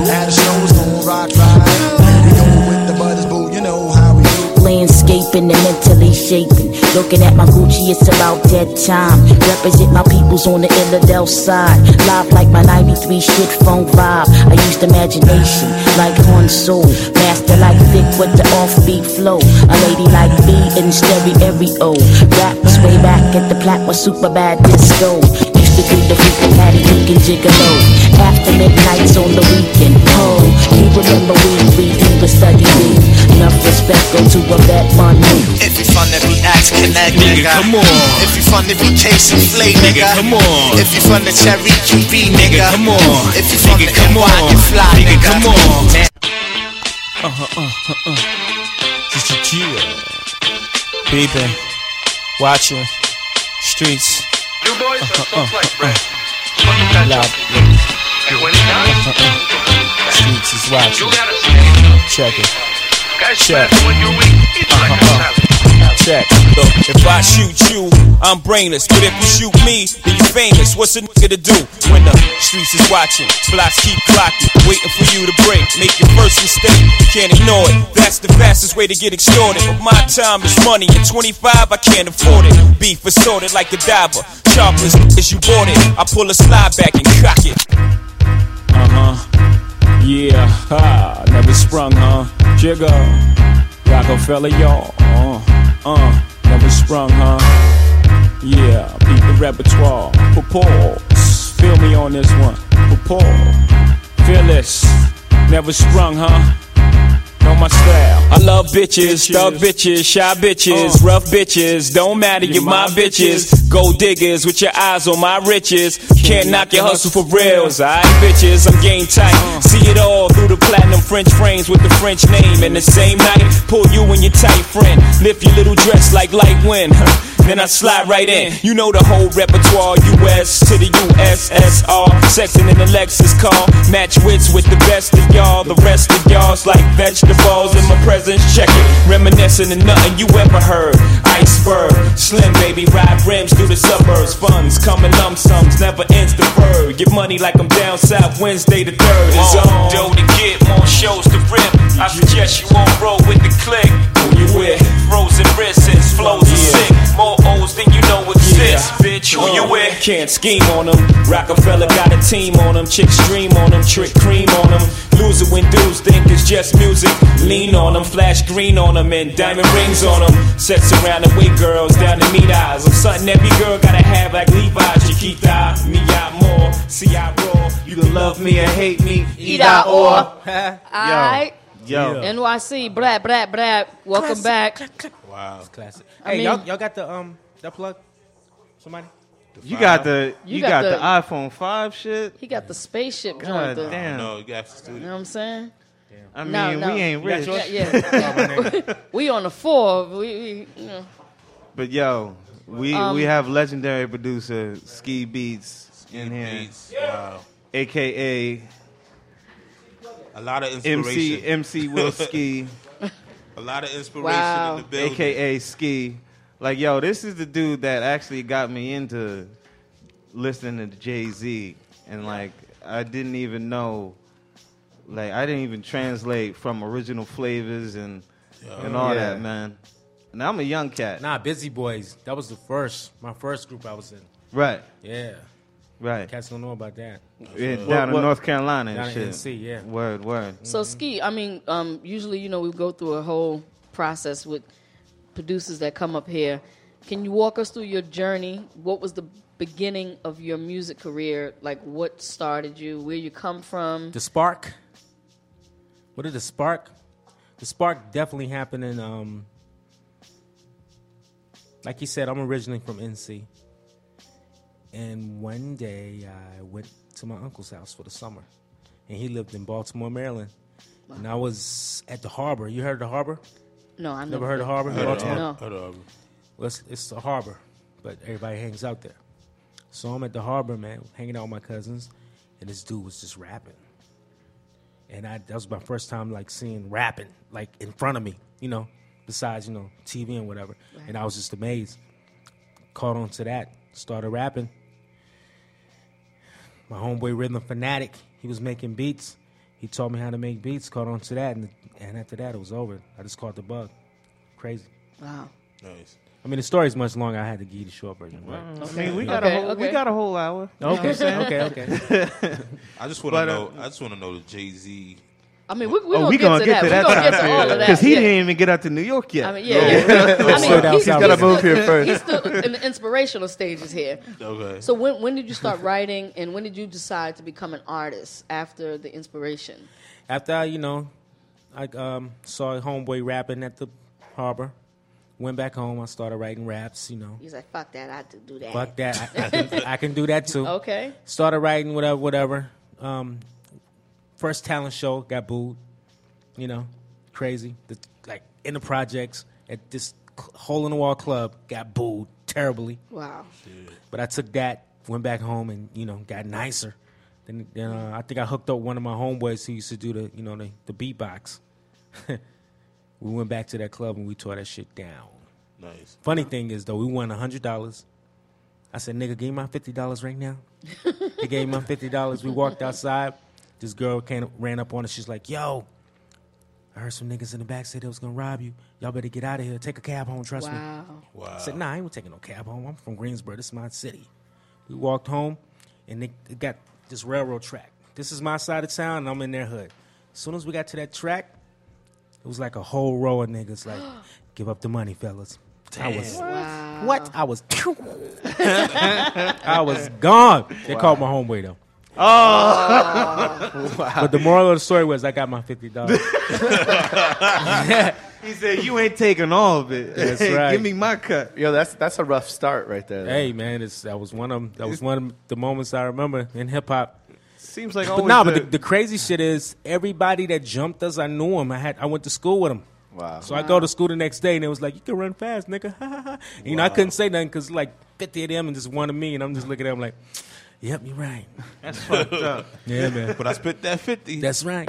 [SPEAKER 19] At a show is gon' rock right. Here we go with the butters, boo. You know how we do.
[SPEAKER 15] Landscaping and mentally shaping. Looking at my Gucci, it's about dead time. Represent my peoples on the Illidale side. Live like my 93 shit phone vibe. I used imagination like one soul. Master like thick with the offbeat flow. A lady like me in stereo. Rap was way back at the plat was super bad disco. Used to do the freaking patty cooking gigolo. After midnights on the weekend. Oh, you remember we we even study we. Enough respect go to a vet on me.
[SPEAKER 20] If you fun, if you ask, connect, nigga. Come on. If you fun, if you case and flay, nigga. Come on. If you fun, the cherry QB, nigga. Come on. If you fun, the come on. you fly, nigga. Come on.
[SPEAKER 14] Uh-huh, uh-huh, uh. Just a Kira. Peeping. Watching. Streets. Uh-huh, uh. You boys are so like bread. Streets is watching. Check it.
[SPEAKER 15] Check.
[SPEAKER 14] Check.
[SPEAKER 21] Uh-huh. Look, if I shoot you, I'm brainless. But if you shoot me, then you famous. What's a nigga to do when the streets is watching? Blocks keep clocking, waiting for you to break. Make your first mistake, you can't ignore it. That's the fastest way to get extorted. But my time is money, and 25 I can't afford it. Beef is sorted like the diver. Sharpless as you bought it. I pull a slide back and cock it.
[SPEAKER 22] Uh-huh. Yeah, ha, never sprung, huh? Jiggle. Rockefeller, y'all. Uh, uh, never sprung, huh? Yeah, beat the repertoire. Pause. Feel me on this one. Pause. Fearless. Never sprung, huh? Know my style.
[SPEAKER 14] I love bitches, thug bitches, shy bitches, rough bitches. Don't matter, you're Uh. my bitches. Gold diggers with your eyes on my riches. Can't knock your hustle Uh. for reals. I bitches, I'm game tight. See it all through the platinum French frames with the French name. And the same night, pull you and your tight friend. Lift your little dress like light wind. Then I slide right in. You know the whole repertoire, US to the USSR. Sexing in the Lexus car. Match wits with the best of y'all. The rest of y'all's like vegetables in my presence. Check it. Reminiscing of nothing you ever heard. Iceberg. Slim baby, ride rims through the suburbs. Funds coming lump sums, never ends the bird. Get money like I'm down south Wednesday the 3rd. It's on. Dough to get, more shows to rip. I suggest you on roll with the click. Who you with? Frozen wrists, flows are sick. More O's than you know exist. Bitch, who you with? Can't scheme on them. Rockefeller got a team on them. Chicks dream on them. Trick cream on them. Loser when dudes think it's just music. Lean on them. Flash green on them. And diamond rings on them. Sets around the way girls down to meet eyes. I'm something every girl gotta have like Levi's. Chiquita, me, I more. See, I roll. You can love me or hate me.
[SPEAKER 3] Eat I or. Alright.
[SPEAKER 4] Yo.
[SPEAKER 3] NYC, brat, brat, brat. Welcome
[SPEAKER 11] Classic.
[SPEAKER 3] back.
[SPEAKER 7] Wow.
[SPEAKER 11] Classic.
[SPEAKER 3] I
[SPEAKER 11] Hey, y'all,
[SPEAKER 3] mean-
[SPEAKER 11] y'all got the um that plug? Somebody?
[SPEAKER 4] You got the you, got, the iPhone five shit.
[SPEAKER 3] He got the spaceship joint.
[SPEAKER 4] God
[SPEAKER 3] though.
[SPEAKER 4] damn.
[SPEAKER 7] No, you got to
[SPEAKER 3] You
[SPEAKER 7] do
[SPEAKER 3] know what I'm saying?
[SPEAKER 4] I
[SPEAKER 3] No,
[SPEAKER 4] mean,
[SPEAKER 3] no.
[SPEAKER 4] we ain't
[SPEAKER 3] You got
[SPEAKER 4] rich.
[SPEAKER 3] yours? Yeah, yeah. we on the four. but We, we you know.
[SPEAKER 4] But yo, we
[SPEAKER 3] Um,
[SPEAKER 4] we have legendary producer Ski Beats in here,
[SPEAKER 7] Wow.
[SPEAKER 4] aka
[SPEAKER 7] A lot of
[SPEAKER 4] MC
[SPEAKER 7] inspiration.
[SPEAKER 4] MC Will Ski,
[SPEAKER 7] A lot of inspiration
[SPEAKER 3] Wow.
[SPEAKER 7] in the building.
[SPEAKER 4] aka Ski. Like yo, this is the dude that actually got me into listening to Jay Z, and like I didn't even know, like I didn't even translate from original flavors and and all
[SPEAKER 11] Yeah.
[SPEAKER 4] that, man. And I'm a young cat,
[SPEAKER 11] Nah, Busy Boys. That was the first, my first group I was in.
[SPEAKER 4] right?
[SPEAKER 11] Yeah.
[SPEAKER 4] Right.
[SPEAKER 11] Cats don't know about that.
[SPEAKER 4] Yeah, down in North Carolina and
[SPEAKER 11] Down
[SPEAKER 4] shit.
[SPEAKER 11] in NC, yeah.
[SPEAKER 4] Word, word.
[SPEAKER 3] So ski, I mean, um, usually you know we go through a whole process with producers that come up here. Can you walk us through your journey? What was the beginning of your music career? Like, what started you? Where you come from?
[SPEAKER 11] The spark. What did the spark? The spark definitely happened in um like you said, I'm originally from NC. And one day I went to my uncle's house for the summer. And he lived in Baltimore, Maryland. And I was at the harbor. You heard of the harbor?
[SPEAKER 3] No, I
[SPEAKER 11] never
[SPEAKER 3] never
[SPEAKER 11] heard
[SPEAKER 3] been.
[SPEAKER 11] of harbor.
[SPEAKER 3] Heard of Har-
[SPEAKER 11] Baltimore?
[SPEAKER 3] No.
[SPEAKER 7] heard of harbor.
[SPEAKER 11] Well, it's, it's the harbor, but everybody hangs out there. So I'm at the harbor, man, hanging out with my cousins, and this dude was just rapping. And I, that was my first time like seeing rapping like in front of me, you know, besides you know TV and whatever. And I was just amazed. Caught on to that, started rapping. My homeboy Rhythm Fanatic, he was making beats. He taught me how to make beats. Caught on to that, and and after that it was over. I just caught the bug. Crazy.
[SPEAKER 3] Wow.
[SPEAKER 7] Nice.
[SPEAKER 11] I mean, the story's much longer. I had to give you the short version. But
[SPEAKER 3] Mm.
[SPEAKER 4] I mean, we got a whole, we got a whole hour. You know what
[SPEAKER 11] Okay,
[SPEAKER 4] I'm saying?
[SPEAKER 11] okay, okay.
[SPEAKER 7] I just want to
[SPEAKER 4] But, uh,
[SPEAKER 7] know. I just want to know the Jay Z.
[SPEAKER 3] I mean, we, we
[SPEAKER 4] oh,
[SPEAKER 3] gonna,
[SPEAKER 4] we
[SPEAKER 3] get,
[SPEAKER 4] gonna
[SPEAKER 3] to that.
[SPEAKER 4] get to that
[SPEAKER 3] we gonna get
[SPEAKER 4] time
[SPEAKER 3] to all of that.
[SPEAKER 4] because he
[SPEAKER 3] yeah.
[SPEAKER 4] didn't even get out to New York yet.
[SPEAKER 3] I mean, yeah, yeah. I mean, he's,
[SPEAKER 4] gotta
[SPEAKER 3] he's
[SPEAKER 4] move
[SPEAKER 3] still-
[SPEAKER 4] here first.
[SPEAKER 3] He's still in the inspirational stages here.
[SPEAKER 7] Okay.
[SPEAKER 3] So when when did you start writing, and when did you decide to become an artist after the inspiration?
[SPEAKER 11] After I, you know, I um, saw a homeboy rapping at the harbor. Went back home. I started writing raps. You know,
[SPEAKER 3] He's like, "Fuck that, I have to do that."
[SPEAKER 11] fuck that. I, I, can, I can do that too.
[SPEAKER 3] Okay.
[SPEAKER 11] Started writing whatever, whatever. Um, first talent show got booed. You know, crazy. The, like in the projects at this hole in the wall club got booed terribly.
[SPEAKER 3] Wow.
[SPEAKER 11] But I took that, went back home, and you know got nicer. Then, then uh, I think I hooked up one of my homeboys who used to do the you know the, the beatbox. we went back to that club and we tore that shit down.
[SPEAKER 7] Nice.
[SPEAKER 11] Funny thing is though, we won hundred dollars. I said, "Nigga, give me my fifty dollars right now." he gave me my fifty dollars. We walked outside. This girl came, ran up on us. She's like, "Yo." I heard some niggas in the back say they was gonna rob you. Y'all better get out of here. Take a cab home. Trust
[SPEAKER 3] Wow.
[SPEAKER 11] me. I said, nah, I ain't taking no cab home. I'm from Greensboro. This is my city. We walked home, and they, they got this railroad track. This is my side of town, and I'm in their hood. As soon as we got to that track, it was like a whole row of niggas like, give up the money, fellas. I was
[SPEAKER 7] Damn. What?
[SPEAKER 11] What? I was. I was gone. They
[SPEAKER 7] Wow.
[SPEAKER 11] called my homeboy though.
[SPEAKER 7] Oh. Wow.
[SPEAKER 11] But the moral of the story was I got my fifty dollars.
[SPEAKER 4] he said, "You ain't taking all of it.
[SPEAKER 11] That's right.
[SPEAKER 4] Give me my cut."
[SPEAKER 5] Yo, that's that's a rough start right there. though.
[SPEAKER 11] Hey man, it's, that was one of 'em- that was one of the moments I remember in hip hop.
[SPEAKER 4] Seems like
[SPEAKER 11] but
[SPEAKER 4] always
[SPEAKER 11] nah, but
[SPEAKER 4] the-
[SPEAKER 11] the, the crazy shit is everybody that jumped us, I knew him. I had I went to school with him.
[SPEAKER 5] Wow.
[SPEAKER 11] So I go to school the next day and it was like you can run fast, nigga. Ha, ha, ha. And, You know I couldn't say nothing because like fifty of them and just one of me, and I'm just looking at them like, yep, you're right.
[SPEAKER 7] That's fucked up.
[SPEAKER 11] Yeah, man.
[SPEAKER 7] But I spent that 50.
[SPEAKER 11] That's right.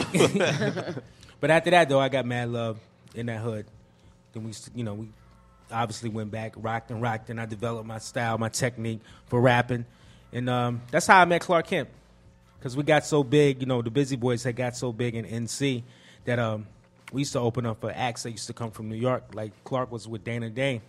[SPEAKER 11] but after that though, I got mad love in that hood. Then we, used to- you know, we obviously went back, rocked and rocked, and I developed my style, my technique for rapping, and um, that's how I met Clark Kent. Because we got so big, you know, the Busy Boys had got so big in NC that um, we used to open up for acts that used to come from New York. Like Clark was with Dana Dane,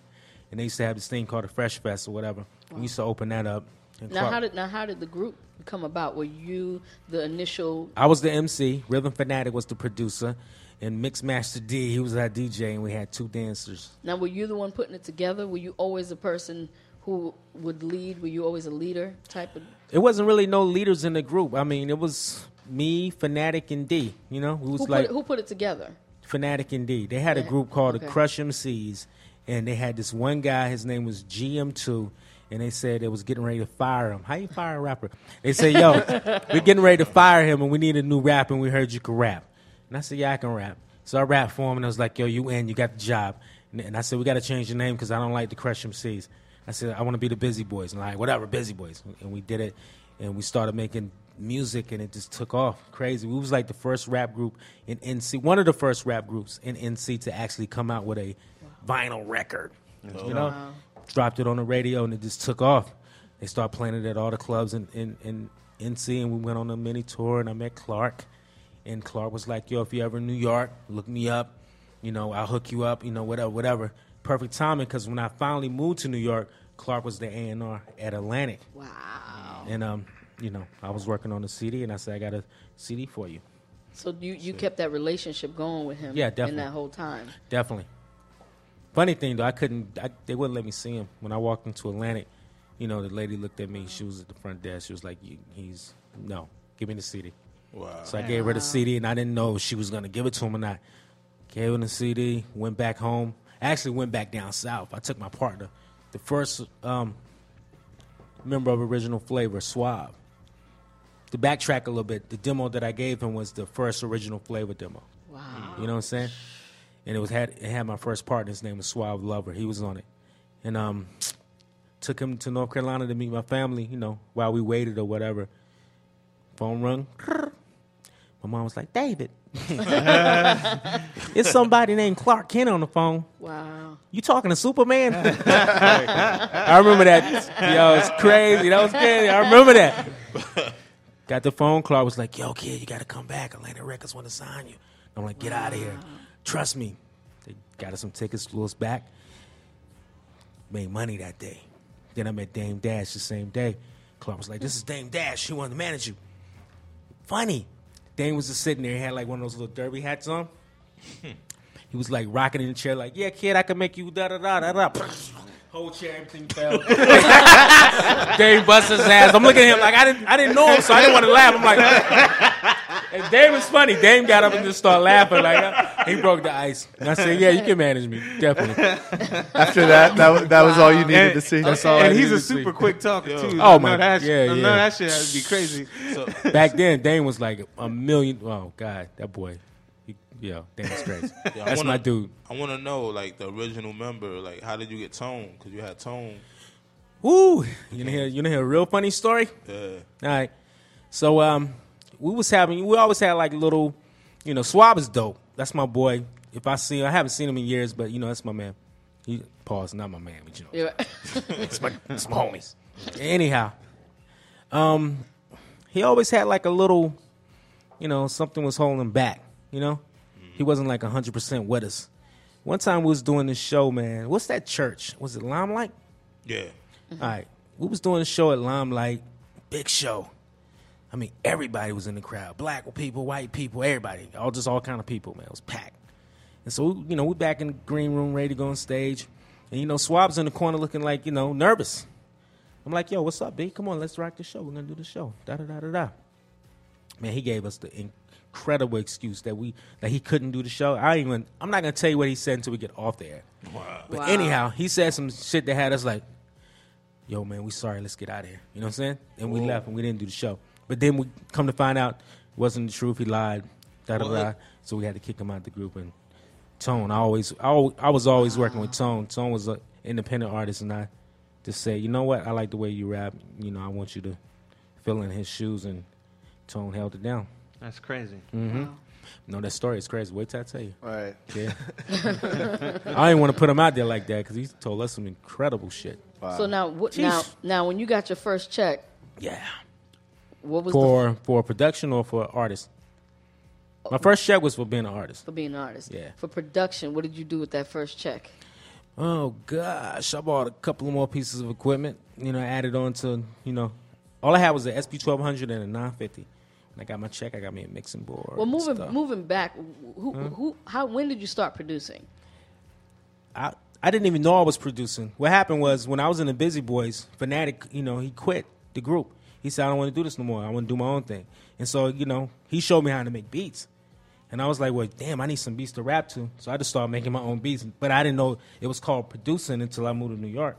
[SPEAKER 11] and they used to have this thing called a Fresh Fest or whatever. We used to open that up. and
[SPEAKER 3] Now
[SPEAKER 11] Clark-
[SPEAKER 3] how did now how did the group come about? Were you the initial?
[SPEAKER 11] I was the MC. Rhythm Fanatic was the producer, and Mixmaster D he was our DJ, and we had two dancers.
[SPEAKER 3] Now were you the one putting it together? Were you always the person who would lead? Were you always a leader type of?
[SPEAKER 11] It wasn't really no leaders in the group. I mean, it was me, Fanatic, and D. You know, we
[SPEAKER 3] Who
[SPEAKER 11] was
[SPEAKER 3] put,
[SPEAKER 11] like
[SPEAKER 3] it, who put it together?
[SPEAKER 11] Fanatic and D. They had a
[SPEAKER 3] Yeah,
[SPEAKER 11] group called
[SPEAKER 3] okay.
[SPEAKER 11] the Crush MCs, and they had this one guy. His name was GM2, and they said they was getting ready to fire him. How you fire a rapper? They said, "Yo, we're getting ready to fire him, and we need a new rap, and we heard you could rap." And I said, "Yeah, I can rap." So I rapped for him, and I was like, "Yo, you in? You got the job." And- And I said, "We got to change the name because I don't like the Crush MCs." I said, "I want to be the Busy Boys." And like, whatever, Busy Boys. And we did it, and we started making music and it just took off crazy we was like the first rap group in nc one of the first rap groups in nc to actually come out with a vinyl record you know
[SPEAKER 3] Uh-huh.
[SPEAKER 7] Wow.
[SPEAKER 11] dropped it on the radio and it just took off they started playing it at all the clubs in, in, in nc and we went on a mini tour and i met clark and clark was like yo if you're ever in new york look me up you know i'll hook you up you know whatever whatever perfect timing because when i finally moved to new york clark was the a&r at atlantic
[SPEAKER 3] wow
[SPEAKER 11] and um you know i was working on the cd and i said i got a cd for you
[SPEAKER 3] So you you kept that relationship going with him?
[SPEAKER 11] Yeah,
[SPEAKER 3] In
[SPEAKER 11] definitely.
[SPEAKER 3] that whole time.
[SPEAKER 11] Definitely. Funny thing though, I couldn't. I, they wouldn't let me see him when I walked into Atlantic. You know, the lady looked at me. She was at the front desk. She was like, "You- "He's no. Give me the CD."
[SPEAKER 7] Wow.
[SPEAKER 11] So I gave her the
[SPEAKER 7] Wow.
[SPEAKER 11] CD, and I didn't know if she was gonna give it to him or not. Gave her the CD. Went back home. I actually went back down south. I took my partner, the first um, member of Original Flavor, Swab. To backtrack a little bit, the demo that I gave him was the first Original Flavor demo.
[SPEAKER 3] Wow.
[SPEAKER 11] You know what I'm saying? And it was had it had my first partner. His name was Suave Lover. He was on it, and um, took him to North Carolina to meet my family. You know, while we waited or whatever. Phone rung. My mom was like, "David, it's somebody named Clark Kent on the phone."
[SPEAKER 3] Wow.
[SPEAKER 11] You talking to Superman? I remember that. Yo, it's crazy. That was crazy. I remember that. Got the phone. Clark was like, "Yo, kid, you got to come back. Atlantic Records want to sign you." I'm like, "Get out of here. Trust me." They got us some tickets, flew us back. Made money that day. Then I met Dame Dash the same day. Clark was like, "This is Dame Dash. She wanted to manage you." Funny. Dame was just sitting there. He had like one of those little derby hats on. He was like rocking in the chair, like, "Yeah, kid, I can make you da da da da da." Whole chair, everything fell. Dave busts his ass. I'm looking at him like I didn't, I didn't know him, so I didn't want to laugh. I'm like, and Dame is funny. Dame got up and just started laughing, like uh, he broke the ice. And I said, "Yeah, you can manage me, definitely."
[SPEAKER 5] After that, that wa- that was all you needed to see?
[SPEAKER 11] That's all I
[SPEAKER 4] and he's
[SPEAKER 11] needed
[SPEAKER 4] a
[SPEAKER 11] to see.
[SPEAKER 4] super quick talker too.
[SPEAKER 11] Oh
[SPEAKER 4] No,
[SPEAKER 11] my,
[SPEAKER 4] that,
[SPEAKER 11] yeah, yeah.
[SPEAKER 4] No, that shit would be crazy.
[SPEAKER 11] Back then, Dame was like a million. Oh God, that boy. He, yo, Dame's crazy.
[SPEAKER 7] Yeah, I
[SPEAKER 11] That's
[SPEAKER 7] wanna-
[SPEAKER 11] my dude.
[SPEAKER 7] I want to know, like, the original member. Like, how did you get Tone? Because you had Tone.
[SPEAKER 11] Woo! You wanna hear you wanna hear a real funny story?
[SPEAKER 7] Yeah.
[SPEAKER 11] All right. So um we was having we always had like little you know, Swab is dope. That's my boy. If I see him, I haven't seen him in years, but you know, that's my man. He pause, not my man, but you know.
[SPEAKER 3] Yeah.
[SPEAKER 11] it's my it's my homies. Anyhow. Um he always had like a little you know, something was holding him back, you know? He wasn't like hundred percent with us. One time we was doing this show, man. What's that church? Was it Limelight?
[SPEAKER 7] Yeah.
[SPEAKER 11] All right. We was doing a show at Limelight, big show. I mean, everybody was in the crowd. Black people, white people, everybody. All just all kind of people, man. It was packed. And so, you know, we back in the green room, ready to go on stage. And you know, Swab's in the corner looking like, you know, nervous. I'm like, yo, what's up, B? Come on, let's rock the show. We're gonna do the show. Da da da da da. Man, he gave us the incredible excuse that we that he couldn't do the show. I ain't even I'm not gonna tell you what he said until we get off the air. But
[SPEAKER 1] Wow.
[SPEAKER 11] anyhow, he said some shit that had us like, yo man, we sorry, let's get out of here. You know what I'm saying? And we
[SPEAKER 1] Whoa.
[SPEAKER 11] left and we didn't do the show. But then we come to find out it wasn't the truth, he lied, da da
[SPEAKER 1] Well,
[SPEAKER 11] da.
[SPEAKER 1] it-
[SPEAKER 11] So we had to kick him out the group and Tone, I always I, al- I was always working with Tone. Tone was an independent artist and I just say, you know what, I like the way you rap. You know, I want you to fill in his shoes and Tone held it down.
[SPEAKER 4] That's crazy.
[SPEAKER 11] Mm-hmm. No, that story is crazy. Wait till I tell you.
[SPEAKER 5] All right.
[SPEAKER 11] Yeah. I didn't want to put him out there like that because he told us some incredible shit.
[SPEAKER 3] So now, what, now, now, when you got your first check,
[SPEAKER 11] yeah,
[SPEAKER 3] what was the,
[SPEAKER 11] for for a production or for an artist? My first check was for being an artist.
[SPEAKER 3] for being an artist?
[SPEAKER 11] Yeah.
[SPEAKER 3] For production, what did you do with that first check?
[SPEAKER 11] Oh gosh, I bought a couple of more pieces of equipment. You know, added on to you know, all I had was an SP twelve hundred and a nine fifty. When I got my check, I got me a mixing board.
[SPEAKER 3] Well,
[SPEAKER 11] and
[SPEAKER 3] moving
[SPEAKER 11] stuff.
[SPEAKER 3] moving back, who,
[SPEAKER 11] Hmm?
[SPEAKER 3] who how when did you start producing?
[SPEAKER 11] I, I didn't even know I was producing. What happened was when I was in the Busy Boys, Fanatic, you know, he quit the group. He said, I don't want to do this no more. I want to do my own thing. And so, you know, he showed me how to make beats. And I was like, well, damn, I need some beats to rap to. So I just started making my own beats. But I didn't know it was called producing until I moved to New York.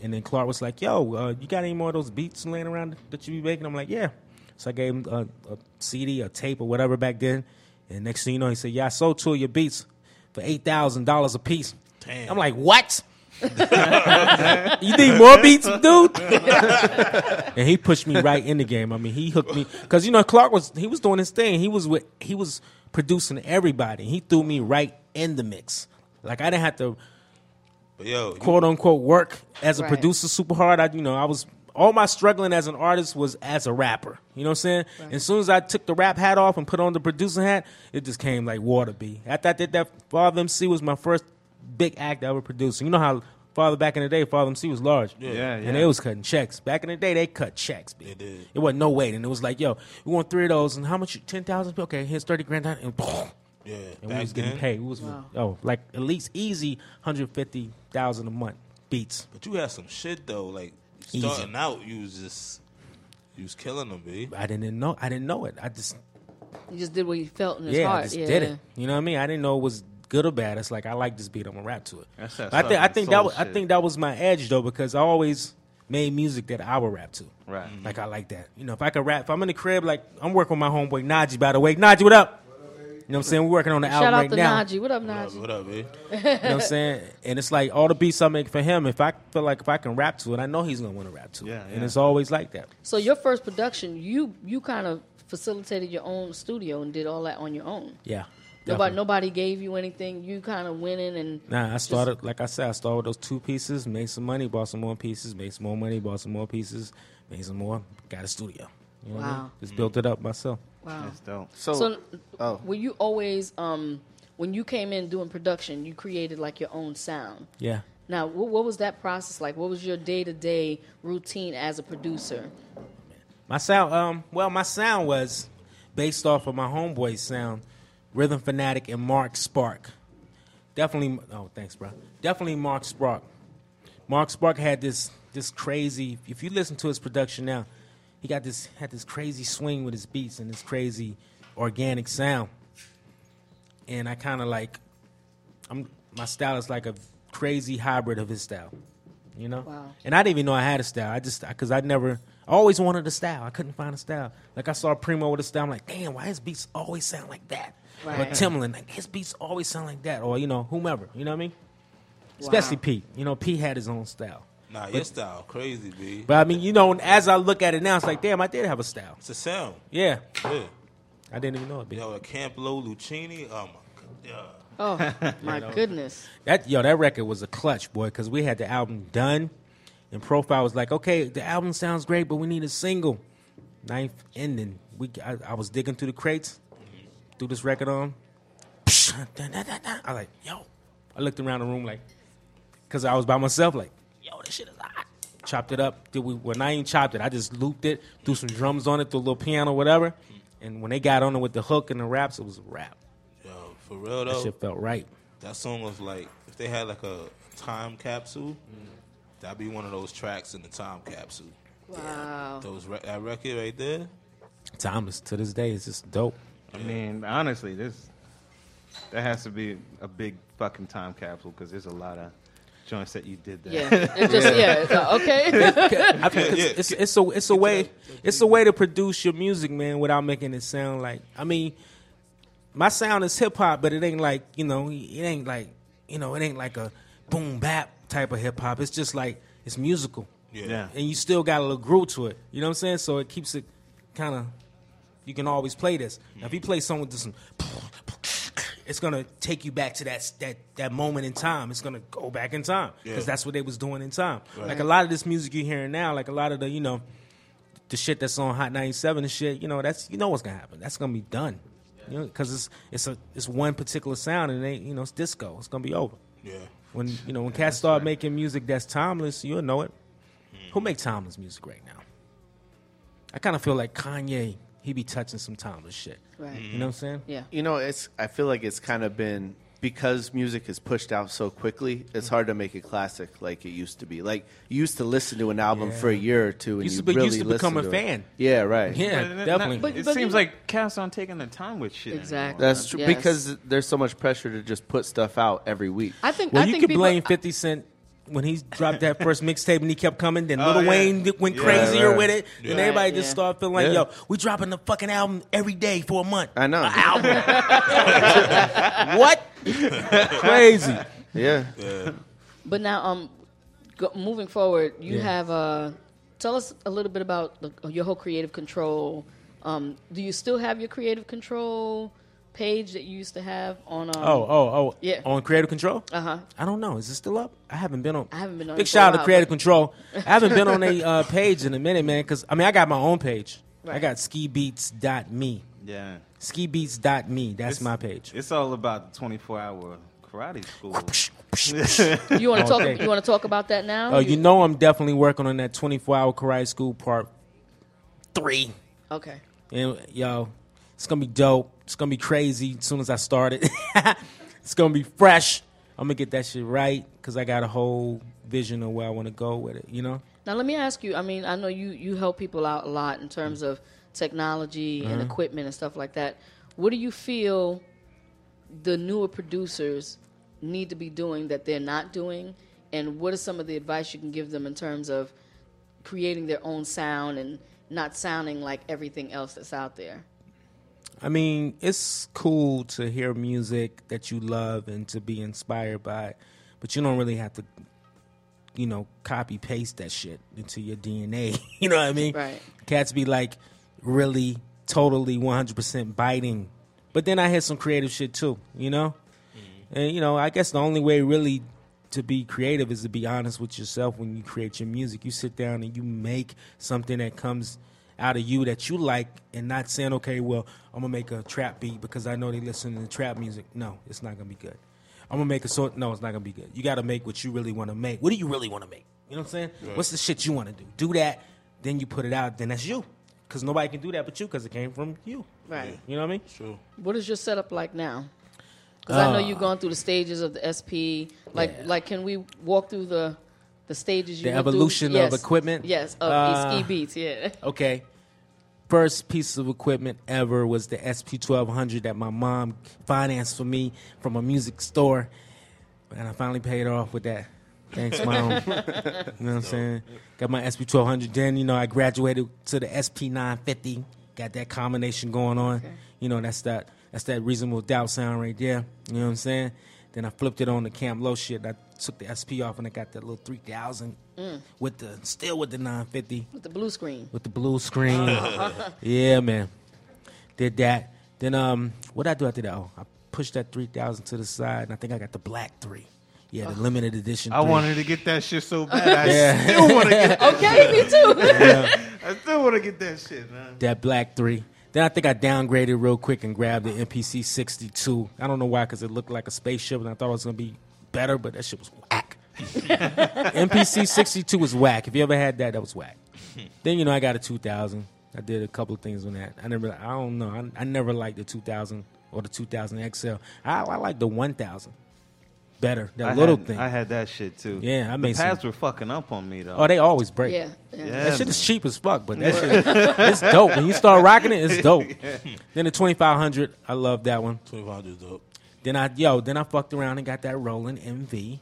[SPEAKER 11] And then Clark was like, yo, uh, you got any more of those beats laying around that you be making? I'm like, yeah. So I gave him a, a CD, a tape, or whatever back then. And next thing you know, he said, yeah, I sold two of your beats for $8,000 a piece.
[SPEAKER 7] Damn.
[SPEAKER 11] I'm like, what? you need more beats, dude? and he pushed me right in the game. I mean, he hooked me because you know Clark was he was doing his thing. He was with he was producing everybody. He threw me right in the mix. Like I didn't have to
[SPEAKER 7] But yo,
[SPEAKER 11] quote unquote work as a
[SPEAKER 7] Right.
[SPEAKER 11] producer super hard. I you know I was all my struggling as an artist was as a rapper. You know what I'm saying? As soon as I took the rap hat off and put on the producing hat, it just came like water be. After I did that, Father MC was my first big act I ever produced. You know how Father back in the day, Father MC was large,
[SPEAKER 7] Yeah. Yeah,
[SPEAKER 11] and
[SPEAKER 7] yeah.
[SPEAKER 11] they was cutting checks. Back in the day, they cut checks. Big. It wasn't no waiting. it was like, yo, we want three of those, and how much? Ten thousand. Okay, here's thirty grand, and boom.
[SPEAKER 7] Yeah,
[SPEAKER 11] and we
[SPEAKER 7] back
[SPEAKER 11] was getting
[SPEAKER 7] then.
[SPEAKER 11] paid. We was
[SPEAKER 7] Wow.
[SPEAKER 11] oh, like at least easy hundred fifty thousand a month beats.
[SPEAKER 7] But you had some shit though. Like
[SPEAKER 11] Easy.
[SPEAKER 7] starting out, you was just you was killing them, b.
[SPEAKER 11] I didn't know. I didn't know it. I just
[SPEAKER 3] You just did what you felt in his
[SPEAKER 11] yeah,
[SPEAKER 3] heart.
[SPEAKER 11] I just
[SPEAKER 3] yeah.
[SPEAKER 11] did it. You know what I mean? I didn't know it was good or bad. It's like I like this beat. I'm gonna rap to it.
[SPEAKER 4] That's that
[SPEAKER 11] But I think I
[SPEAKER 4] southern
[SPEAKER 11] think
[SPEAKER 4] soul
[SPEAKER 11] that was, I
[SPEAKER 4] shit.
[SPEAKER 11] think that was my edge though because I always made music that I would rap to. Mm-hmm.
[SPEAKER 4] Right.
[SPEAKER 11] Like I like that. You know, if I could rap, if I'm in the crib, like I'm working with my homeboy Najee. By the way, Najee, what up? You know what I'm saying? We're working on the
[SPEAKER 3] Shout
[SPEAKER 11] album
[SPEAKER 3] out
[SPEAKER 11] right
[SPEAKER 3] to
[SPEAKER 11] now.
[SPEAKER 3] Najee. What up, Najee?
[SPEAKER 7] What up, eh?
[SPEAKER 11] You know what I'm saying? And it's like all the beats I make for him, if I feel like if I can rap to it, I know he's gonna want to rap to it. And
[SPEAKER 4] yeah.
[SPEAKER 11] it's always like that.
[SPEAKER 3] So your first production, you you kind of facilitated your own studio and did all that on your own.
[SPEAKER 11] Yeah.
[SPEAKER 3] Nobody nobody gave you anything. You kind of went in and
[SPEAKER 11] Nah, I
[SPEAKER 3] just-
[SPEAKER 11] started like I said, I started with those two pieces, made some money, bought some more pieces, made some more money, bought some more pieces, made some more, got a studio. You know what I mean?
[SPEAKER 3] Wow.
[SPEAKER 11] Just built it up myself.
[SPEAKER 3] Wow.
[SPEAKER 4] That's dope.
[SPEAKER 3] So, were you always um when you came in doing production, you created like your own sound.
[SPEAKER 11] Yeah.
[SPEAKER 3] Now, what, what was that process like? What was your day to day routine as a producer?
[SPEAKER 11] My sound, um, well, my sound was based off of my homeboy's sound, Rhythm Fanatic and Mark Spark. Definitely, oh, thanks, bro. Definitely Mark Spark. Mark Spark had this this crazy. If you listen to his production now, he got this had this crazy swing with his beats and this crazy organic sound. And I kind of like, I'm my style is like a crazy hybrid of his style, you know.
[SPEAKER 1] Wow.
[SPEAKER 11] And I didn't even know I had a style. I just because I never, I always wanted a style. I couldn't find a style. Like I saw Primo with a style. I'm like, damn, why his beats always sound like that? Or
[SPEAKER 1] Right.
[SPEAKER 11] Timbaland, like his beats always sound like that. Or you know, whomever. You know what I mean?
[SPEAKER 7] Wow.
[SPEAKER 11] Especially Pete. You know, Pete had his own style.
[SPEAKER 7] Nah,
[SPEAKER 11] But-
[SPEAKER 7] your style crazy, b.
[SPEAKER 11] But I mean, you know, as I look at it now, it's like, damn, I did have a style.
[SPEAKER 7] It's a sound.
[SPEAKER 11] Yeah.
[SPEAKER 7] Yeah.
[SPEAKER 11] I didn't even know it. B.
[SPEAKER 7] Yo, a Camp Low Lucini. Oh my god.
[SPEAKER 3] Oh my goodness!
[SPEAKER 11] That yo, that record was a clutch, boy, because we had the album done, and Profile was like, okay, the album sounds great, but we need a single. Ninth ending. We, I, I was digging through the crates, threw this record on. I like, yo. I looked around the room like, because I was by myself, like, yo, this shit is hot. Chopped it up. Did we? When I ain't chopped it, I just looped it, threw some drums on it, threw a little piano, whatever. And when they got on it with the hook and the raps, it was a rap.
[SPEAKER 7] Yo, for real
[SPEAKER 11] That
[SPEAKER 7] though.
[SPEAKER 11] shit felt right.
[SPEAKER 7] That song was like if they had like a Time Capsule.
[SPEAKER 3] Mm.
[SPEAKER 7] That'd be one of those tracks in the Time Capsule.
[SPEAKER 3] Wow.
[SPEAKER 7] Those re- that record right there.
[SPEAKER 11] Timeless to this day. It's just dope.
[SPEAKER 4] I mean, honestly, this that has to be a big fucking time capsule because there's a lot of joints that you did that.
[SPEAKER 3] Yeah, it just- yeah, it's like, okay.
[SPEAKER 11] I think it's, it's, it's a it's a way it's a way to produce your music, man, without making it sound like. I mean, my sound is hip hop, but it ain't like you know, it ain't like you know, it ain't like a boom bap type of hip hop. It's just like it's musical.
[SPEAKER 7] Yeah. Yeah.
[SPEAKER 11] and you still got a little groove to it. You know what I'm saying? So it keeps it kind of. You can always play this. Now, if you play something with some, it's gonna take you back to that that that moment in time. It's gonna go back in time because
[SPEAKER 7] Yeah.
[SPEAKER 11] that's what they was doing in time.
[SPEAKER 7] Right.
[SPEAKER 11] Like a lot of this music you're hearing now, like a lot of the you know, the shit that's on Hot 97 and shit. You know that's you know what's gonna happen. That's gonna be done. You know, because it's it's a it's one particular sound and they you know it's disco. It's gonna be over.
[SPEAKER 7] Yeah.
[SPEAKER 11] When you know when cats start making music that's timeless, you'll know it. Who
[SPEAKER 7] Hmm.
[SPEAKER 11] make timeless music right now? I kind of feel like Kanye. He be touching some timeless shit.
[SPEAKER 3] Right.
[SPEAKER 11] You know what I'm saying?
[SPEAKER 3] Yeah.
[SPEAKER 5] You know, it's. I feel like it's kind of been because music is pushed out so quickly. It's hard to make it classic like it used to be. Like you used to listen to an album
[SPEAKER 11] Yeah.
[SPEAKER 5] for a year or two, and
[SPEAKER 11] Used
[SPEAKER 5] you
[SPEAKER 11] to be-
[SPEAKER 5] really
[SPEAKER 11] used to become
[SPEAKER 5] listened
[SPEAKER 11] a
[SPEAKER 5] it.
[SPEAKER 11] fan.
[SPEAKER 5] Yeah, right.
[SPEAKER 4] But it- not- it seems like cats aren't taking the time with shit. anymore.
[SPEAKER 5] That's true because there's so much pressure to just put stuff out every week.
[SPEAKER 3] I think-
[SPEAKER 11] Well,
[SPEAKER 3] I
[SPEAKER 11] you
[SPEAKER 3] think
[SPEAKER 11] can
[SPEAKER 3] people-
[SPEAKER 11] blame Fifty Cent when he dropped that first mixtape and he kept coming. Then
[SPEAKER 5] Oh,
[SPEAKER 11] Lil
[SPEAKER 5] yeah.
[SPEAKER 11] Wayne d- went
[SPEAKER 5] Yeah,
[SPEAKER 11] crazier
[SPEAKER 5] right.
[SPEAKER 11] with it. and
[SPEAKER 5] Yeah.
[SPEAKER 11] everybody
[SPEAKER 5] Right,
[SPEAKER 11] just
[SPEAKER 5] yeah.
[SPEAKER 11] started feeling like,
[SPEAKER 5] Yeah.
[SPEAKER 11] "Yo, we dropping the fucking album every day for a month."
[SPEAKER 5] I know.
[SPEAKER 11] what? Crazy.
[SPEAKER 5] Yeah.
[SPEAKER 3] But now, um, go, moving forward, you
[SPEAKER 5] Yeah.
[SPEAKER 3] have uh, tell us a little bit about the, your whole creative control. Um, do you still have your creative control page that you used to have on? Um,
[SPEAKER 11] oh, oh, oh.
[SPEAKER 3] yeah.
[SPEAKER 11] On Creative Control?
[SPEAKER 3] Uh huh.
[SPEAKER 11] I don't know. Is it still up? I haven't been on.
[SPEAKER 3] I haven't been on. it
[SPEAKER 11] Big
[SPEAKER 3] for a
[SPEAKER 11] shout out to
[SPEAKER 3] while,
[SPEAKER 11] Creative
[SPEAKER 3] but-
[SPEAKER 11] Control. I haven't been on a uh, page in a minute, man. Because I mean, I got my own page. I
[SPEAKER 4] Right.
[SPEAKER 11] got skibeats.me.
[SPEAKER 4] Yeah.
[SPEAKER 11] Skibeats.me. That's
[SPEAKER 4] It's-
[SPEAKER 11] my page.
[SPEAKER 4] It's all about the 24 hour karate school.
[SPEAKER 3] You want to talk?
[SPEAKER 11] Okay.
[SPEAKER 3] You want to talk about that now?
[SPEAKER 11] Uh, you know, I'm definitely working on that 24 hour karate school part three.
[SPEAKER 3] Okay.
[SPEAKER 11] And yo, it's gonna be dope. It's gonna be crazy as soon as I start it. it's gonna be fresh. I'm gonna get that shit right because I got a whole vision of where I want to go with it. You know.
[SPEAKER 3] Now let me ask you. I mean, I know you you help people out a lot in terms of technology and
[SPEAKER 11] Mhm.
[SPEAKER 3] equipment and stuff like that. What do you feel the newer producers need to be doing that they're not doing, and what are some of the advice you can give them in terms of creating their own sound and not sounding like everything else that's out there?
[SPEAKER 11] I mean, it's cool to hear music that you love and to be inspired by, it, but you don't really have to, you know, copy paste that shit into your DNA. you know what I mean?
[SPEAKER 3] Right.
[SPEAKER 11] Cats be like really, totally, 100% biting. But then I hear some creative shit too, you know? And, you know, I guess the only way really to be creative is to be honest with yourself when you create your music. You sit down and you make something that comes out of you that you like and not saying, okay, well, I'm going to make a trap beat because I know they listen to trap music. No, it's not going to be good. I'm going to make a sort. No, it's not going to be good. You got to make what you really want to make. What do you really want to make? You know what I'm saying?
[SPEAKER 7] Right.
[SPEAKER 11] What's the shit you want to do? Do that, then you put it out, then that's you. Because nobody can do that but you because it came from you.
[SPEAKER 3] Right.
[SPEAKER 11] You know what I mean?
[SPEAKER 7] True.
[SPEAKER 3] What is your setup like now? Because I know
[SPEAKER 11] Uh,
[SPEAKER 3] you've gone through the stages of the SP. Like, like, can we walk through the the stages? You
[SPEAKER 11] the
[SPEAKER 3] went through?
[SPEAKER 11] evolution of
[SPEAKER 3] Yes.
[SPEAKER 11] equipment.
[SPEAKER 3] Yes, of
[SPEAKER 11] Uh,
[SPEAKER 3] ski beats. Yeah.
[SPEAKER 11] Okay. First piece of equipment ever was the SP1200 that my mom financed for me from a music store. And I finally paid her off with that. Thanks, mom. you know what I'm saying? Got my SP1200. Then, you know, I graduated to the SP950. Got that combination going on. You know, that's that that's that reasonable doubt sound right there. You know what I'm saying? Then I flipped it on the Cam Low shit. I took the SP off and I got that little 3000
[SPEAKER 3] Mm.
[SPEAKER 11] with the still with the 950
[SPEAKER 3] With the blue screen.
[SPEAKER 11] with the blue screen. yeah, man. Did that. Then um, what I do after that? Oh, I pushed that three thousand to the side, and I think I got the black three. Yeah, the limited edition.
[SPEAKER 4] I
[SPEAKER 11] three.
[SPEAKER 4] wanted to get that shit so bad. I
[SPEAKER 11] Yeah.
[SPEAKER 4] still want to get that
[SPEAKER 11] Okay,
[SPEAKER 4] shit.
[SPEAKER 11] me too. Yeah.
[SPEAKER 4] I still want to get that shit, man.
[SPEAKER 11] that black three. Then I think I downgraded real quick and grabbed the MPC sixty two. I don't know why, because it looked like a spaceship, and I thought it was gonna be better, but that shit was whack. MPC sixty two was whack. If you ever had that, that was whack. then you know I got a two thousand. I did a couple of things on that. I never, I don't know, I, I never liked the two thousand or the two thousand XL. I, I like the one thousand. better. That
[SPEAKER 4] I
[SPEAKER 11] little
[SPEAKER 4] had,
[SPEAKER 11] thing.
[SPEAKER 4] I had that shit too.
[SPEAKER 11] Yeah, I made
[SPEAKER 4] the
[SPEAKER 11] some-
[SPEAKER 4] pads were fucking up on me though.
[SPEAKER 11] Oh, they always break.
[SPEAKER 4] Yeah, yeah. Yeah,
[SPEAKER 11] that shit is
[SPEAKER 4] man.
[SPEAKER 11] cheap as fuck, but that shit it's dope. When you start rocking it, it's dope.
[SPEAKER 4] Yeah.
[SPEAKER 11] Then the twenty five hundred, I love that one.
[SPEAKER 7] Twenty five hundred is dope.
[SPEAKER 11] Then I yo, then I fucked around and got that Roland MV.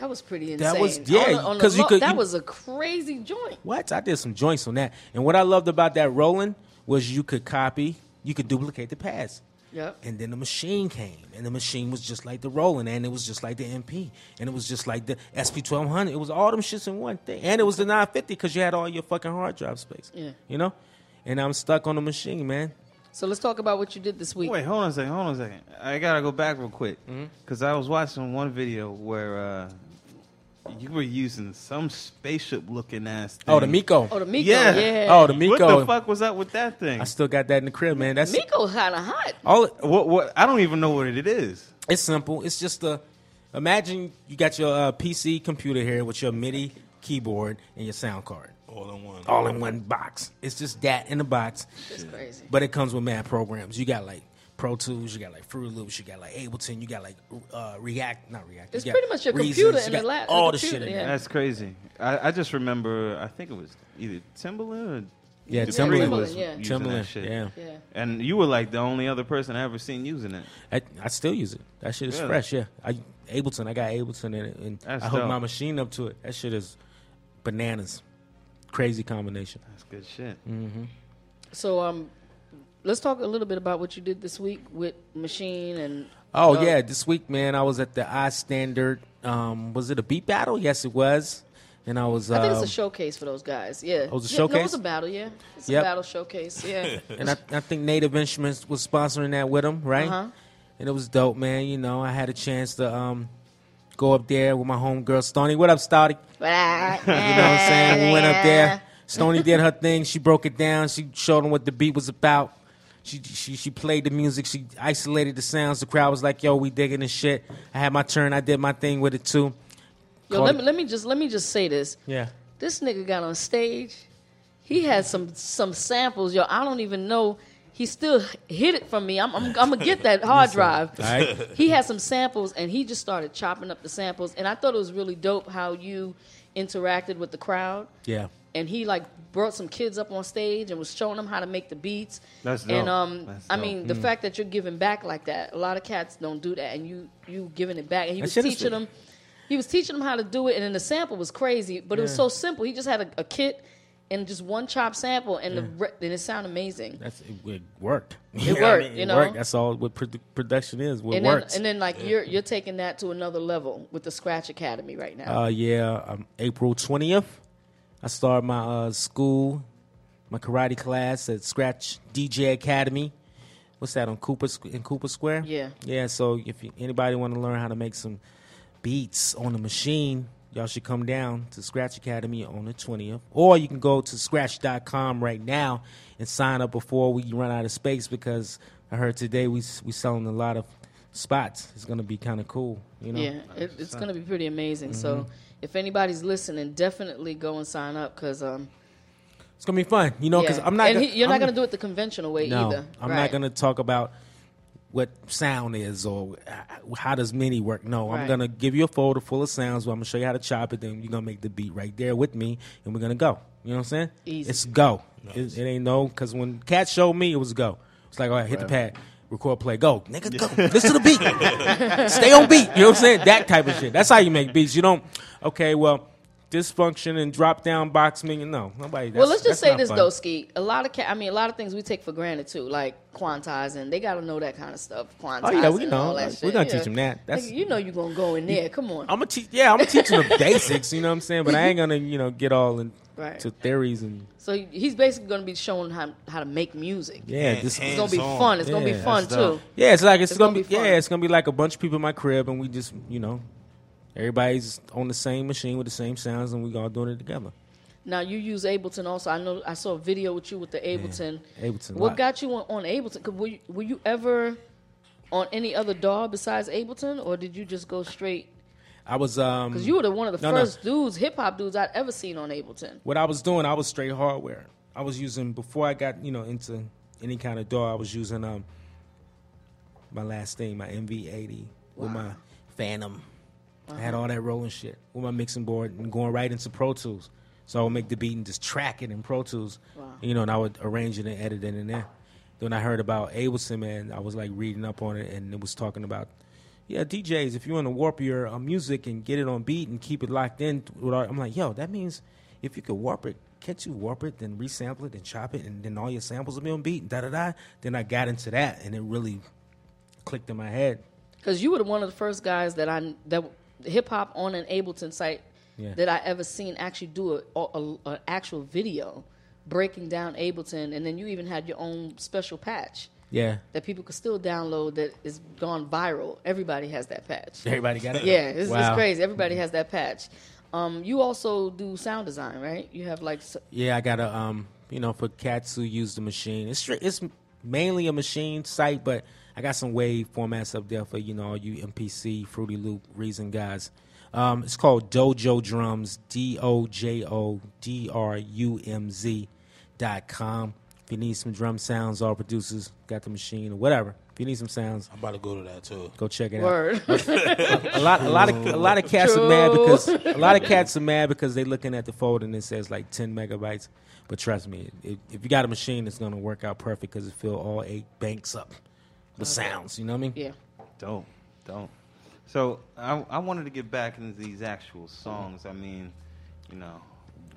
[SPEAKER 3] That was pretty insane.
[SPEAKER 11] That was-
[SPEAKER 3] On
[SPEAKER 11] yeah,
[SPEAKER 3] the- on the
[SPEAKER 11] 'cause you
[SPEAKER 3] low-
[SPEAKER 11] could-
[SPEAKER 3] That
[SPEAKER 11] you-
[SPEAKER 3] was a crazy joint.
[SPEAKER 11] What? I did some joints on that. And what I loved about that Roland was you could copy, you could duplicate the pads.
[SPEAKER 3] Yep.
[SPEAKER 11] And then the machine came, and the machine was just like the Roland, and it was just like the MP, and it was just like the SP twelve hundred. It was all them shits in one thing, and it was the nine fifty because you had all your fucking hard drive space.
[SPEAKER 3] Yeah.
[SPEAKER 11] You know, and I'm stuck on the machine, man.
[SPEAKER 3] So let's talk about what you did this week.
[SPEAKER 4] Wait, hold on a second. Hold on a second. I gotta go back real quick
[SPEAKER 3] Mm-hmm.
[SPEAKER 4] because I was watching one video where uh, you were using some spaceship-looking ass. Thing.
[SPEAKER 11] Oh, the Miko.
[SPEAKER 3] Oh, the Miko, yeah.
[SPEAKER 11] Oh, the
[SPEAKER 4] What
[SPEAKER 11] Miko.
[SPEAKER 4] the fuck was up with that thing?
[SPEAKER 11] I still got that in the crib, man. That's Oh.
[SPEAKER 3] Miko kind of hot.
[SPEAKER 11] all.
[SPEAKER 4] What? What? I don't even know what it is.
[SPEAKER 11] It's simple. It's just a. Imagine you got your uh, PC computer here with your MIDI keyboard and your sound card.
[SPEAKER 7] All in one.
[SPEAKER 11] All in one box. It's just that in a box.
[SPEAKER 3] That's crazy.
[SPEAKER 11] But it comes with mad programs. You got like Pro Tools, you got like Fruit Loops, you got like Ableton, you got like uh, React, not React.
[SPEAKER 3] It's
[SPEAKER 11] you got
[SPEAKER 3] pretty much your
[SPEAKER 11] Reasons,
[SPEAKER 3] computer
[SPEAKER 11] you
[SPEAKER 3] in
[SPEAKER 11] got
[SPEAKER 3] the lap-
[SPEAKER 11] All
[SPEAKER 3] the
[SPEAKER 11] the shit
[SPEAKER 3] computer,
[SPEAKER 11] in
[SPEAKER 3] yeah.
[SPEAKER 11] there.
[SPEAKER 4] That's crazy. I, I just remember. I think it was either Timberland or
[SPEAKER 11] Yeah,
[SPEAKER 4] Dupree
[SPEAKER 11] Timberland.
[SPEAKER 4] was
[SPEAKER 11] Yeah.
[SPEAKER 4] using
[SPEAKER 11] Timberland,
[SPEAKER 4] that shit.
[SPEAKER 11] yeah. Yeah.
[SPEAKER 4] And you were like the only other person I ever seen using it.
[SPEAKER 11] I, I still use it. That shit is
[SPEAKER 4] Really?
[SPEAKER 11] fresh. Yeah, I Ableton. I got Ableton in it, and
[SPEAKER 4] That's
[SPEAKER 11] I hooked
[SPEAKER 4] dope.
[SPEAKER 11] my machine up to it. That shit is bananas. Crazy combination.
[SPEAKER 4] That's good shit.
[SPEAKER 11] hmm
[SPEAKER 3] So um, let's talk a little bit about what you did this week with Machine and.
[SPEAKER 11] Oh
[SPEAKER 3] uh,
[SPEAKER 11] yeah, this week, man, I was at the I Standard. Um, was it a beat battle? Yes, it was. And I was.
[SPEAKER 3] I think it's
[SPEAKER 11] um,
[SPEAKER 3] a showcase for those guys. Yeah.
[SPEAKER 11] It was a
[SPEAKER 3] Yeah, No, it was
[SPEAKER 11] showcase?
[SPEAKER 3] a battle. Yeah. It's
[SPEAKER 11] Yep.
[SPEAKER 3] a battle showcase. Yeah.
[SPEAKER 11] and I, I think Native Instruments was sponsoring that with them, right?
[SPEAKER 3] Uh-huh.
[SPEAKER 11] And it was dope, man. You know, I had a chance to um, go up there with my homegirl Stony. What up, Stony? You know what I'm saying? We went up there. Stony did her thing. She broke it down. She showed them what the beat was about. She, she she played the music. She isolated the sounds. The crowd was like, "Yo, we digging this shit." I had my turn. I did my thing with it too.
[SPEAKER 3] Yo,
[SPEAKER 11] Called
[SPEAKER 3] let
[SPEAKER 11] it-
[SPEAKER 3] me, let me just let me just say this.
[SPEAKER 11] Yeah.
[SPEAKER 3] This nigga got on stage. He had some some samples. Yo, I don't even know. He still hid it from me. I'm I'm, I'm gonna get that hard drive.
[SPEAKER 11] All right.
[SPEAKER 3] He had some samples and he just started chopping up the samples. And I thought it was really dope how you interacted with the crowd.
[SPEAKER 11] Yeah.
[SPEAKER 3] And he like brought some kids up on stage and was showing them how to make the beats.
[SPEAKER 4] That's dope.
[SPEAKER 3] And um,
[SPEAKER 4] That's
[SPEAKER 3] I
[SPEAKER 4] dope.
[SPEAKER 3] mean, the
[SPEAKER 4] Mm.
[SPEAKER 3] fact that you're giving back like that, a lot of cats don't do that, and you you giving it back. And he
[SPEAKER 11] That
[SPEAKER 3] was
[SPEAKER 11] shit is
[SPEAKER 3] teaching
[SPEAKER 11] dope.
[SPEAKER 3] them he was teaching them how to do it, and then the sample was crazy, but it was
[SPEAKER 11] Yeah.
[SPEAKER 3] so simple. He just had a, a kit and just one chop sample, and the
[SPEAKER 11] Yeah.
[SPEAKER 3] re- and it sounded amazing.
[SPEAKER 11] That's it, it worked.
[SPEAKER 3] It
[SPEAKER 11] know what I
[SPEAKER 3] worked,
[SPEAKER 11] mean?
[SPEAKER 3] you
[SPEAKER 11] It
[SPEAKER 3] know?
[SPEAKER 11] worked. That's all what produ- production is. What
[SPEAKER 3] and
[SPEAKER 11] works.
[SPEAKER 3] then and then like you're you're taking that to another level with the Scratch Academy right now.
[SPEAKER 11] Uh, yeah, um, April 20th, I start my uh, school, my karate class at Scratch DJ Academy. What's that on Cooper Squ- in Cooper Square?
[SPEAKER 3] Yeah.
[SPEAKER 11] yeah. So if you, anybody want to learn how to make some beats on the machine, y'all should come down to Scratch Academy on the 20th, or you can go to scratch.com right now and sign up before we run out of space because I heard today we s- we selling a lot of spots. It's gonna be kind of cool, you know.
[SPEAKER 3] yeah, it, it's going to be pretty amazing.
[SPEAKER 11] Mm-hmm.
[SPEAKER 3] So if anybody's listening, definitely go and sign up because um,
[SPEAKER 11] It's gonna be fun, you know, because
[SPEAKER 3] yeah.
[SPEAKER 11] I'm not.
[SPEAKER 3] and
[SPEAKER 11] gonna-
[SPEAKER 3] he- you're not
[SPEAKER 11] I'm-
[SPEAKER 3] going to do it the conventional way
[SPEAKER 11] no,
[SPEAKER 3] either.
[SPEAKER 11] I'm
[SPEAKER 3] right.
[SPEAKER 11] not going to talk about what sound is or h- how does MIDI work. No, I'm
[SPEAKER 3] Right.
[SPEAKER 11] going to give you a folder full of sounds. Where I'm going to show you how to chop it. Then you're going to make the beat right there with me, and we're going to go. You know what I'm saying?
[SPEAKER 3] Easy.
[SPEAKER 11] It's go. It, it ain't no because when Cat showed me, it was go. It's like all right, hit the
[SPEAKER 3] Right.
[SPEAKER 11] pad, record, play, go, nigga, go. Listen to the beat. Stay on beat. You know what I'm saying? That type of shit. That's how you make beats. You don't. Okay, well. Dysfunction and drop down box meaning no nobody.
[SPEAKER 3] well,
[SPEAKER 11] that's-
[SPEAKER 3] let's just
[SPEAKER 11] that's
[SPEAKER 3] say
[SPEAKER 11] not
[SPEAKER 3] this
[SPEAKER 11] fun.
[SPEAKER 3] though, Ski. A lot of ca- I mean, a lot of things we take for granted too, like quantizing. They got to know that kind of stuff. Quantizing.
[SPEAKER 11] Oh, yeah, we
[SPEAKER 3] and
[SPEAKER 11] know.
[SPEAKER 3] all that
[SPEAKER 11] Like,
[SPEAKER 3] shit.
[SPEAKER 11] we're gonna
[SPEAKER 3] yeah.
[SPEAKER 11] teach 'em that. That's-
[SPEAKER 3] Nigga, you know, you're gonna go in there. Come on.
[SPEAKER 11] I'm gonna teach. Yeah, I'm gonna teach them the basics. You know what I'm saying? But I ain't gonna, you know, get all into
[SPEAKER 3] Right.
[SPEAKER 11] theories and
[SPEAKER 3] So he's basically gonna be showing how how to make music.
[SPEAKER 11] yeah. This,
[SPEAKER 3] it's gonna be fun. It's gonna be
[SPEAKER 11] Yeah.
[SPEAKER 3] fun too.
[SPEAKER 11] Yeah, it's like it's,
[SPEAKER 3] It's
[SPEAKER 11] gonna,
[SPEAKER 3] gonna
[SPEAKER 11] be, yeah, it's gonna be like a bunch of people in my crib, and we just, you know, everybody's on the same machine with the same sounds, and we all doing it together.
[SPEAKER 3] Now you use Ableton also. I know I saw a video with you with the Ableton.
[SPEAKER 11] Ableton,
[SPEAKER 3] What
[SPEAKER 11] right.
[SPEAKER 3] got you on, on Ableton? 'Cause were you, were you ever on any other DAW besides Ableton, or did you just go straight?
[SPEAKER 11] I was um
[SPEAKER 3] Because you were the, one of the
[SPEAKER 11] no, no.
[SPEAKER 3] first dudes, hip hop dudes I'd ever seen on Ableton.
[SPEAKER 11] What I was doing, I was straight hardware. I was using before I got you know into any kind of door. I was using um my last thing, my MV80 with
[SPEAKER 3] Wow. Uh-huh.
[SPEAKER 11] my Phantom I had all that rolling shit with my mixing board and going right into Pro Tools. So I would make the beat and just track it in Pro Tools,
[SPEAKER 3] Wow.
[SPEAKER 11] you know, and I would arrange it and edit it in there. Then I heard about Ableton, man. I was like reading up on it, and it was talking about, yeah, DJs, if you want to warp your uh, music and get it on beat and keep it locked in, with our, I'm like, yo, that means if you could warp it, can't you warp it, then resample it, and chop it, and then all your samples will be on beat, and da da da. Then I got into that, and it really clicked in my head.
[SPEAKER 3] Because you were one of the first guys that I that hip hop on an Ableton site
[SPEAKER 11] Yeah.
[SPEAKER 3] that I ever seen actually do a, a, a- an actual video breaking down Ableton, and then you even had your own special patch
[SPEAKER 11] Yeah.
[SPEAKER 3] that people could still download that is gone viral. Everybody has that patch.
[SPEAKER 11] Everybody got it?
[SPEAKER 3] Yeah, it's, it's
[SPEAKER 11] Wow. Mm-hmm.
[SPEAKER 3] crazy. Everybody has that patch. Um, you also do sound design, right? You have like s-
[SPEAKER 11] Yeah, I got a um, you know, for cats who use the machine. It's stri- it's mainly a machine site, but I got some wave formats up there for you know all you MPC, Fruity Loop, Reason guys. Um, it's called Dojo Drums, D O J O D R U M Z dot com. If you need some drum sounds, all producers got the machine or whatever. If you need some sounds, I'm about to go to that too. Go check it
[SPEAKER 7] Word.
[SPEAKER 11] out. a lot, a lot of, a lot of cats are mad
[SPEAKER 7] True.
[SPEAKER 11] because a lot of cats are mad because they looking at the folder and it says like 10 megabytes. But trust me, if, if you got a machine, it's gonna work out perfect because it fill all eight banks up with sounds. You know what I mean?
[SPEAKER 3] Yeah.
[SPEAKER 4] Don't, don't. So I, I wanted to get back into these actual songs. I mean, you know,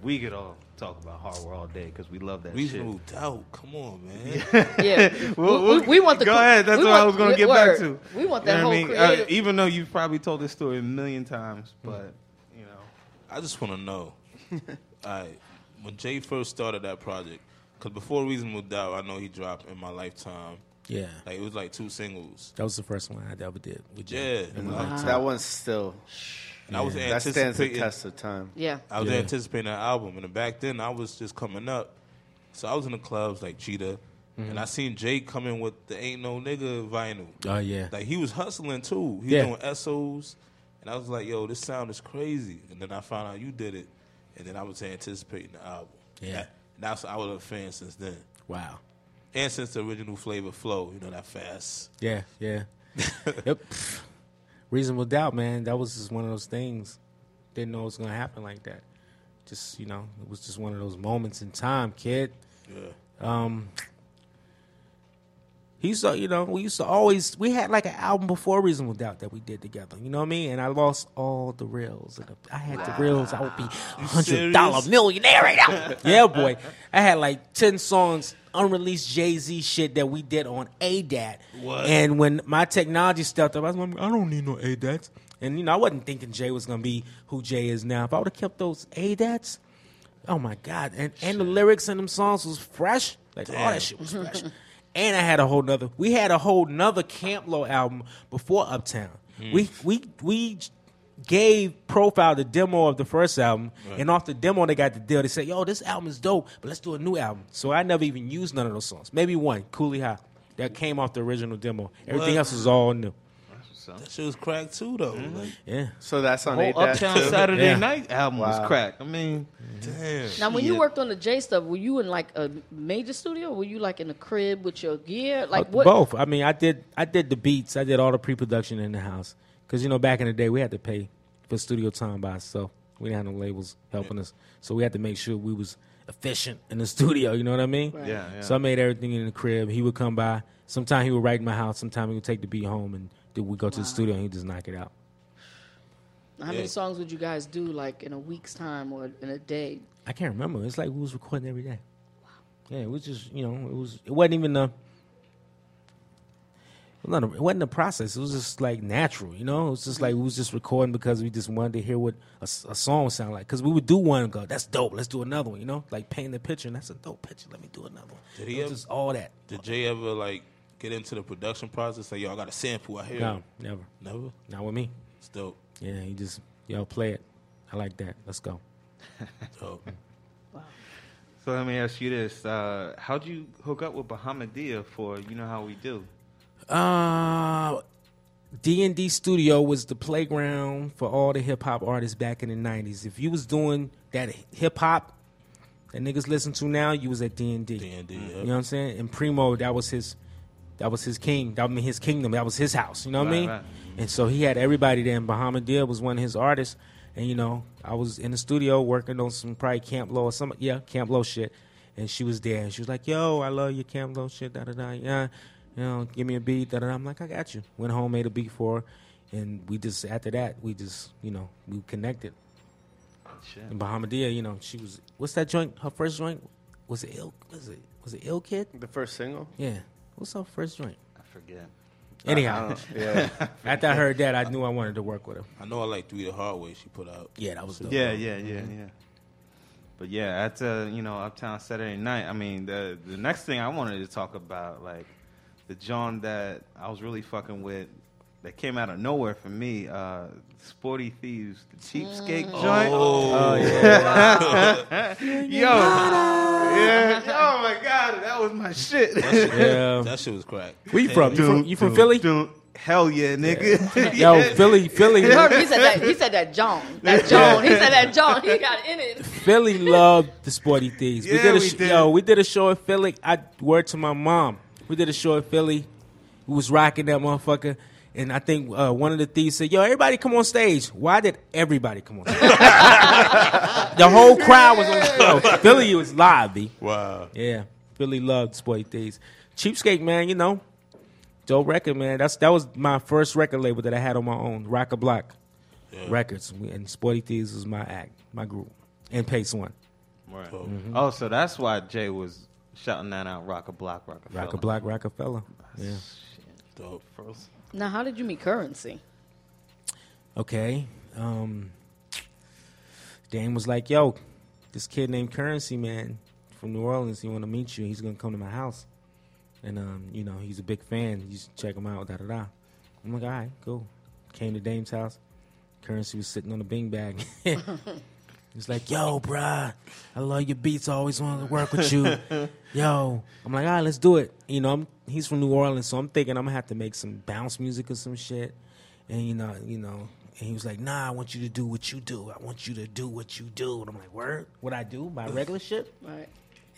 [SPEAKER 4] we could all talk about hardware all day because we love that shit.
[SPEAKER 7] Reasonable doubt. Come on, man.
[SPEAKER 4] Yeah. We'll- We- we'll- we want the go co- ahead. That's we what I want- was gonna get back word. to.
[SPEAKER 3] We want
[SPEAKER 4] You
[SPEAKER 3] that
[SPEAKER 4] know
[SPEAKER 3] whole
[SPEAKER 4] what I mean? Uh,
[SPEAKER 3] creative.
[SPEAKER 4] even though you've probably told this story a million times, but you know,
[SPEAKER 7] I just want to know. I when Jay first started that project, because before Reasonable Doubt, I know he dropped in my lifetime.
[SPEAKER 11] Yeah.
[SPEAKER 7] like it was like two singles.
[SPEAKER 11] That was the first one I ever did. With
[SPEAKER 7] Yeah,
[SPEAKER 11] Jay. And,
[SPEAKER 7] Wow.
[SPEAKER 11] like,
[SPEAKER 5] That one's still.
[SPEAKER 7] And I was
[SPEAKER 5] that stands the
[SPEAKER 7] anticipating
[SPEAKER 5] test of time.
[SPEAKER 7] I was
[SPEAKER 5] Yeah.
[SPEAKER 7] anticipating an album, and back then I was just coming up, so I was in the clubs like Cheetah,
[SPEAKER 11] Mm-hmm.
[SPEAKER 7] and I seen Jay come in with the Ain't No Nigga vinyl.
[SPEAKER 11] Oh, yeah.
[SPEAKER 7] like he was hustling too. He
[SPEAKER 11] Yeah.
[SPEAKER 7] was doing SOs, and I was like, "Yo, this sound is crazy." And then I found out you did it, and then I was anticipating the album.
[SPEAKER 11] Yeah.
[SPEAKER 7] and that's I was a fan since then.
[SPEAKER 11] Wow.
[SPEAKER 7] And since the original Flavor Flow, you know that fast.
[SPEAKER 11] Yeah, yeah. yep. Reasonable doubt, man. That was just one of those things. Didn't know it was gonna happen like that. Just you know, it was just one of those moments in time, kid.
[SPEAKER 7] Yeah.
[SPEAKER 11] Um. He used to, you know, we used to always we had like an album before Reasonable Doubt that we did together. You know what I mean? And I lost all the reels. And I had the reels. I would be
[SPEAKER 7] You
[SPEAKER 11] hundred dollar
[SPEAKER 7] serious?
[SPEAKER 11] millionaire right now. yeah, boy. I had like ten songs, unreleased Jay Z shit that we did on ADAT.
[SPEAKER 7] What?
[SPEAKER 11] And when my technology stepped up, I was like, I don't need no ADATs. And you know, I wasn't thinking Jay was gonna be who Jay is now. If I would have kept those ADATs, oh my god! And and the lyrics in them songs was fresh. Like all
[SPEAKER 7] Damn.
[SPEAKER 11] that shit was fresh. and I had a whole nother. We had a whole nother Camp Low album before Uptown.
[SPEAKER 7] Mm.
[SPEAKER 11] We we we gave Profile the demo of the first album,
[SPEAKER 7] Right.
[SPEAKER 11] and off the demo they got the deal. They said, "Yo, this album is dope, but let's do a new album." So I never even used none of those songs. Maybe one, "Coolie High," that came off the original demo. Everything
[SPEAKER 7] What?
[SPEAKER 11] else is all new.
[SPEAKER 7] That shit was crack too, though. Like,
[SPEAKER 11] Yeah.
[SPEAKER 5] Mm-hmm. So that's on
[SPEAKER 4] whole
[SPEAKER 5] ADAT
[SPEAKER 4] Uptown
[SPEAKER 5] too?
[SPEAKER 4] Saturday
[SPEAKER 5] Yeah.
[SPEAKER 4] Night album was
[SPEAKER 5] Wow.
[SPEAKER 4] crack. I mean,
[SPEAKER 7] damn.
[SPEAKER 3] Now, when you worked on the J stuff, were you in like a major studio? Were you like in the crib with your gear? Like
[SPEAKER 11] Uh,
[SPEAKER 3] what?
[SPEAKER 11] Both. I mean, I did I did the beats. I did all the pre-production in the house because you know back in the day we had to pay for studio time by ourselves. We didn't have no labels helping us, so we had to make sure we was efficient in the studio. You know what I mean?
[SPEAKER 7] Right. Yeah, yeah.
[SPEAKER 11] So I made everything in the crib. He would come by. Sometime he would write in my house. Sometime he would take the beat home and then we go to the studio and he just knock it out.
[SPEAKER 3] How many
[SPEAKER 11] Yeah.
[SPEAKER 3] songs would you guys do like in a week's time or in a day?
[SPEAKER 11] I can't remember. It's like we was recording every day. Yeah, it was just you know it was it wasn't even a. Not a, it wasn't a process. It was just like natural, you know. It was just like we was just recording because we just wanted to hear what a, s- a song sound like. Because we would do one and go, Oh, "That's dope. Let's do another one," you know. Like painting the picture, and that's a dope picture. Let me do another one.
[SPEAKER 7] Did
[SPEAKER 11] It was just all that.
[SPEAKER 7] Did Jay ever like get into the production process? Like, yo, I got a sample. I hear.
[SPEAKER 11] No, never,
[SPEAKER 7] never.
[SPEAKER 11] Not with me.
[SPEAKER 7] It's dope.
[SPEAKER 11] Yeah, you just yo play it. I like that. Let's go.
[SPEAKER 7] dope.
[SPEAKER 4] So let me ask you this: uh, How'd you hook up with Bahamadia for you know how we do?
[SPEAKER 11] Uh, D and D Studio was the playground for all the hip hop artists back in the nineties. If you was doing that hip hop that niggas listen to now, you was at D and D. You know what I'm saying? And Primo, that was his that was his king. That I mean his kingdom. That was his house. You know what I
[SPEAKER 7] Right,
[SPEAKER 11] mean?
[SPEAKER 7] right.
[SPEAKER 11] And so he had everybody there. And Bahamadia was one of his artists. And you know, I was in the studio working on some probably Camp Low or some yeah Camp Low shit. And she was there, and she was like, "Yo, I love your Camp Low shit." Da da da. Yeah, you know, give me a beat. Da da. da. I'm like, I got you. Went home, made a beat for her, and we just after that we just you know we connected. And Bahamadia, you know, she was what's that joint? Her first joint was it ill? Was it was it ill kid?
[SPEAKER 5] The first single.
[SPEAKER 11] Yeah. What's her first joint?
[SPEAKER 5] I forget.
[SPEAKER 11] Anyhow,
[SPEAKER 7] yeah.
[SPEAKER 11] after I heard that, I knew I wanted to work with her.
[SPEAKER 7] I know I like Three the Hard Way she put out.
[SPEAKER 11] Yeah, that was dope. Mm-hmm.
[SPEAKER 4] Yeah, yeah, yeah, yeah. But yeah, at uh, you know Uptown Saturday Night. I mean, the the next thing I wanted to talk about, like the John that I was really fucking with, that came out of nowhere for me. Uh, Sporty Thieves, the
[SPEAKER 11] Mm.
[SPEAKER 4] cheapskate joint.
[SPEAKER 10] Oh.
[SPEAKER 4] Oh, yeah. Yo, yeah. Oh my God, that was my shit.
[SPEAKER 7] That shit, that shit was crack.
[SPEAKER 11] Where you from? You from, you from Philly?
[SPEAKER 4] Hell yeah, nigga.
[SPEAKER 11] Yo, Philly, Philly.
[SPEAKER 3] He heard- he said that. He said that John. That John. Oh, He said that John. He got in it.
[SPEAKER 11] Philly loved the sporty things. we
[SPEAKER 3] Yeah,
[SPEAKER 11] did a
[SPEAKER 3] we
[SPEAKER 11] sh-
[SPEAKER 3] did.
[SPEAKER 11] yo, we did a show at Philly. I word to my mom. We did a show at Philly. We was rocking that motherfucker. And I think uh, one of the thieves said, "Yo, everybody come on stage." Why did everybody come on stage? the whole crowd was on stage. Philly was live, B.
[SPEAKER 7] Wow.
[SPEAKER 11] Yeah, Philly loved sporty things. Cheapskate, man, you know, dope record, man. That's that was my first record label that I had on my own, Rock a Block Records, and Sporty Thieves was my act, my group, and Pace One.
[SPEAKER 4] Right.
[SPEAKER 11] Mm-hmm.
[SPEAKER 4] Oh, so that's why Jay was shouting that out. Rock a block, rock a
[SPEAKER 11] Rock a Block Rockefeller. Yeah.
[SPEAKER 4] Dope.
[SPEAKER 3] Now, how did you meet Currency?
[SPEAKER 11] Okay. Um, Dame was like, "Yo, this kid named Currency, man, from New Orleans. He want to meet you. He's gonna come to my house, and um, you know, he's a big fan. You should check him out." Da da da. I'm like, "All right, cool." Came to Dame's house. Currency was sitting on a bing bag. He's like, "Yo, bruh, I love your beats. I always wanted to work with you." yo, I'm like, all right, let's do it. You know, I'm, he's from New Orleans, so I'm thinking I'm gonna have to make some bounce music or some shit. And you know, you know, and he was like, nah, I want you to do what you do. I want you to do what you do. And I'm like, word, what I do, my regular shit.
[SPEAKER 3] Right.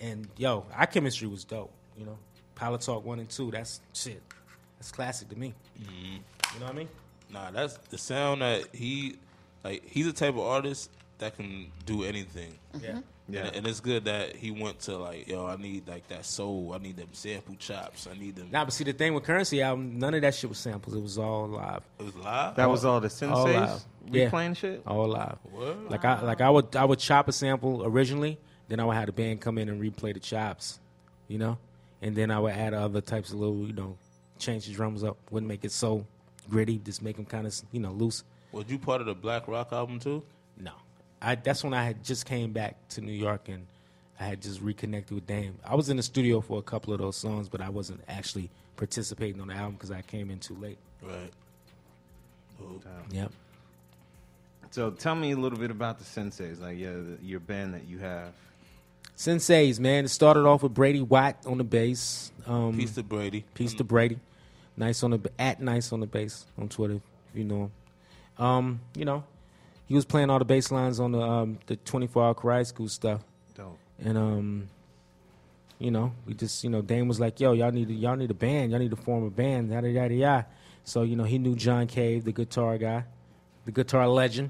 [SPEAKER 11] And yo, our chemistry was dope. You know, Pilot Talk one and two, that's shit. That's classic to me. You know what I mean?
[SPEAKER 7] Mm-hmm. Nah, that's the sound that he like. He's the type of artist that can do anything.
[SPEAKER 11] Yeah. Mhm.
[SPEAKER 7] Yeah, and, and it's good that he went to like, yo, I need like that soul. I need them sample chops. I need them.
[SPEAKER 11] Nah, but see the thing with Currency album, none of that shit was samples. It was all live.
[SPEAKER 7] It was live?
[SPEAKER 4] That was all the senseis replaying shit?
[SPEAKER 11] All live.
[SPEAKER 7] What?
[SPEAKER 11] Like I like I would I would chop a sample originally, then I would have the band come in and replay the chops, you know, and then I would add other types of little you know, change the drums up. Wouldn't make it so gritty. Just make them kind of you know loose.
[SPEAKER 7] Was you part of the Black Rock album too?
[SPEAKER 11] No. I that's when I had just came back to New York and I had just reconnected with Dame. I was in the studio for a couple of those songs, but I wasn't actually participating on the album because I came in too late.
[SPEAKER 7] Right.
[SPEAKER 11] Yep.
[SPEAKER 4] So tell me a little bit about the senseis, like yeah, the, your band that you have.
[SPEAKER 11] Senseis, man. It started off with Brady Watt on the bass. Um,
[SPEAKER 7] Peace to Brady. Mm.
[SPEAKER 11] Peace to Brady. Nice on the at nice on the bass on Twitter. If you know him. Um, you know, he was playing all the bass lines on the um, the 24 hour karate school stuff.
[SPEAKER 4] Dope.
[SPEAKER 11] And um, you know, we just you know, Dame was like, "Yo, y'all need to, y'all need a band. Y'all need to form a band." Yada yada yada. So you know, he knew John Cave, the guitar guy, the guitar legend,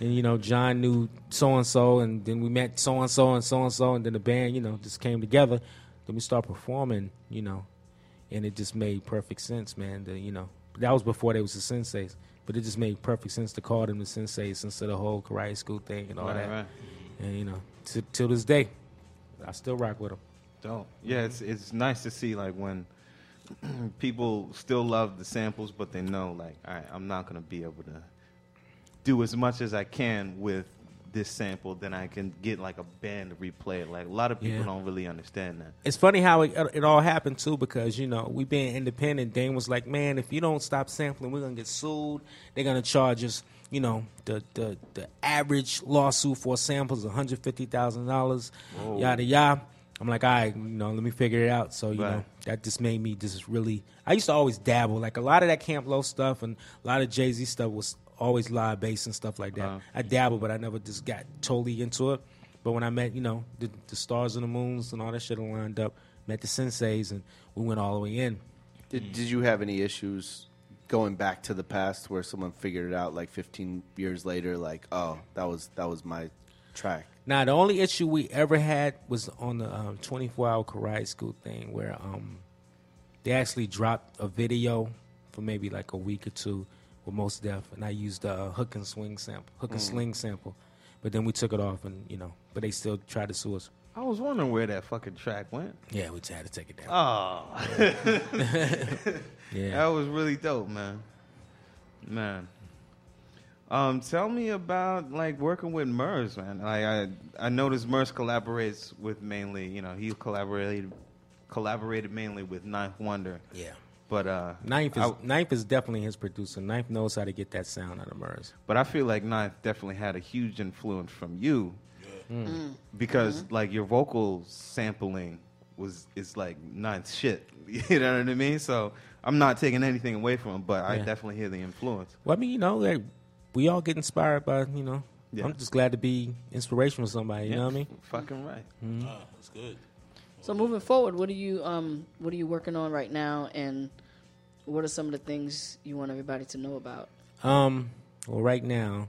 [SPEAKER 11] and you know, John knew so and so, and then we met so and so and so and so, and then the band, you know, just came together. Then we started performing, you know, and it just made perfect sense, man. The, you know, that was before they was the senseis, but it just made perfect sense to call them the senseis instead of the whole karate school thing and all
[SPEAKER 4] Right,
[SPEAKER 11] that.
[SPEAKER 4] right.
[SPEAKER 11] And you know, t- till this day, I still rock with them.
[SPEAKER 4] Dope. Yeah, it's it's nice to see like when people still love the samples, but they know like, all right, I'm not gonna be able to do as much as I can with this sample, then I can get like a band to replay it. Like a lot of people
[SPEAKER 11] Yeah.
[SPEAKER 4] don't really understand that.
[SPEAKER 11] It's funny how it, it all happened too, because you know we being independent. Dane was like, "Man, if you don't stop sampling, we're gonna get sued. They're gonna charge us. You know, the the, the average lawsuit for samples one hundred fifty thousand dollars.
[SPEAKER 7] Whoa.
[SPEAKER 11] Yada yada." I'm like, "All right, you know, let me figure it out." So you know,
[SPEAKER 7] Right.
[SPEAKER 11] that just made me just really. I used to always dabble, like a lot of that Camp Low stuff and a lot of Jay Z stuff was always live bass and stuff like that. I dabbled, but I never just got totally into it. But when I met, you know, the, the stars and the moons and all that shit lined up, met the senseis, and we went all the way in.
[SPEAKER 5] Did, did you have any issues going back to the past where someone figured it out like 15 years later? Like, oh, that was that was my track.
[SPEAKER 11] Now, the only issue we ever had was on the um, 24-hour karate school thing, where um, they actually dropped a video for maybe like a week or two with Most Def, and I used a hook and swing sample, hook and
[SPEAKER 4] Mm.
[SPEAKER 11] sling sample, but then we took it off, and you know, but they still tried to sue us.
[SPEAKER 4] I was wondering where that fucking track went.
[SPEAKER 11] Yeah, we tried to take it down.
[SPEAKER 4] Oh,
[SPEAKER 11] Yeah.
[SPEAKER 4] that was really dope, man. Man, um, tell me about like working with Murs, man. I I, I noticed Murs collaborates with mainly, you know, he collaborated collaborated mainly with Ninth Wonder.
[SPEAKER 11] Yeah,
[SPEAKER 4] but uh,
[SPEAKER 11] Ninth is
[SPEAKER 4] I-
[SPEAKER 11] Ninth is definitely his producer. Ninth knows how to get that sound out of Murs.
[SPEAKER 4] But I feel like Ninth definitely had a huge influence from you
[SPEAKER 11] Mm. Mm.
[SPEAKER 4] because
[SPEAKER 3] Mm-hmm.
[SPEAKER 4] like your vocal sampling was is like Ninth shit. You know what I mean? So I'm not taking anything away from him, but I
[SPEAKER 11] Yeah.
[SPEAKER 4] definitely hear the influence.
[SPEAKER 11] Well, I mean, you know, like, we all get inspired by you know.
[SPEAKER 4] Yeah.
[SPEAKER 11] I'm just glad to be inspirational to somebody. You
[SPEAKER 4] Yeah,
[SPEAKER 11] know what I mean?
[SPEAKER 4] Fucking right.
[SPEAKER 11] Mhm.
[SPEAKER 7] that's good.
[SPEAKER 3] So moving forward, what are you um what are you working on right now, and what are some of the things you want everybody to know about?
[SPEAKER 11] Um, well, right now,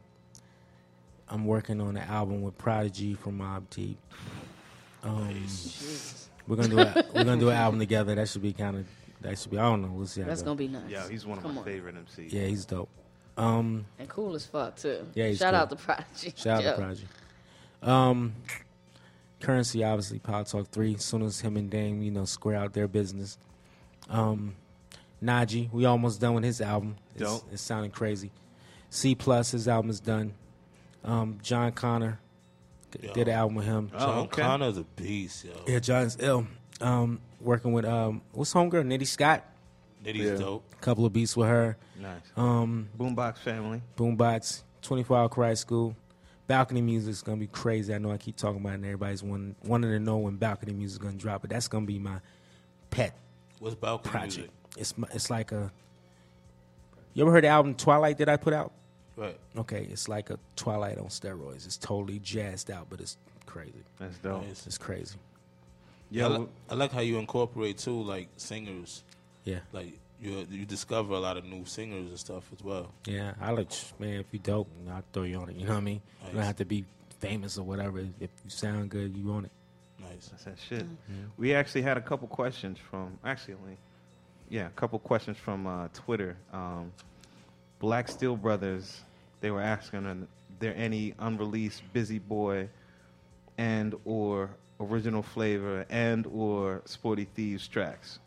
[SPEAKER 11] I'm working on an album with Prodigy from Mob Deep. Um, We're gonna do a, we're gonna do an album together. That should be kind of that should be. I don't know. We'll see. how it
[SPEAKER 3] That's
[SPEAKER 11] goes.
[SPEAKER 3] gonna be nice.
[SPEAKER 4] Yeah, he's one of
[SPEAKER 3] Come
[SPEAKER 4] my
[SPEAKER 3] on.
[SPEAKER 4] favorite MCs.
[SPEAKER 11] Yeah, he's dope. Um,
[SPEAKER 3] and cool as fuck too.
[SPEAKER 11] Yeah, he's
[SPEAKER 3] shout
[SPEAKER 11] cool.
[SPEAKER 3] out the Prodigy.
[SPEAKER 11] Shout
[SPEAKER 3] Yo.
[SPEAKER 11] out to Prodigy. Um, currency, obviously, Power Talk 3. As soon as him and Dame, you know, square out their business. Um, Najee, we almost done with his album. It's,
[SPEAKER 4] Dope.
[SPEAKER 11] it's sounding crazy. C Plus, his album is done. Um, John Connor d-
[SPEAKER 7] Yo. Oh,
[SPEAKER 11] did an album with him.
[SPEAKER 7] John
[SPEAKER 4] Oh,
[SPEAKER 7] Connor's a beast, yo.
[SPEAKER 11] Yeah, John's ill. Um, working with um, what's homegirl Nitty Scott.
[SPEAKER 7] Nitty's Yeah. dope.
[SPEAKER 11] Couple of beats with her.
[SPEAKER 4] Nice.
[SPEAKER 11] Um,
[SPEAKER 4] Boombox family.
[SPEAKER 11] Boombox. Twenty four hour karate school. Balcony music is gonna be crazy. I know I keep talking about it, and everybody's one, wanting to know when balcony music is gonna drop, but that's gonna be my pet
[SPEAKER 7] What's balcony
[SPEAKER 11] project.
[SPEAKER 7] music?
[SPEAKER 11] It's my, it's like a. You ever heard the album Twilight that I put out?
[SPEAKER 7] Right.
[SPEAKER 11] Okay, it's like a Twilight on steroids. It's totally jazzed out, but it's crazy.
[SPEAKER 4] That's dope.
[SPEAKER 11] It's, it's crazy.
[SPEAKER 7] Yeah, I, li- I like how you incorporate too, like singers.
[SPEAKER 11] Yeah.
[SPEAKER 7] like you you discover a lot of new singers and stuff as well.
[SPEAKER 11] Yeah, I like man. If you dope, I'll throw you on it. You know what I mean? You don't
[SPEAKER 7] Nice.
[SPEAKER 11] have to be famous or whatever. If you sound good, you on it.
[SPEAKER 7] Nice.
[SPEAKER 4] That's that shit. We actually had a couple questions from actually, yeah, a couple questions from uh, Twitter. Um, Black Steel Brothers. They were asking, are there any unreleased Busy Boy and or original flavor and or Sporty Thieves tracks?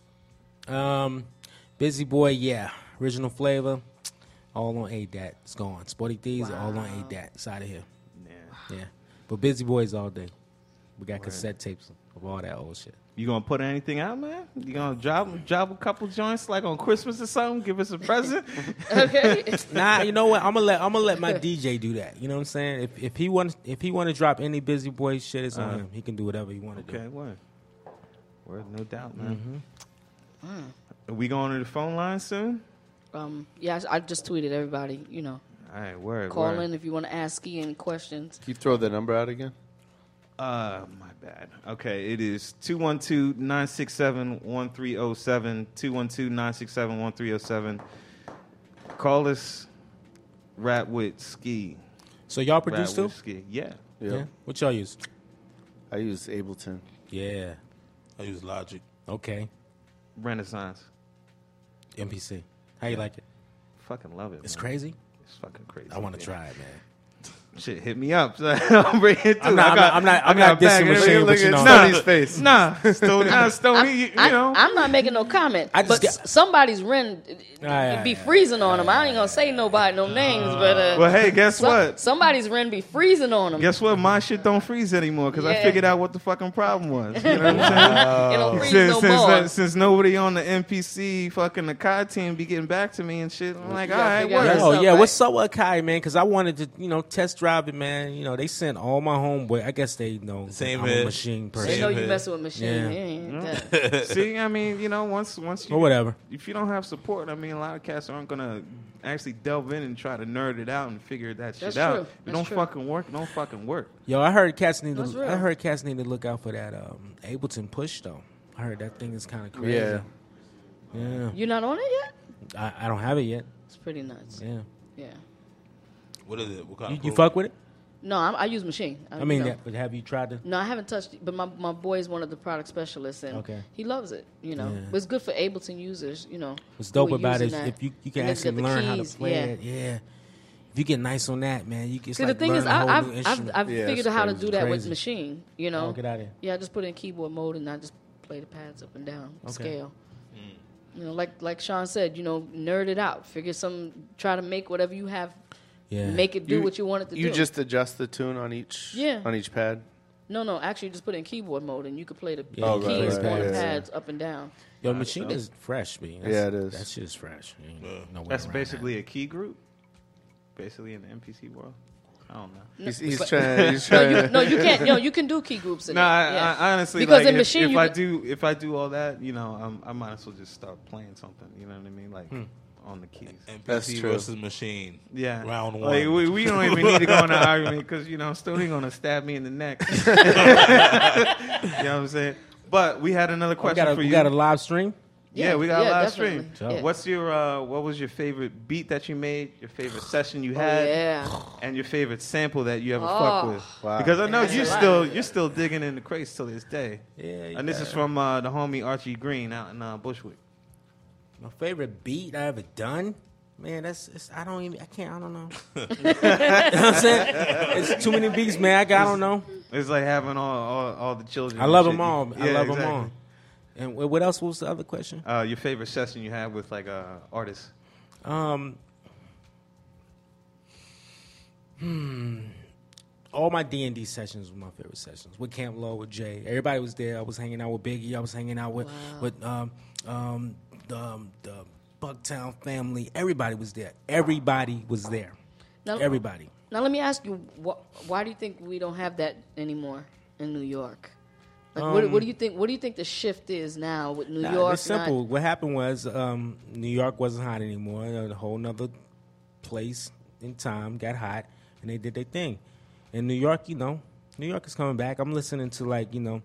[SPEAKER 11] Um, Busy Boy, yeah. Original flavor, all on A dat. It's gone. Sporty Thieves, all on A dat. It's out of here. Yeah. Yeah. But Busy Boys all day. We got
[SPEAKER 4] Word.
[SPEAKER 11] cassette tapes of all that old shit.
[SPEAKER 4] You gonna put anything out, man? You gonna drop drop a couple joints like on Christmas or something? Give us a present.
[SPEAKER 11] nah, you know what? I'm gonna let I'm gonna let my DJ do that. You know what I'm saying? If if he wants if he want to drop any Busy Boy shit, it's on
[SPEAKER 4] Uh-huh.
[SPEAKER 11] him. He can do whatever he want to do.
[SPEAKER 4] Okay, word. Word, no doubt, man.
[SPEAKER 11] Mm-hmm.
[SPEAKER 4] Are we going to the phone line soon?
[SPEAKER 3] Mm. Um, yeah, I I just tweeted everybody. You know,
[SPEAKER 4] All right, word.
[SPEAKER 3] call
[SPEAKER 4] word.
[SPEAKER 3] in if you want to ask Ian any questions.
[SPEAKER 5] Can you throw the number out again?
[SPEAKER 4] Uh, my bad. Okay, it is 212 967 1307. 212 967 1307. Call us Rat with Ski.
[SPEAKER 11] So y'all
[SPEAKER 4] Rat
[SPEAKER 11] produce too?
[SPEAKER 4] with Ski. Yeah.
[SPEAKER 11] Yeah. What y'all use?
[SPEAKER 5] I use Ableton.
[SPEAKER 11] Yeah.
[SPEAKER 7] I use Logic.
[SPEAKER 11] Okay.
[SPEAKER 4] Renaissance.
[SPEAKER 11] MPC. How you like it?
[SPEAKER 4] Fucking love it.
[SPEAKER 11] It's
[SPEAKER 4] man.
[SPEAKER 11] crazy?
[SPEAKER 4] It's fucking crazy.
[SPEAKER 11] I want to
[SPEAKER 4] man.
[SPEAKER 11] try it, man.
[SPEAKER 4] Shit, hit me up. I'm bringing it
[SPEAKER 11] I'm
[SPEAKER 4] too.
[SPEAKER 11] not-
[SPEAKER 4] I got-
[SPEAKER 11] I'm not-
[SPEAKER 4] I
[SPEAKER 11] I'm not
[SPEAKER 4] got a bag
[SPEAKER 11] dissing
[SPEAKER 4] of-
[SPEAKER 11] Machine,
[SPEAKER 4] look
[SPEAKER 11] but
[SPEAKER 4] at
[SPEAKER 11] you know.
[SPEAKER 4] Stoney's
[SPEAKER 11] Nah.
[SPEAKER 4] face. Nah, Stony, nah,
[SPEAKER 3] I'm,
[SPEAKER 4] Stony. You, you know,
[SPEAKER 3] I, am not making no comment.
[SPEAKER 11] I just
[SPEAKER 3] but s- somebody's rent it'd
[SPEAKER 11] Ah,
[SPEAKER 4] Aye, aye,
[SPEAKER 3] be freezing on them. I ain't gonna say nobody no names, but uh,
[SPEAKER 4] well, hey, guess
[SPEAKER 3] some-
[SPEAKER 4] what?
[SPEAKER 3] Somebody's rent be freezing on them.
[SPEAKER 4] Guess what? My shit don't freeze anymore because I
[SPEAKER 3] Yeah.
[SPEAKER 4] figured out what the fucking problem was. You know what I'm
[SPEAKER 3] Wow.
[SPEAKER 4] saying?
[SPEAKER 3] It don't freeze
[SPEAKER 4] since,
[SPEAKER 3] no
[SPEAKER 4] since,
[SPEAKER 3] more.
[SPEAKER 4] that- since nobody on the NPC fucking the COD team be getting back to me and shit, I'm like, all right,
[SPEAKER 11] Oh
[SPEAKER 4] word.
[SPEAKER 11] yeah, what's up with Akai, man? Because I wanted to, you know, test drive it, man. You know, they sent all my homeboy. I guess they know
[SPEAKER 7] Same
[SPEAKER 11] I'm
[SPEAKER 7] here.
[SPEAKER 11] a machine
[SPEAKER 7] They
[SPEAKER 11] person.
[SPEAKER 3] know you messing with machine. It ain't that.
[SPEAKER 4] Mm. See, I mean, you know, once once you
[SPEAKER 11] Or whatever.
[SPEAKER 4] if you don't have support, I mean, a lot of cats aren't gonna actually delve in and try to nerd it out and figure that shit
[SPEAKER 3] That's
[SPEAKER 4] out.
[SPEAKER 3] true.
[SPEAKER 4] If it
[SPEAKER 3] That's
[SPEAKER 4] don't
[SPEAKER 3] true.
[SPEAKER 4] fucking work. it Don't fucking work.
[SPEAKER 11] Yo, I heard cats need
[SPEAKER 4] That's
[SPEAKER 11] to.
[SPEAKER 4] real.
[SPEAKER 11] I heard cats need to look out for that um, Ableton push though. I heard that thing is kind of crazy.
[SPEAKER 5] Yeah.
[SPEAKER 11] Yeah.
[SPEAKER 3] You're not on it yet?
[SPEAKER 11] I, I don't have it yet.
[SPEAKER 3] It's pretty nuts.
[SPEAKER 11] Yeah.
[SPEAKER 3] Yeah.
[SPEAKER 7] What is it? What kind
[SPEAKER 11] You,
[SPEAKER 7] of
[SPEAKER 11] you
[SPEAKER 7] program?
[SPEAKER 11] fuck with it?
[SPEAKER 3] No, I, I use machine.
[SPEAKER 11] I mean,
[SPEAKER 3] no.
[SPEAKER 11] that, but have you tried to?
[SPEAKER 3] No, I haven't touched it, but my, my boy is one of the product specialists, and
[SPEAKER 11] Okay.
[SPEAKER 3] he loves it, you know.
[SPEAKER 11] Yeah.
[SPEAKER 3] But it's good for Ableton users, you know.
[SPEAKER 11] What's
[SPEAKER 3] who
[SPEAKER 11] dope
[SPEAKER 3] are
[SPEAKER 11] about it is
[SPEAKER 3] using that.
[SPEAKER 11] if you, you can
[SPEAKER 3] And they've got
[SPEAKER 11] actually
[SPEAKER 3] the
[SPEAKER 11] learn how to
[SPEAKER 3] keys,
[SPEAKER 11] play
[SPEAKER 3] yeah.
[SPEAKER 11] it. Yeah. If you get nice on that, man, you can.
[SPEAKER 3] See, the thing is, I, I've, I've, I've figured out how to do that with
[SPEAKER 11] machine.
[SPEAKER 3] machine, you know.
[SPEAKER 11] Oh, get outta here.
[SPEAKER 3] Yeah, I just put in keyboard mode and I just play the pads up and down,
[SPEAKER 11] Okay.
[SPEAKER 3] scale.
[SPEAKER 5] Mm.
[SPEAKER 3] You know, like like Sean said, you know, nerd it out. Figure some, try to make whatever you have, make it do what you want it to
[SPEAKER 5] You
[SPEAKER 3] do.
[SPEAKER 5] just adjust the tune on each
[SPEAKER 3] Yeah.
[SPEAKER 5] on each pad.
[SPEAKER 3] no, no, actually, just put in keyboard mode and you could play the
[SPEAKER 5] Yeah, Oh,
[SPEAKER 3] keys
[SPEAKER 5] right, right,
[SPEAKER 3] on
[SPEAKER 5] right,
[SPEAKER 3] the
[SPEAKER 5] yeah.
[SPEAKER 3] pads up and down.
[SPEAKER 11] Yo, machine
[SPEAKER 3] So-
[SPEAKER 11] is fresh, man.
[SPEAKER 5] Yeah, it is.
[SPEAKER 11] That shit is fresh. Ain't no way
[SPEAKER 4] That's
[SPEAKER 11] around
[SPEAKER 4] basically a key group, basically in the MPC world. I don't
[SPEAKER 3] No,
[SPEAKER 4] know.
[SPEAKER 3] but- No, you, no, you can't. No, you can do key groups. In
[SPEAKER 4] No,
[SPEAKER 3] it.
[SPEAKER 4] I,
[SPEAKER 3] yeah.
[SPEAKER 4] I, honestly,
[SPEAKER 3] because
[SPEAKER 4] like,
[SPEAKER 3] in
[SPEAKER 4] if,
[SPEAKER 3] machine,
[SPEAKER 4] if
[SPEAKER 3] you
[SPEAKER 4] I
[SPEAKER 3] can-
[SPEAKER 4] do, if I do all that, you know, um, I might as well just start playing something. You know what I mean? Like
[SPEAKER 7] Hmm.
[SPEAKER 4] on the keys.
[SPEAKER 7] NPC That's true. versus machine.
[SPEAKER 4] Yeah.
[SPEAKER 7] Round
[SPEAKER 4] Like,
[SPEAKER 7] one.
[SPEAKER 4] we, we don't even need to go into argument because you know Stoney gonna stab me in the neck. you know what I'm saying? But we had another
[SPEAKER 11] Oh, We
[SPEAKER 4] question
[SPEAKER 11] got a-
[SPEAKER 4] for
[SPEAKER 11] we
[SPEAKER 4] you.
[SPEAKER 11] got a live stream?
[SPEAKER 4] Yeah,
[SPEAKER 11] Yeah,
[SPEAKER 4] we got a
[SPEAKER 11] yeah,
[SPEAKER 4] live
[SPEAKER 11] definitely.
[SPEAKER 4] stream.
[SPEAKER 11] Yeah.
[SPEAKER 4] What's your uh, what was your favorite beat that you made? Your favorite session you
[SPEAKER 3] Oh,
[SPEAKER 4] had?
[SPEAKER 3] yeah.
[SPEAKER 4] And your favorite sample that you ever
[SPEAKER 3] Oh.
[SPEAKER 4] fucked with?
[SPEAKER 5] Wow.
[SPEAKER 4] Because I know
[SPEAKER 3] That's
[SPEAKER 4] you
[SPEAKER 3] a lot.
[SPEAKER 4] still you're still digging in the crates till this day.
[SPEAKER 11] Yeah, you
[SPEAKER 4] And this
[SPEAKER 11] got
[SPEAKER 4] is
[SPEAKER 11] it.
[SPEAKER 4] from uh, the homie Archie Green out in uh, Bushwick.
[SPEAKER 11] My favorite beat I ever done, man. That's it's, I don't even I can't I don't know. you know what I'm saying? It's too many beats, man. I, got, I don't know.
[SPEAKER 4] It's like having all all, all the children.
[SPEAKER 11] I
[SPEAKER 4] and
[SPEAKER 11] love
[SPEAKER 4] shit.
[SPEAKER 11] them all. I
[SPEAKER 4] Yeah,
[SPEAKER 11] love them
[SPEAKER 4] exactly.
[SPEAKER 11] all. And wh- what else was the other question?
[SPEAKER 4] Uh, your favorite session you had with like uh, a artist?
[SPEAKER 11] Um, hmm. All my D and D sessions were my favorite sessions. With Camp Low, with Jay, everybody was there. I was hanging out with Biggie. I was hanging out with with um, um, the, um, the Bucktown family. Everybody was there. Everybody was there.
[SPEAKER 3] Now-
[SPEAKER 11] everybody.
[SPEAKER 3] Now let me ask you, wh- why do you think we don't have that anymore in New York? Like, what, what do
[SPEAKER 11] Um,
[SPEAKER 3] you think? What do you think the shift is now with New
[SPEAKER 11] Nah,
[SPEAKER 3] York?
[SPEAKER 11] It's simple. What happened was um, New York wasn't hot anymore. A whole nother place in time got hot, and they did their thing. And New York, you know, New York is coming back. I'm listening to like you know,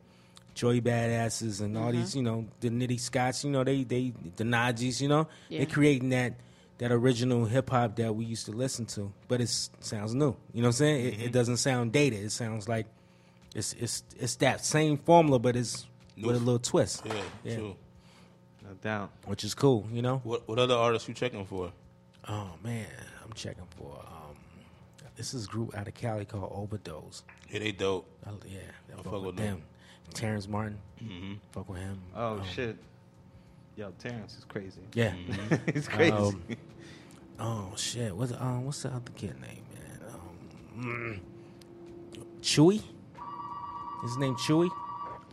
[SPEAKER 11] Joey Badasses and all
[SPEAKER 22] Mhm.
[SPEAKER 3] Mm-hmm.
[SPEAKER 11] these you know the Nitty Scots. You know they they the Najis. You know
[SPEAKER 22] Yeah.
[SPEAKER 11] they're creating that that original hip hop that we used to listen to, but it sounds new. You know what I'm saying? It,
[SPEAKER 3] Mm-hmm.
[SPEAKER 11] it doesn't sound dated. It sounds like it's it's it's that same formula, but it's with a little twist.
[SPEAKER 7] Yeah, true.
[SPEAKER 4] No doubt.
[SPEAKER 11] Which is cool, you know.
[SPEAKER 7] What what other artists you checking for?
[SPEAKER 11] Oh man, I'm checking for. Um, this is a group out of Cali called Overdose.
[SPEAKER 7] Yeah, they dope.
[SPEAKER 11] I, yeah, I fuck,
[SPEAKER 7] fuck
[SPEAKER 11] with
[SPEAKER 7] with
[SPEAKER 11] them. Terrence Martin,
[SPEAKER 7] Mhm.
[SPEAKER 11] fuck with him.
[SPEAKER 4] Oh
[SPEAKER 11] Um,
[SPEAKER 4] shit. Yo, Terrence is crazy.
[SPEAKER 11] Yeah,
[SPEAKER 4] he's Mm-hmm. crazy.
[SPEAKER 11] Um, oh shit, what's um, what's the other kid name, man? Um, mm, Chewy. His name Chewy.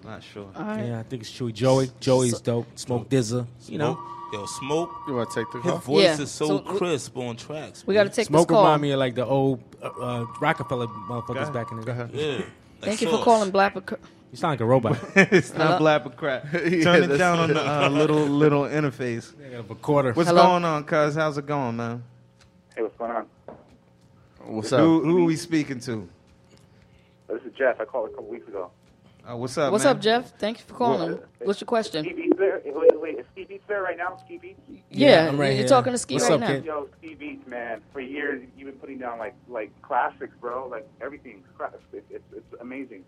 [SPEAKER 4] Not sure.
[SPEAKER 3] Uh,
[SPEAKER 11] Yeah, I think it's Chewy. Joey. Joey's dope. Smoke Dizza. You know.
[SPEAKER 7] Smoke- yo, smoke.
[SPEAKER 5] You want to take the
[SPEAKER 7] His
[SPEAKER 11] call?
[SPEAKER 7] voice
[SPEAKER 11] Yeah,
[SPEAKER 7] is so,
[SPEAKER 11] so we-
[SPEAKER 7] crisp on tracks.
[SPEAKER 3] we
[SPEAKER 7] man.
[SPEAKER 3] gotta take
[SPEAKER 11] Smoke
[SPEAKER 3] this call.
[SPEAKER 11] remind me of like the old uh, uh, Rockefeller motherfuckers
[SPEAKER 4] ahead.
[SPEAKER 11] back in the day.
[SPEAKER 7] Yeah.
[SPEAKER 3] Thank you for calling Black. Bac-
[SPEAKER 11] You sound like a robot.
[SPEAKER 4] it's
[SPEAKER 3] Hello?
[SPEAKER 4] not black but crap. Turn
[SPEAKER 5] Yeah,
[SPEAKER 4] it
[SPEAKER 5] that's-
[SPEAKER 4] down on the uh, little little interface.
[SPEAKER 11] Yeah, recorder.
[SPEAKER 4] What's
[SPEAKER 1] Hello?
[SPEAKER 4] going on, cuz? How's it going, man?
[SPEAKER 1] Hey, what's going on?
[SPEAKER 5] What's
[SPEAKER 1] up?
[SPEAKER 4] Who, who are we speaking to?
[SPEAKER 1] Oh, This is Jeff. I called a couple weeks ago.
[SPEAKER 4] Uh, what's up?
[SPEAKER 3] What's
[SPEAKER 4] man?
[SPEAKER 3] up, Jeff? Thank you for calling.
[SPEAKER 4] What-
[SPEAKER 3] What's your question?
[SPEAKER 1] Steve Beats there. Wait, wait, is Steve Beats there right now? Steve Beats?
[SPEAKER 3] Yeah, Yeah, I'm right you're here. talking to Ski What's right up, now. kid?
[SPEAKER 1] Yo, Steve Beats, man. For years, you've been putting down like like classics, bro. Like everything's classics. It's it's, it's amazing.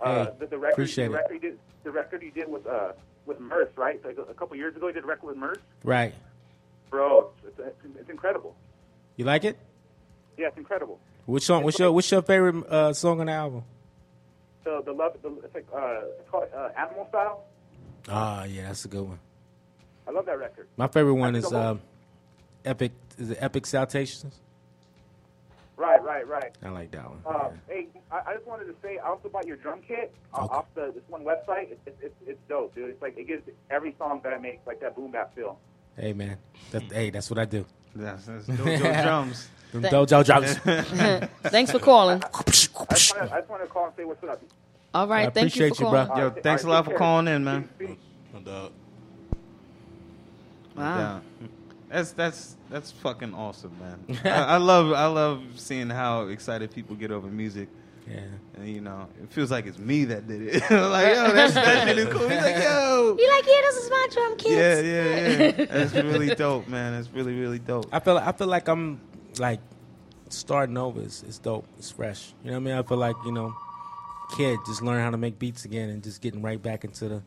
[SPEAKER 1] Uh,
[SPEAKER 11] Hey,
[SPEAKER 1] the, the record,
[SPEAKER 11] appreciate it.
[SPEAKER 1] the record you did, the record you did with uh with Merce, right? Like a, a couple years ago, you did a record with Merce,
[SPEAKER 11] Right.
[SPEAKER 1] bro. It's, it's, it's incredible.
[SPEAKER 11] You like it?
[SPEAKER 1] Yeah, it's incredible.
[SPEAKER 11] What's song? What's your What's your favorite uh, song on the album?
[SPEAKER 1] So the love, the, it's like uh, it's called uh, Animal Style.
[SPEAKER 11] Ah, yeah, that's a good one.
[SPEAKER 1] I love that record.
[SPEAKER 11] My favorite one
[SPEAKER 1] That's
[SPEAKER 11] is
[SPEAKER 1] the whole-
[SPEAKER 11] um, Epic. Is it Epic Salutations?
[SPEAKER 1] Right, right, right.
[SPEAKER 11] uh, I like that one.
[SPEAKER 1] Uh, hey, I, I just wanted to say I also bought your drum kit uh, off the this one website. It's, it's, it's, it's dope, dude. It's like it gives every song that I make like that boom bap feel.
[SPEAKER 11] Hey man, that, hey, that's what I do.
[SPEAKER 4] That's, that's dojo drums.
[SPEAKER 11] Them dojo drums.
[SPEAKER 3] Thanks for calling.
[SPEAKER 1] I just wanted, I just wanted to call and say what's up.
[SPEAKER 3] All right,
[SPEAKER 11] I
[SPEAKER 3] thank you for
[SPEAKER 11] appreciate you,
[SPEAKER 3] calling.
[SPEAKER 11] bro.
[SPEAKER 4] Yo, thanks a lot for calling in, man.
[SPEAKER 7] No doubt.
[SPEAKER 4] No
[SPEAKER 3] Wow.
[SPEAKER 4] doubt. That's that's that's fucking awesome, man. I, I love I love seeing how excited people get over music. And, you know, it feels like it's me that did it. like, yo, that's, that shit is cool. He's like, yo.
[SPEAKER 2] You like, yeah, this is my drum kit.
[SPEAKER 4] Yeah, yeah, yeah. That's really dope, man. That's really, really dope.
[SPEAKER 11] I feel I feel like I'm like starting over. It's, it's dope. It's fresh. You know what I mean? I feel like you know, kid, just learn how to make beats again and just getting right back into the.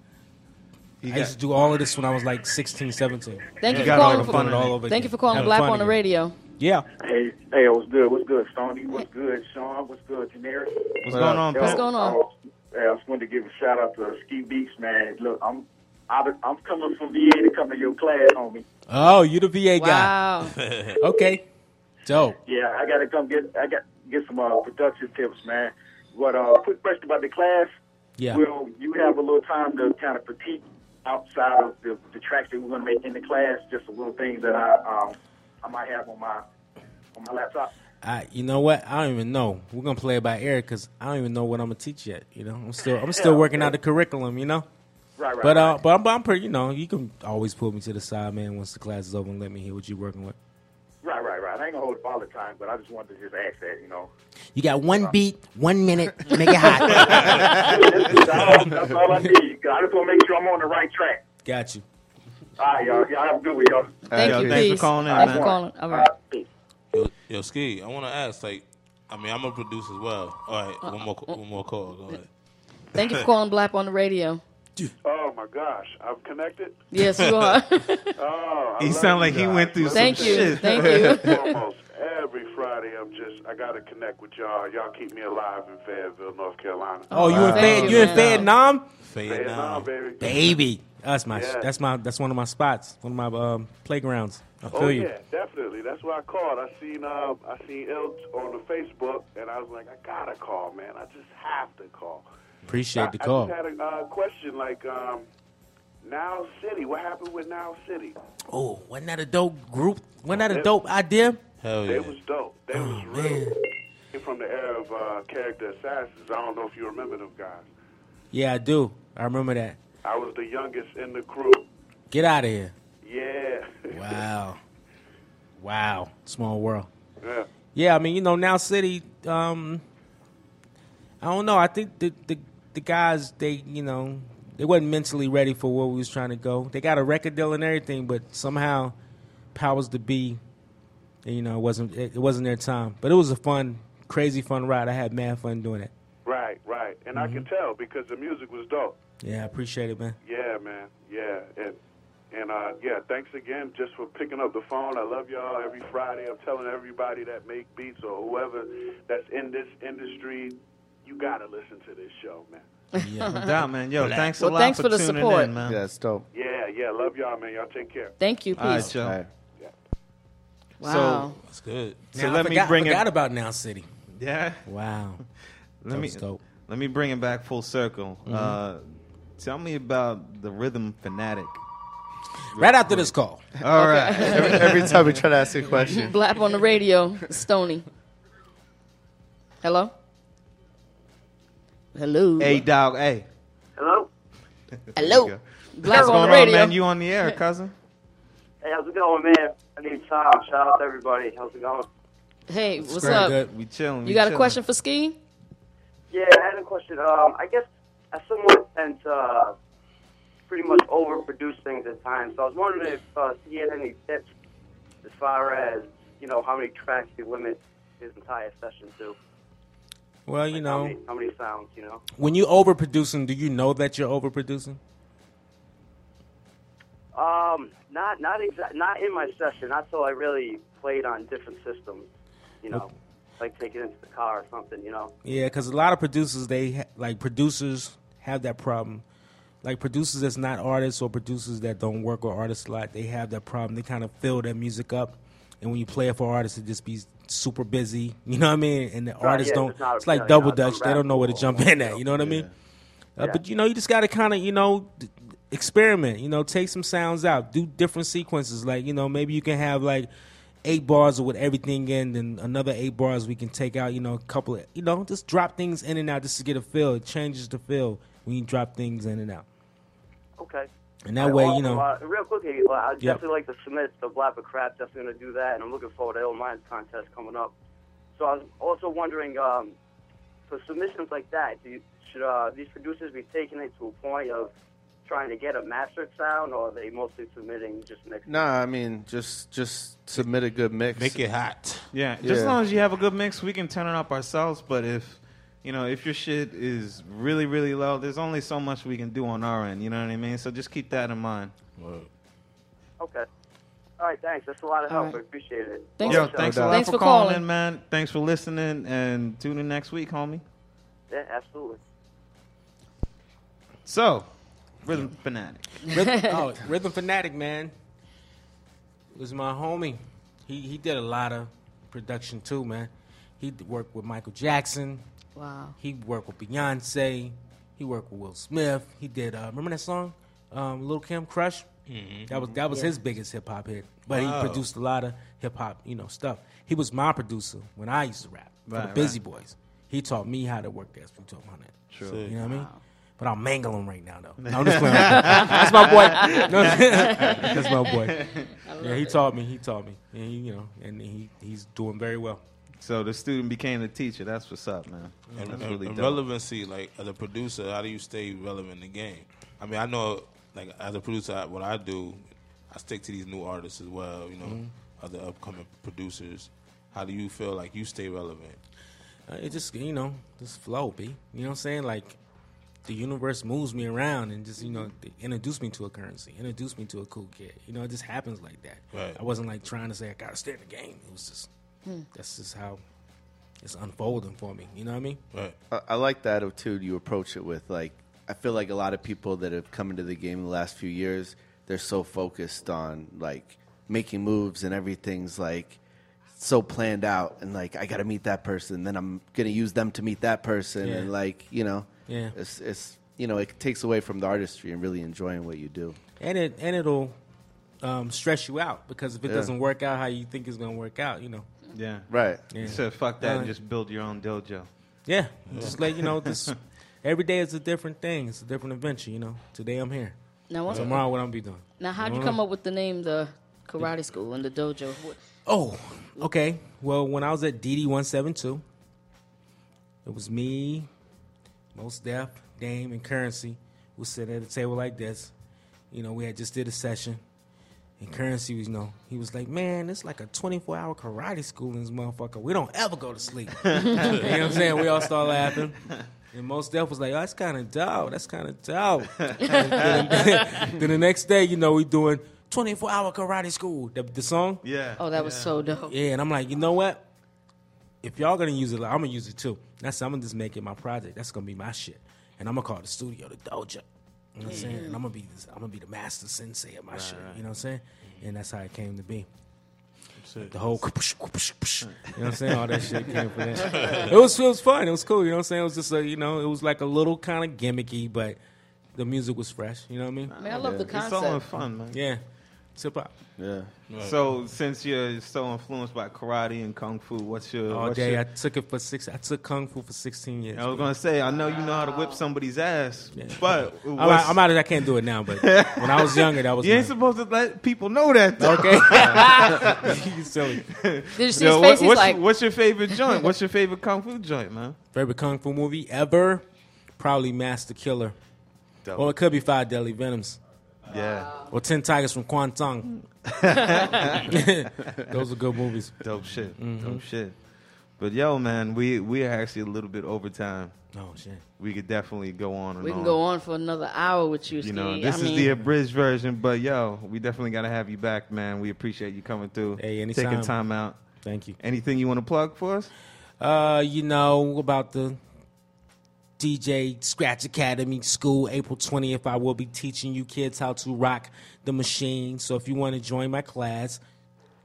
[SPEAKER 3] You
[SPEAKER 11] I
[SPEAKER 3] got-
[SPEAKER 11] used to do all of this when I was like 16, 17.
[SPEAKER 3] Thank you,
[SPEAKER 11] got
[SPEAKER 3] for
[SPEAKER 11] all
[SPEAKER 3] calling.
[SPEAKER 11] the
[SPEAKER 3] For,
[SPEAKER 11] fun all over
[SPEAKER 3] thank
[SPEAKER 11] again.
[SPEAKER 3] you for calling
[SPEAKER 11] Having
[SPEAKER 3] Black
[SPEAKER 11] fun
[SPEAKER 3] on the
[SPEAKER 11] again.
[SPEAKER 3] radio.
[SPEAKER 11] Yeah.
[SPEAKER 9] Hey, hey, what's good? What's good, Sony? What's good, Sean? What's good, Janarius?
[SPEAKER 4] What's going on,
[SPEAKER 9] Yo,
[SPEAKER 4] What's going
[SPEAKER 3] on?
[SPEAKER 9] I was- Hey, I just wanted to give a shout out to Ski Beats, man. Look, I'm I, be- I'm coming from VA to come to your class, homie.
[SPEAKER 11] Oh, you the VA
[SPEAKER 9] Wow.
[SPEAKER 11] guy. okay. Dope.
[SPEAKER 9] Yeah, I gotta come get I got get some uh, production tips, man. What uh, quick question about the class?
[SPEAKER 11] Yeah.
[SPEAKER 9] Will you have a little time to kind of critique outside of the, the tracks that we're gonna make in the class? Just some little things that I um, I might have on my on my laptop.
[SPEAKER 11] I, you know what? I don't even know. We're gonna play it by ear because I don't even know what I'm gonna teach yet. You know, I'm still I'm still
[SPEAKER 9] Yeah,
[SPEAKER 11] working
[SPEAKER 9] okay.
[SPEAKER 11] out the curriculum. You know,
[SPEAKER 9] Right, right,
[SPEAKER 11] But uh,
[SPEAKER 9] right.
[SPEAKER 11] but I'm, but I'm pretty. You know, you can always pull me to the side, man. Once the class is over, and let me hear what you're working with.
[SPEAKER 9] Right, right, right. I ain't gonna hold up all the time, but I just wanted to just ask that, you know.
[SPEAKER 11] You got one beat, one minute, make it hot.
[SPEAKER 9] that's, all, that's all I need. I just want to make sure I'm on the right track.
[SPEAKER 11] got you.
[SPEAKER 9] All right, y'all. Y'all have a good one, y'all.
[SPEAKER 4] Thank you, thanks for calling in, man.
[SPEAKER 7] Yo, yo, Ski, I want to ask, like, I mean, I'm a producer as well. All right, one more, one more call. Go ahead.
[SPEAKER 3] Thank you for calling Black on the radio.
[SPEAKER 23] Oh my gosh, I'm connected.
[SPEAKER 3] Yes, you are.
[SPEAKER 23] oh, I
[SPEAKER 4] He
[SPEAKER 23] love
[SPEAKER 4] sound like
[SPEAKER 23] you
[SPEAKER 4] he
[SPEAKER 23] guys.
[SPEAKER 4] went through
[SPEAKER 23] Let
[SPEAKER 4] some
[SPEAKER 23] me tell
[SPEAKER 4] shit. Thank
[SPEAKER 23] first
[SPEAKER 4] you.
[SPEAKER 23] and foremost, every Friday, I'm just I gotta connect with y'all. Y'all keep me alive in Fayetteville, North Carolina.
[SPEAKER 11] Oh, you in Fayette? You, in Vietnam?
[SPEAKER 23] Vietnam, baby.
[SPEAKER 11] baby. That's my.
[SPEAKER 23] Yeah.
[SPEAKER 11] That's my. That's one of my spots. One of my um, playgrounds. I feel
[SPEAKER 23] oh
[SPEAKER 11] you.
[SPEAKER 23] yeah, definitely. That's why I called. I seen um, I seen Ilk on the Facebook, and I was like, I gotta call, man. I just have to call.
[SPEAKER 11] Appreciate the
[SPEAKER 23] I-
[SPEAKER 11] call.
[SPEAKER 23] I just had a uh, question, like um, Now City. What happened with Now City?
[SPEAKER 11] Oh, wasn't that a dope group? Wasn't that a dope idea? Hell
[SPEAKER 23] They was dope. They was real. Came From the era of uh, character assassins. I don't know if you remember them guys.
[SPEAKER 11] Yeah, I do. I remember that.
[SPEAKER 23] I was the youngest in the crew.
[SPEAKER 11] Get out of here.
[SPEAKER 23] Yeah.
[SPEAKER 11] Wow. wow. Small world.
[SPEAKER 23] Yeah.
[SPEAKER 11] Yeah, I mean, you know, now City, um, I don't know. I think the, the the guys they, you know, they wasn't mentally ready for where we was trying to go. They got a record deal and everything, but somehow powers to be, you know, it wasn't it, it wasn't their time. But it was a fun, crazy fun ride. I had mad fun doing it.
[SPEAKER 23] Right, right. And I
[SPEAKER 11] Mm-hmm.
[SPEAKER 23] can tell because the music was dope.
[SPEAKER 11] Yeah, I appreciate it, man.
[SPEAKER 23] Yeah, man. Yeah. And and uh yeah, thanks again just for picking up the phone. I love y'all every Friday. I'm telling everybody that make beats or whoever that's in this industry, you gotta listen to this show, man.
[SPEAKER 4] Yeah. No doubt, man. Yo,
[SPEAKER 5] Black.
[SPEAKER 4] thanks a
[SPEAKER 5] Well,
[SPEAKER 4] lot
[SPEAKER 5] thanks
[SPEAKER 4] for,
[SPEAKER 5] for the
[SPEAKER 4] tuning
[SPEAKER 5] support.
[SPEAKER 4] in, man.
[SPEAKER 5] Yeah, it's dope.
[SPEAKER 23] Yeah, yeah, love y'all, man. Y'all take care.
[SPEAKER 3] Thank you. Peace.
[SPEAKER 4] All right, Joe.
[SPEAKER 3] Wow.
[SPEAKER 4] So,
[SPEAKER 23] That's good.
[SPEAKER 4] So
[SPEAKER 11] Now, I
[SPEAKER 4] let
[SPEAKER 11] forgot-
[SPEAKER 4] me bring
[SPEAKER 11] forgot
[SPEAKER 4] it
[SPEAKER 11] about Now City.
[SPEAKER 4] Yeah.
[SPEAKER 11] Wow.
[SPEAKER 4] Let
[SPEAKER 11] That
[SPEAKER 4] me
[SPEAKER 11] was dope.
[SPEAKER 4] let me bring it back full circle.
[SPEAKER 11] Mhm.
[SPEAKER 4] Uh, tell me about the rhythm fanatic.
[SPEAKER 11] Right after this call.
[SPEAKER 4] All
[SPEAKER 3] Okay.
[SPEAKER 4] right.
[SPEAKER 5] every, every time we try to ask you a question.
[SPEAKER 3] Black on the radio, Stony. Hello? Hello.
[SPEAKER 4] Hey, dog. Hey.
[SPEAKER 24] Hello?
[SPEAKER 3] Hello.
[SPEAKER 4] There you go.
[SPEAKER 3] Black
[SPEAKER 4] What's
[SPEAKER 24] on
[SPEAKER 4] going
[SPEAKER 24] the radio.
[SPEAKER 4] man? You on the air, cousin?
[SPEAKER 24] Hey, how's it going, man? I need Tom. Shout out to everybody. How's it going?
[SPEAKER 3] Hey, what's
[SPEAKER 4] great.
[SPEAKER 3] up?
[SPEAKER 4] Good. We chilling,
[SPEAKER 3] You
[SPEAKER 4] we
[SPEAKER 3] got
[SPEAKER 4] chilling.
[SPEAKER 3] a question for Ski?
[SPEAKER 24] Yeah, I had a question. Um, I guess I somewhat tend to uh, pretty much overproduce things at times. So I was wondering if uh, he had any tips as far as, you know, how many tracks you limit his entire session to.
[SPEAKER 11] Well, you
[SPEAKER 24] Like,
[SPEAKER 11] know,
[SPEAKER 24] How many, how many sounds, you know?
[SPEAKER 11] when you overproducing, do you know that you're overproducing?
[SPEAKER 24] Um, not not exa- not in my session. Not till I really played on different systems, you know, like take it into the car or something, you know.
[SPEAKER 11] Yeah, because a lot of producers, they ha- like producers have that problem. Like producers that's not artists or producers that don't work with artists a lot, they have that problem. They kind of fill their music up, and when you play it for artists, it just be super busy. You know what I mean? And the
[SPEAKER 24] Right,
[SPEAKER 11] artists
[SPEAKER 24] yeah,
[SPEAKER 11] don't.
[SPEAKER 24] it's
[SPEAKER 11] It's,
[SPEAKER 24] not-
[SPEAKER 11] like
[SPEAKER 24] yeah,
[SPEAKER 11] double
[SPEAKER 24] not some
[SPEAKER 11] dutch. They don't know where to
[SPEAKER 24] rap or-
[SPEAKER 11] jump in at. You know what I mean? Uh,
[SPEAKER 24] Yeah.
[SPEAKER 11] But you know, you just gotta kind of you know d- experiment. You know, take some sounds out, do different sequences. Like you know, maybe you can have like eight bars with everything in, then another eight bars we can take out. You know, a couple of you know, just drop things in and out just to get a feel. It changes the feel when you drop things in and out.
[SPEAKER 24] Okay.
[SPEAKER 11] And that way,
[SPEAKER 24] Well,
[SPEAKER 11] you know-
[SPEAKER 24] uh, real quickly, uh, I
[SPEAKER 11] Yep.
[SPEAKER 24] definitely like to submit the Blab of Crap. Definitely going to do that, and I'm looking forward to Ill Minds contest coming up. So I was also wondering, um, for submissions like that, do you, should uh, these producers be taking it to a point of trying to get a mastered sound, or are they mostly submitting just mixed?
[SPEAKER 5] Nah, I mean, just just submit a good mix.
[SPEAKER 7] Make it hot.
[SPEAKER 4] Yeah, just as long as you have a good mix, we can turn it up ourselves. But if you know, if your shit is really, really low, there's only so much we can do on our end. You know what I mean? So just keep that in mind.
[SPEAKER 24] Okay. All right, thanks. That's a lot of
[SPEAKER 3] All
[SPEAKER 24] help.
[SPEAKER 3] right.
[SPEAKER 24] I appreciate it.
[SPEAKER 4] Yo, thanks a lot
[SPEAKER 3] Thanks
[SPEAKER 4] for,
[SPEAKER 3] for
[SPEAKER 4] calling,
[SPEAKER 3] calling.
[SPEAKER 4] in, man. Thanks for listening, and tune in next week, homie.
[SPEAKER 24] Yeah, absolutely.
[SPEAKER 4] So, rhythm fanatic.
[SPEAKER 11] Rhythm, oh, Rhythm Fanatic, man, was my homie. He he did a lot of production too, man. He d- worked with Michael Jackson.
[SPEAKER 3] Wow.
[SPEAKER 11] He worked with Beyonce. He worked with Will Smith. He did. Uh, remember that song, um, Little Kim Crush?
[SPEAKER 7] Mhm.
[SPEAKER 11] That was that was
[SPEAKER 7] Yeah.
[SPEAKER 11] his biggest hip hop hit. But
[SPEAKER 7] Wow.
[SPEAKER 11] he produced a lot of hip hop, you know, stuff. He was my producer when I used to rap for
[SPEAKER 7] Right,
[SPEAKER 11] the
[SPEAKER 7] right.
[SPEAKER 11] Busy Boys. He taught me how to work that from 1200.
[SPEAKER 7] True.
[SPEAKER 11] You
[SPEAKER 7] Sick.
[SPEAKER 11] know what I mean?
[SPEAKER 7] Wow.
[SPEAKER 11] But I'll mangle him right now, though. No, I'm just playing. That's my boy. No, that's my boy.
[SPEAKER 4] I love
[SPEAKER 11] Yeah, he
[SPEAKER 4] it.
[SPEAKER 11] taught me. He taught me, and he, you know, and he he's doing very well.
[SPEAKER 4] So the student became the teacher. That's what's up, man.
[SPEAKER 7] And,
[SPEAKER 4] That's
[SPEAKER 7] and-
[SPEAKER 4] really
[SPEAKER 7] and
[SPEAKER 4] dope.
[SPEAKER 7] relevancy, like as a producer, how do you stay relevant in the game? I mean, I know, like as a producer, I, what I do, I stick to these new artists as well. You know,
[SPEAKER 11] Mhm.
[SPEAKER 4] Mm-hmm.
[SPEAKER 7] other upcoming producers. How do you feel like you stay relevant?
[SPEAKER 11] Uh, it just you know just flow, b. You know what I'm saying? Like the universe moves me around and just you know they introduce me to a currency, introduce me to a cool kid. You know, it just happens like that.
[SPEAKER 7] Right.
[SPEAKER 11] I wasn't like trying to say I gotta stay in the game. It was just
[SPEAKER 7] Hmm.
[SPEAKER 11] that's just how it's unfolding for me. You know what I mean?
[SPEAKER 5] I, I like that attitude you approach it with. Like, I feel like a lot of people that have come into the game in the last few years, they're so focused on like making moves and everything's like so planned out and like I got to meet that person, then I'm gonna use them to meet that person,
[SPEAKER 11] Yeah.
[SPEAKER 5] and like you know,
[SPEAKER 11] Yeah.
[SPEAKER 5] it's it's you know it takes away from the artistry and really enjoying what you do.
[SPEAKER 11] and it and it'll um, stress you out because if it
[SPEAKER 5] Yeah.
[SPEAKER 11] doesn't work out how you think it's gonna work out, you know.
[SPEAKER 4] Yeah.
[SPEAKER 5] Right.
[SPEAKER 4] You
[SPEAKER 11] Yeah.
[SPEAKER 4] said fuck that and
[SPEAKER 11] Uh,
[SPEAKER 4] just build your own dojo.
[SPEAKER 11] Yeah, just like you know, this every day is a different thing. It's a different adventure. You know, today I'm here.
[SPEAKER 3] Now what-
[SPEAKER 11] tomorrow what I'm gonna be doing?
[SPEAKER 3] Now, how'd you come up with the name the karate school and the dojo? What-
[SPEAKER 11] Oh, okay. Well, when I was at DD one seven two, it was me, Most Def, Dame, and Currency. We sitting at a table like this. You know, we had just did a session, and Currency was you know he was like, "Man, it's like a twenty four hour karate school in this motherfucker. We don't ever go to sleep." you know what I'm saying? We all start laughing. And most Def was like, oh, that's kind of dope. That's kind of dope. then, then the next day, you know, we doing 24 hour karate school. The, the song?
[SPEAKER 4] Yeah.
[SPEAKER 3] Oh, that was so dope.
[SPEAKER 11] Yeah, and I'm like, you know what? If y'all gonna use it, I'm gonna use it too. That's I'm gonna just make it my project. That's gonna be my shit, and I'm gonna call the studio the dojo. You know what I'm saying?
[SPEAKER 7] Yeah.
[SPEAKER 11] And I'm gonna be this, I'm gonna be the master sensei of my
[SPEAKER 7] Right,
[SPEAKER 11] shit.
[SPEAKER 7] right.
[SPEAKER 11] You know what I'm saying? And that's how it came to be. The whole, kapoosh, kapoosh, kapoosh, you know what I'm saying? All that shit came from that. It was it was fun. It was cool. You know what I'm saying? It was just a you know it was like a little kind of gimmicky, but the music was fresh. You know what I mean?
[SPEAKER 3] Man, I love the
[SPEAKER 4] It's all
[SPEAKER 3] concept.
[SPEAKER 4] in fun, man.
[SPEAKER 11] Yeah, it's hip hop.
[SPEAKER 5] Yeah.
[SPEAKER 11] Right.
[SPEAKER 4] So since you're so influenced by karate and kung fu, what's your
[SPEAKER 11] All
[SPEAKER 4] what's
[SPEAKER 11] day.
[SPEAKER 4] your-
[SPEAKER 11] I took it for six. I took kung fu for 16 years.
[SPEAKER 4] I was gonna say I know you know how to whip somebody's ass, but
[SPEAKER 11] I'm
[SPEAKER 4] what's-
[SPEAKER 11] out, I'm out of. I can't do it now, but when I was younger, that was.
[SPEAKER 4] you ain't supposed to let people know that. Though.
[SPEAKER 11] Okay. You silly. Did you see his face? He's
[SPEAKER 4] what's,
[SPEAKER 11] like-
[SPEAKER 4] what's your favorite joint? What's your favorite kung fu joint, man?
[SPEAKER 11] Favorite kung fu movie ever? Probably Master Killer.
[SPEAKER 4] Dope.
[SPEAKER 11] Or it could be Five Deadly Venoms.
[SPEAKER 4] Yeah.
[SPEAKER 11] Or Ten Tigers from Kwantung. Those are good movies.
[SPEAKER 4] Dope shit.
[SPEAKER 11] Mhm.
[SPEAKER 4] Dope shit. But yo, man, we we are actually a little bit over time.
[SPEAKER 11] Oh shit.
[SPEAKER 4] We could definitely go on and
[SPEAKER 3] We
[SPEAKER 4] on.
[SPEAKER 3] can go on for another hour with you,
[SPEAKER 4] You
[SPEAKER 3] Steve.
[SPEAKER 4] know, this
[SPEAKER 3] I
[SPEAKER 4] is
[SPEAKER 3] mean,
[SPEAKER 4] the abridged version, but yo, we definitely gotta have you back, man. We appreciate you coming through.
[SPEAKER 11] Hey,
[SPEAKER 4] Taking
[SPEAKER 11] anytime.
[SPEAKER 4] time out.
[SPEAKER 11] Thank you.
[SPEAKER 4] Anything you want to plug for us?
[SPEAKER 11] Uh, you know about the DJ Scratch Academy School, April 20th. I will be teaching you kids how to rock the machine. So if you want to join my class,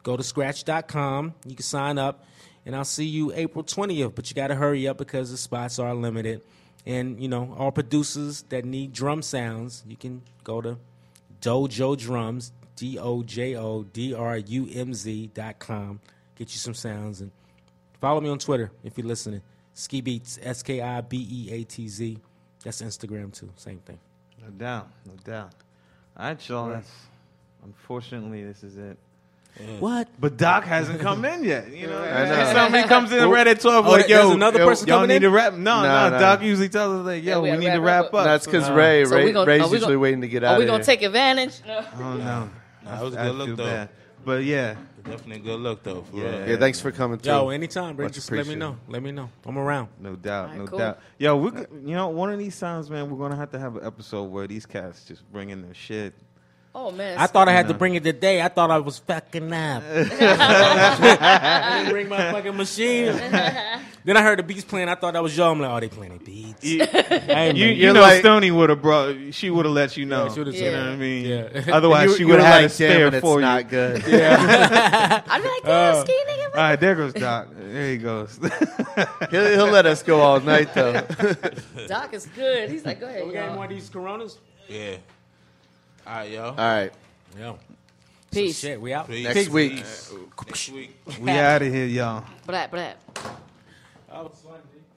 [SPEAKER 11] go to scratch.com. You can sign up, and I'll see you April 20th. But you got to hurry up because the spots are limited. And, you know, all producers that need drum sounds, you can go to Dojo Drums, D O J O D R U M Z dot com. Get you some sounds and follow me on Twitter if you're listening. Ski Beats, S K I B E A T Z. That's Instagram too. Same thing.
[SPEAKER 4] No doubt, no doubt. All right, y'all. That's, unfortunately, this is it.
[SPEAKER 5] Mm.
[SPEAKER 4] What? But Doc hasn't come in yet. You know,
[SPEAKER 5] I know.
[SPEAKER 4] If somebody comes in and read at twelve.
[SPEAKER 5] Oh,
[SPEAKER 4] like,
[SPEAKER 5] there's
[SPEAKER 4] yo,
[SPEAKER 5] another
[SPEAKER 4] yo,
[SPEAKER 5] person
[SPEAKER 4] y'all
[SPEAKER 5] coming
[SPEAKER 4] need
[SPEAKER 5] in?
[SPEAKER 4] to wrap. No,
[SPEAKER 5] No,
[SPEAKER 4] no,
[SPEAKER 5] no.
[SPEAKER 4] Doc usually tells us like, yo, we,
[SPEAKER 3] we
[SPEAKER 4] need
[SPEAKER 3] gotta
[SPEAKER 4] to wrap
[SPEAKER 3] wrap
[SPEAKER 4] up.
[SPEAKER 3] up.
[SPEAKER 5] That's 'cause
[SPEAKER 4] So,
[SPEAKER 5] Ray-
[SPEAKER 4] uh,
[SPEAKER 5] So we Ray- gonna- Ray's are we usually gonna- waiting to get
[SPEAKER 3] Are
[SPEAKER 4] outta
[SPEAKER 3] we gonna
[SPEAKER 4] here.
[SPEAKER 3] take advantage?
[SPEAKER 4] Oh no,
[SPEAKER 7] That was a
[SPEAKER 4] I
[SPEAKER 7] good look
[SPEAKER 4] feel
[SPEAKER 7] though.
[SPEAKER 4] bad. But yeah,
[SPEAKER 7] definitely a good look though. For
[SPEAKER 4] Yeah.
[SPEAKER 7] real.
[SPEAKER 5] Yeah, thanks for coming through.
[SPEAKER 11] Yo, anytime, bro.
[SPEAKER 5] Much
[SPEAKER 11] Just let me
[SPEAKER 5] appreciated.
[SPEAKER 11] know. Let me know. I'm around.
[SPEAKER 4] No doubt,
[SPEAKER 11] Alright,
[SPEAKER 4] no
[SPEAKER 11] cool.
[SPEAKER 4] doubt. Yo, we could- you know one of these times, man, we're gonna have to have an episode where these cats just bring in their shit.
[SPEAKER 3] Oh man,
[SPEAKER 11] I thought I had
[SPEAKER 4] You
[SPEAKER 11] to
[SPEAKER 4] know.
[SPEAKER 11] bring it today. I thought I was fucking up. I didn't bring my fucking machine. then I heard the beats playing. I thought that was y'all. I'm like, oh, they playing the beats.
[SPEAKER 4] You,
[SPEAKER 11] I ain't
[SPEAKER 4] you,
[SPEAKER 11] been-
[SPEAKER 4] you know, Stony would have brought. She would have let you know.
[SPEAKER 11] she would've
[SPEAKER 4] you
[SPEAKER 11] said
[SPEAKER 4] know
[SPEAKER 11] that.
[SPEAKER 4] what I mean?
[SPEAKER 11] Yeah.
[SPEAKER 4] Otherwise,
[SPEAKER 5] You-
[SPEAKER 4] she
[SPEAKER 5] you
[SPEAKER 4] would
[SPEAKER 5] were
[SPEAKER 4] have had
[SPEAKER 5] like,
[SPEAKER 4] a
[SPEAKER 5] "Damn
[SPEAKER 4] spare
[SPEAKER 5] it, it's
[SPEAKER 4] for you.
[SPEAKER 5] not good.
[SPEAKER 4] Yeah.
[SPEAKER 3] I'd be like,
[SPEAKER 4] damn, ski nigga. All right, there goes Doc. There he goes.
[SPEAKER 5] He'll- he'll let us go all night, though.
[SPEAKER 3] Doc is good. He's like, go ahead.
[SPEAKER 11] We got any
[SPEAKER 3] y'all.
[SPEAKER 11] more of these Coronas?
[SPEAKER 7] Yeah. All right, yo. All
[SPEAKER 5] right.
[SPEAKER 11] Yeah.
[SPEAKER 3] Peace.
[SPEAKER 11] shit, we out.
[SPEAKER 7] Peace.
[SPEAKER 5] Next week.
[SPEAKER 7] Peace. Next week.
[SPEAKER 4] we out of here, y'all.
[SPEAKER 3] Brat, brat.
[SPEAKER 11] That was fun, dude.